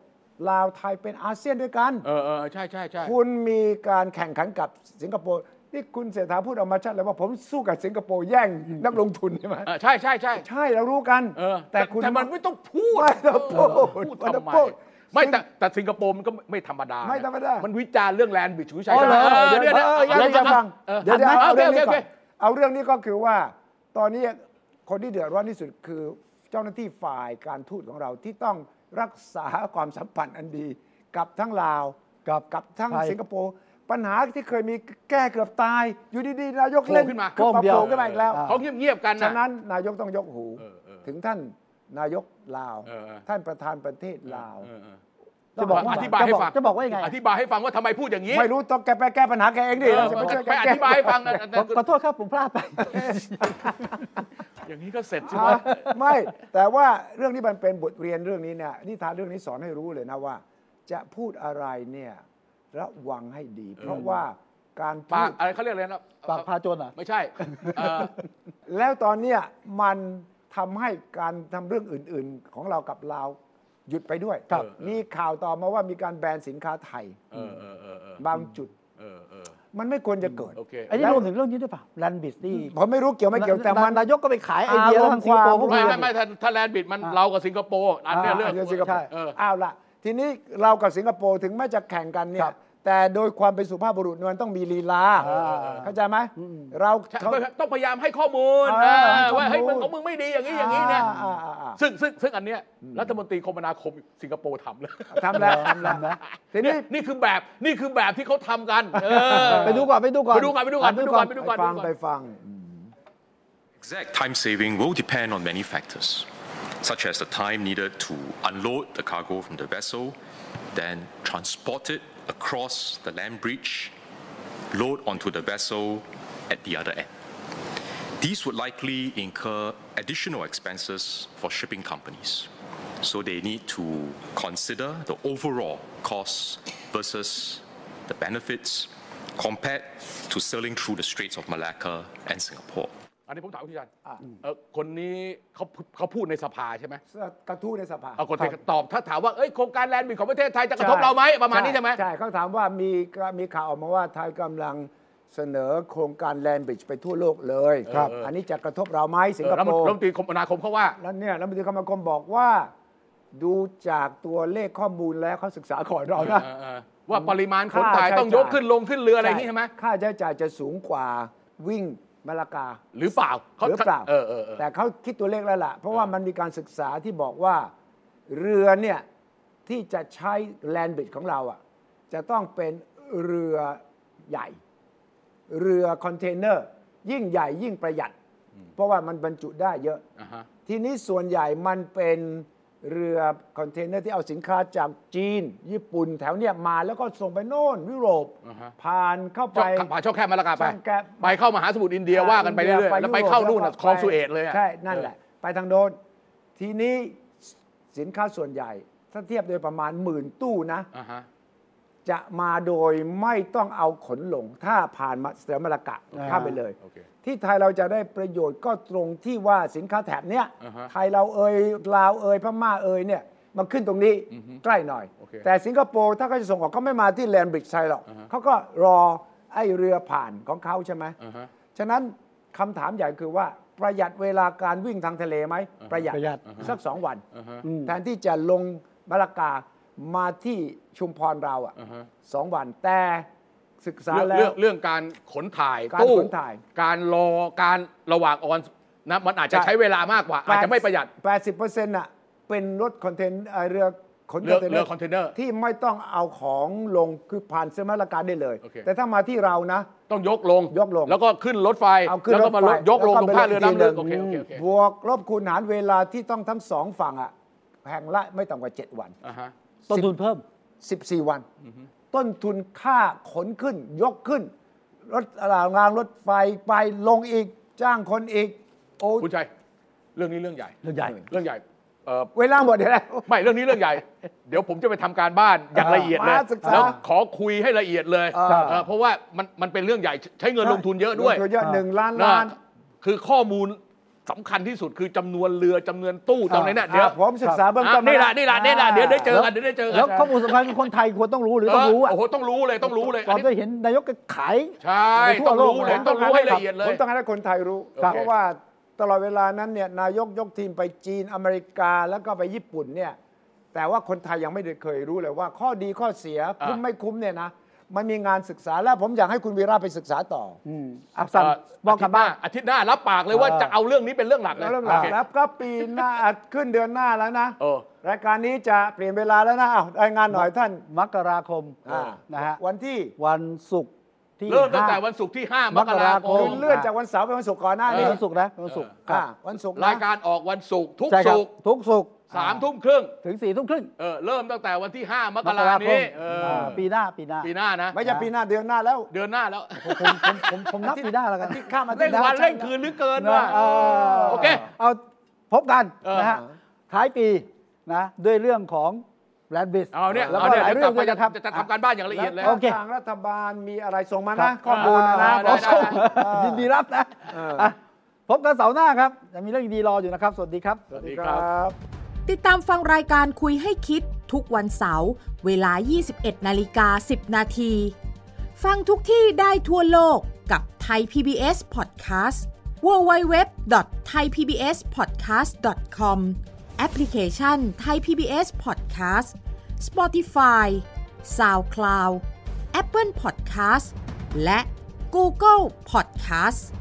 [SPEAKER 3] ลาวไทยเป็นอาเซียนด้วยกัน
[SPEAKER 2] เออเออใช่ใช่ใช่
[SPEAKER 3] คุณมีการแข่งขันกับสิงคโปร์นี่คุณเศรษฐาพูดออกมาชัดเลยว่าผมสู้กับสิงคโปร์แย่งนักลงทุนใช่ไหม
[SPEAKER 2] เออใช่ใช่ใช่
[SPEAKER 3] ใช่เรารู้กัน
[SPEAKER 2] เออ
[SPEAKER 3] แต่คุณ
[SPEAKER 2] แต่มันไม่ต้องพูด
[SPEAKER 3] ไม่ต้องพูด
[SPEAKER 2] เออพูด
[SPEAKER 3] ไม่ต้อง
[SPEAKER 2] ทำไม
[SPEAKER 3] พูด
[SPEAKER 2] ไม่แต่แต่สิงคโปร์มันก็ไม่ธรรมดานะ
[SPEAKER 3] ไม่ธรรมดามั
[SPEAKER 2] นวิจารณ์เรื่องแลนด์บิชชูชัย
[SPEAKER 1] อ๋อเหรอ
[SPEAKER 2] เดี๋ยวเดี๋ยวเดี๋ยว
[SPEAKER 3] เออยังไม่จะฟัง
[SPEAKER 2] เออ
[SPEAKER 3] เดี๋ยวเดี๋ยวเอา
[SPEAKER 2] เอาเรื่
[SPEAKER 3] เรื่อง ง
[SPEAKER 2] อนี้
[SPEAKER 3] นี้
[SPEAKER 2] ก่
[SPEAKER 3] ก่อน น
[SPEAKER 2] อ
[SPEAKER 3] เอาเรื่องนี้ก็คือว่า ตอนนี้คนที่เดือดร้อนที่สุดคือเจ้าหน้าที่ฝ่ายการทูตของเราที่ต้องรักษาความสัมพันธ์อันดี กับทั้งลาว
[SPEAKER 1] กับ
[SPEAKER 3] กับทั้ง
[SPEAKER 1] ไทย
[SPEAKER 3] สิงคโปร์ปัญหาที่เคยมีแก้เกือบตาย อยู่ดีๆนายก
[SPEAKER 2] โผล่
[SPEAKER 3] เล่น
[SPEAKER 2] ขึ้นมา
[SPEAKER 3] โผล่
[SPEAKER 1] โผล่เดียว
[SPEAKER 3] ขึ้นมาอีกแล้ว
[SPEAKER 1] อ่า
[SPEAKER 2] เขาเงียบเงียบๆกันนะ
[SPEAKER 3] ฉะนั้นนายกต้องยกหู
[SPEAKER 2] เออเออ
[SPEAKER 3] ถึงท่านนายกลาว
[SPEAKER 2] เออเออ
[SPEAKER 3] ท่านประธานประเทศลาว
[SPEAKER 2] เออเออ
[SPEAKER 1] จะบอก
[SPEAKER 2] อ
[SPEAKER 1] ว่า
[SPEAKER 2] ธิบายให้ฟัง
[SPEAKER 1] จะบอกว่ายังไง
[SPEAKER 2] อธิบายให้ฟังว่าทำไมพูดอย่างนี้
[SPEAKER 3] ไม่รู้ต้องแกไปแก้ปัญหาแกเองดิ
[SPEAKER 2] เออ
[SPEAKER 3] จะไปช่วยแก
[SPEAKER 2] ไปอ
[SPEAKER 3] แก้
[SPEAKER 2] ธิบายให้ฟังนะ
[SPEAKER 1] ขอขอโทษครับผมพลาดไป
[SPEAKER 2] อย่างนี้ก็เสร็จใช่ไหม
[SPEAKER 3] ฮะไม่แต่ว่าเรื่องนี้มันเป็นบทเรียนเรื่องนี้เนี่ยนิทานเรื่องนี้สอนให้รู้เลยนะว่า จะพูดอะไรเนี่ยระวังให้ดี เพราะว่าการพู
[SPEAKER 2] ปาก
[SPEAKER 3] ด
[SPEAKER 2] อะไรเขาเรียกอะไรนะ
[SPEAKER 1] ปากพาจนเหรอ่ะ
[SPEAKER 2] ไม่ใช่เอ่อ
[SPEAKER 3] แล้วตอนเนี้ยมันทำให้การทำเรื่องอื่น ๆ ของเรากับเราวหยุดไปด้วย
[SPEAKER 2] ครับ
[SPEAKER 3] มีข่าวต่อมาว่ามีการแบนสินค้าไทย
[SPEAKER 2] เออเออเออเออบ
[SPEAKER 3] างจุด
[SPEAKER 2] เออเออ
[SPEAKER 3] มันไม่ควรจะเกิด
[SPEAKER 2] โอเค
[SPEAKER 1] อันนี้รวมถึงเรื่องนี้ด้วยเปล่าแลนบิสนี่
[SPEAKER 3] ผมไม่รู้เกี่ยวไม่เกี่ยวแต่มัน
[SPEAKER 1] นายกก็ไปขายไอเดีย
[SPEAKER 3] อารมณ์
[SPEAKER 1] ทางสิงคโปร์
[SPEAKER 3] ความ
[SPEAKER 1] พวก
[SPEAKER 2] ไม่
[SPEAKER 1] นี้
[SPEAKER 2] ไม่ไม่ถ้าถ้าแลนด์บิดมันเรากับสิงคโปร์อันเนี้ยเรื่อง
[SPEAKER 3] เรื่องสิงคโปร์
[SPEAKER 2] เออ
[SPEAKER 3] เอาล่ะ ทีนี้เรากับสิงคโปร์ถึงแม้จะแข่งกันเนี่
[SPEAKER 1] ครั
[SPEAKER 3] ย
[SPEAKER 1] บ
[SPEAKER 3] แต่โดยความเป็นสุภาพบุรุษมันต้องมีลีลา
[SPEAKER 1] เออเออเออ
[SPEAKER 3] เข้าใจไหม
[SPEAKER 1] อืม
[SPEAKER 3] เรา
[SPEAKER 2] ใช่
[SPEAKER 3] เขา
[SPEAKER 2] ต้องพยายามให้ข้อมูล
[SPEAKER 3] เออ
[SPEAKER 2] เออ
[SPEAKER 3] ให้ข้อมูล
[SPEAKER 2] ว่าเฮ้ยมึงของมึงไม่ดีอย่างนี้อย่างนี้เนี่ย
[SPEAKER 3] อ่าอ่าอ่า
[SPEAKER 2] ซึ่งซึ่งซึ่งอันเนี้ยรัฐมนตรีคมนาคมสิงคโปร์ทำแล้ว
[SPEAKER 3] ทำแล้วทำแล้วที
[SPEAKER 2] เนี่
[SPEAKER 3] นี้
[SPEAKER 2] ยนี่คือแบบนี่คือแบบที่เขาทำกันเออ
[SPEAKER 3] ไปดูก่อนไปดูก่อน
[SPEAKER 2] ไปดูก่อนไปดูก่อนไปดูก่อนไปดูก่อน
[SPEAKER 3] ฟังไปฟัง
[SPEAKER 7] Exact time saving will depend on many factors, such as the time needed to unload the cargo from the vessel, then transport it across the land bridge, load onto the vessel at the other end. These would likely incur additional expenses for shipping companies. So they need to consider the overall costs versus the benefits compared to sailing through the Straits of Malacca and Singapore.
[SPEAKER 2] อันนี้ผมถามคุณชันเออคนนี้เขาเขาพูดในสภาใช่ไหม
[SPEAKER 3] กระทู้ในสภา
[SPEAKER 2] เอาคนไทยตอบถ้าถามว่าเอ้ยโครงการแลนด์บิดของประเทศไทยจะกระทบ
[SPEAKER 3] ใช่
[SPEAKER 2] เราไหมประมาณนี้ใช่ไหม
[SPEAKER 3] ใช่เขาถามว่ามีมีข่าวออกมาว่าไทยกำลังเสนอโครงการแลนบริดจ์ไปทั่วโลกเลย
[SPEAKER 2] ครับ
[SPEAKER 3] อันนี้จะกระทบเราไหมสิง
[SPEAKER 2] เอ
[SPEAKER 3] ค
[SPEAKER 2] อรัฐ
[SPEAKER 3] โป
[SPEAKER 2] มนต
[SPEAKER 3] ร์
[SPEAKER 2] รัฐมนตรีคมนาคมเขาว่า
[SPEAKER 3] แล้วเนี่ยรัฐมนตรีคมนาคมบอกว่า ดูจากตัวเลขข้อมูลแล้วเขาศึกษาก่อนเรานะ
[SPEAKER 2] เออเออว่าปริมาณขน
[SPEAKER 3] ค่
[SPEAKER 2] ตาย
[SPEAKER 3] ใช้
[SPEAKER 2] ต้อง
[SPEAKER 3] จ่
[SPEAKER 2] ยกขึ้นลงขึ้นเรืออะไรอย่างนี้ใช่ไหม
[SPEAKER 3] ค่าใช้จ่ายจะสูงกว่าวิ่งมาลากา
[SPEAKER 2] หรือเปล่าข
[SPEAKER 3] หรือเปล่า
[SPEAKER 2] เออเออเออ
[SPEAKER 3] แต่เขาคิดตัวเลขแล้วล่ะ เพราะว่ามันมีการศึกษาที่บอกว่าเรือเนี่ยที่จะใช้แลนบิดของเราอ่ะจะต้องเป็นเรือใหญ่ เรือคอนเทนเนอร์ ยิ่งใหญ่ยิ่งประหยัด เพราะว่ามันบรรจุได้เยอะ
[SPEAKER 2] อ่าฮะ
[SPEAKER 3] ทีนี้ส่วนใหญ่มันเป็นเรือคอนเทนเนอร์ที่เอาสินค้าจากจีน ญี่ปุ่นแถวเนี่ยมาแล้วก็ส่งไปโน่นยุโรป
[SPEAKER 2] อ่าฮะ
[SPEAKER 3] ผ่านเข้าไป
[SPEAKER 2] ช่องผ่านช่องแคบมาละกาไป
[SPEAKER 3] ช่องแคบ
[SPEAKER 2] ไปเข้ามหาสมุทรอินเดียว่ากันไปเรื่อยๆแล้วไปเข้านู่นน่ะคลองสุเอตเลยอะ
[SPEAKER 3] ใช่ นั่นแหละ ไปทางโน้นทีนี้สินค้าส่วนใหญ่ ถ้าเทียบโดยประมาณหมื่นตู้นะ
[SPEAKER 2] อ่าฮะ
[SPEAKER 3] จะมาโดยไม่ต้องเอาขนหลง ถ้าผ่านมาเสือมรกะข้ามไปเลย
[SPEAKER 2] โอเค
[SPEAKER 3] ที่ไทยเราจะได้ประโยชน์ก็ตรงที่ว่าสินค้าแถบเนี้ย
[SPEAKER 2] อ่าฮะ
[SPEAKER 3] ไทยเราเอ่ยลาวเอ่ยพม่าเอ่ยเนี่ยมันขึ้นตรงนี้ใกล้หน่อย
[SPEAKER 2] โอเค
[SPEAKER 3] แต่สิงคโปร์ถ้าเขาจะส่งออกเขาไม่มาที่แลนบริดจ์ไทยหรอกเขาก็รอไอ้เรือผ่านของเขาใช่ไหม
[SPEAKER 2] อ่าฮะ
[SPEAKER 3] ฉะนั้นคำถามใหญ่คือว่าประหยัดเวลาการวิ่งทางทะเลไหมประหยัด
[SPEAKER 1] ประหยัด
[SPEAKER 3] สักสองวัน
[SPEAKER 2] อ่าฮะ
[SPEAKER 3] แทนที่จะลงมะละกามาที่ชุมพรเราอ่ะ
[SPEAKER 2] อ่าฮะ
[SPEAKER 3] สองวันแต่ศึกษาแล้
[SPEAKER 2] เรื่
[SPEAKER 3] ว
[SPEAKER 2] องเรื่องการขนถ่าย
[SPEAKER 3] การ
[SPEAKER 2] ตู้
[SPEAKER 3] ขนถ่าย
[SPEAKER 2] การรอการระหว่างออนนะมันอาจจะใช้เวลามากกว่า อาจจะไม่ประหยัด
[SPEAKER 3] 80เปอร์เซ็นต์อ่ะเป็นรถคอนเทนเอ่อเรือขน
[SPEAKER 2] เรือเรือคอนเทนเนอร์
[SPEAKER 3] ที่ไม่ต้องเอาของลงคือผ่านเซมะละกาได้เลย
[SPEAKER 2] โอเค
[SPEAKER 3] แต่ถ้ามาที่เรานะ
[SPEAKER 2] ต้องยกลง
[SPEAKER 3] ยกลง
[SPEAKER 2] แล้วก็ขึ้นรถไฟ
[SPEAKER 3] เอาขึ้น
[SPEAKER 2] แล้ว
[SPEAKER 3] ร
[SPEAKER 2] ก็
[SPEAKER 3] ถ
[SPEAKER 2] มา
[SPEAKER 3] ไฟ
[SPEAKER 2] ลงยกลง
[SPEAKER 3] แว
[SPEAKER 2] ตรงท่าเรือน้ำลึกโอเค
[SPEAKER 3] ที
[SPEAKER 2] โอเคโอเค
[SPEAKER 3] บวกลบคูณหารเวลาที่ต้องทั้งสองฝั่งอ่ะแห่งละไม่ต่ำกว่า 7 วัน
[SPEAKER 2] อ่าฮะ
[SPEAKER 1] ต้นทุนเพิ่ม
[SPEAKER 3] 14 วัน ต้นทุนค่าขนขึ้น ยกขึ้น รถรางรถไฟไปลงอีกจ้างคนอีก โอ้
[SPEAKER 2] คุณชัยเรื่องนี้เรื่องใหญ่
[SPEAKER 1] เรื่องใหญ่
[SPEAKER 2] เรื่องใหญ่เอ่อ
[SPEAKER 3] เวลาหมดแล้ว
[SPEAKER 2] ไม่เรื่องนี้เรื่องใหญ่ เดี๋ยวผมจะไปทำการบ้านอย่างละเอียดเลย
[SPEAKER 3] มาศึกษา
[SPEAKER 2] แล้วขอคุยให้ละเอียดเลย
[SPEAKER 3] อ่า
[SPEAKER 2] เออเพราะว่ามันมันเป็นเรื่องใหญ่ใช้เงินลงทุนเยอะด้วย
[SPEAKER 3] ลงทุนเยอะหนึ่งล้าน
[SPEAKER 2] นะ
[SPEAKER 3] ล้าน
[SPEAKER 2] คือข้อมูลสำคัญที่สุดคือจำนวนเรือจำนวนตู้จำนวนเนี่ยเดี๋ยว
[SPEAKER 3] อ่ะผมศึกษาเบื้องต้น
[SPEAKER 2] นี่แหละ
[SPEAKER 3] มา
[SPEAKER 2] นี่แหละนี่แหละเดี๋ยวได้เจอกันเดี๋ยวได้เจอกั
[SPEAKER 1] แล้
[SPEAKER 2] น
[SPEAKER 1] วข้อมูลสำคัญคือคนไทยควรต้องรู้หรือต้องรู้
[SPEAKER 2] เออ
[SPEAKER 1] อ่ะ
[SPEAKER 2] โอ้โหต้องรู้เลยต้องรู้เลย
[SPEAKER 1] ก่อนจะเห็นนายกก็ขาย
[SPEAKER 2] ใช่
[SPEAKER 1] ไปทั่
[SPEAKER 2] ต้
[SPEAKER 1] ว
[SPEAKER 2] อง
[SPEAKER 1] โลก
[SPEAKER 2] รู้เลย
[SPEAKER 1] นะ
[SPEAKER 2] ต้องรู้ให้ละเอียดเล
[SPEAKER 3] ผ
[SPEAKER 2] ย
[SPEAKER 3] มต้องให้คนไทยรู้
[SPEAKER 2] ครับ
[SPEAKER 3] เพราะว่าตลอดเวลานั้นเนี่ยนายกยกทีมไปจีนอเมริกาแล้วก็ไปญี่ปุ่นเนี่ยแต่ว่าคนไทยยังไม่ได้เคยรู้เลยว่า ข้อดีข้อเสียคุ้มไม่คุ้มเนี่ยนะมันมีงานศึกษาแล้วผมอยากให้คุณวีระไปศึกษาต่อออ่ะสั่ง
[SPEAKER 2] เ
[SPEAKER 3] มองกลับบ้าน
[SPEAKER 2] อาทิตย์หน้ารับปากเลยว่าจะเอาเรื่องนี้เป็นเรื่องหลักเลย
[SPEAKER 3] เรื่องหลัก
[SPEAKER 2] โค
[SPEAKER 3] แล้วก็ปีหน้าอ่ะขึ้นเดือนหน้าแล้วนะ
[SPEAKER 2] เออ
[SPEAKER 3] รายการนี้จะเปลี่ยนเวลาแล้วนะอ้าวรายงานหน่อยท่าน
[SPEAKER 1] มกราคม
[SPEAKER 3] อ่า
[SPEAKER 1] นะฮะ
[SPEAKER 3] วันที่
[SPEAKER 1] วันศุกร์ที่
[SPEAKER 2] เริ่มตั้งแต่
[SPEAKER 1] ห้า
[SPEAKER 2] วันศุกร์ที่ 5 มก
[SPEAKER 1] มก
[SPEAKER 2] รา
[SPEAKER 1] รา
[SPEAKER 2] ค
[SPEAKER 1] ค
[SPEAKER 2] ม
[SPEAKER 3] คือเลื่อนจากวันเสาร์ไปวันศุกร์ก่อนหน้า
[SPEAKER 1] อันนี้
[SPEAKER 3] นี้
[SPEAKER 1] วันศุกร์นะวันศุกร์
[SPEAKER 3] อ่าวันศุกร์นะ
[SPEAKER 2] รายการออกวันศุกร์ทุก
[SPEAKER 1] ใช่ครับ
[SPEAKER 2] ศุกร์
[SPEAKER 1] ทุกศุกร์
[SPEAKER 2] สามทุ่มครึ่ง
[SPEAKER 1] ถึงสี่ทุ่มครึ่ง
[SPEAKER 2] เออเริ่มตั้งแต่วันที่ 5 มก
[SPEAKER 1] มก
[SPEAKER 2] รา
[SPEAKER 1] รา
[SPEAKER 2] คม
[SPEAKER 1] คม
[SPEAKER 2] นี้เอออ
[SPEAKER 1] อ่าปีหน้าปีหน้า
[SPEAKER 2] ปีหน้านะ
[SPEAKER 3] ไม่ใช่ปีหน้าเดือนหน้าแล้ว
[SPEAKER 2] เดือนหน้าแล้ว
[SPEAKER 1] ผมผมผมผมนับปีหน้าแล้วกัน
[SPEAKER 3] ที่ข้ามมา
[SPEAKER 2] เล่นวันเล่นคืนหรือเกินว่ะ
[SPEAKER 1] เออ
[SPEAKER 2] โอเค
[SPEAKER 1] เอาพบกัน
[SPEAKER 2] เออ
[SPEAKER 1] นะฮะท้ายปีนะด้วยเรื่องของแลนบิส
[SPEAKER 2] เอาเนี่ย
[SPEAKER 1] แล้ว
[SPEAKER 2] เอา
[SPEAKER 1] ก็
[SPEAKER 2] เนี่ย
[SPEAKER 1] หลาย
[SPEAKER 2] เดี๋
[SPEAKER 1] เรื่
[SPEAKER 2] ย
[SPEAKER 1] อ
[SPEAKER 2] ว
[SPEAKER 1] ง
[SPEAKER 2] กลับไป
[SPEAKER 1] ด้วยนะครับ
[SPEAKER 2] จะจะทำการบ้านอย่างละเอียดเลย
[SPEAKER 1] โอเค
[SPEAKER 3] ทางรัฐบาลมีอะไรส่งมานะข้อ
[SPEAKER 1] ข
[SPEAKER 3] มู
[SPEAKER 1] อบคุ
[SPEAKER 3] ล
[SPEAKER 1] ณ
[SPEAKER 3] นะ
[SPEAKER 1] นะ
[SPEAKER 3] นะ
[SPEAKER 2] ได้
[SPEAKER 1] ขอบ
[SPEAKER 2] ได้
[SPEAKER 1] คุณ
[SPEAKER 3] ได้
[SPEAKER 1] ยินดีรับนะ
[SPEAKER 3] เอออ่
[SPEAKER 1] ะพบกันเสาร์หน้าครับจะมีเรื่องดีๆรออยู่นะครับ สวัสดีครับ
[SPEAKER 2] สวัสดีครับ
[SPEAKER 3] บ
[SPEAKER 8] ติดตามฟังรายการคุยให้คิดทุกวันเสาร์เวลา 21นาฬิกา10 นาที ฟังทุกที่ได้ทั่วโลกกับ t h a i PBS Podcast www.thaipbspodcast.com แอปพลิเคชัน Thai PBS Podcast Spotify SoundCloud Apple Podcast และ Google Podcast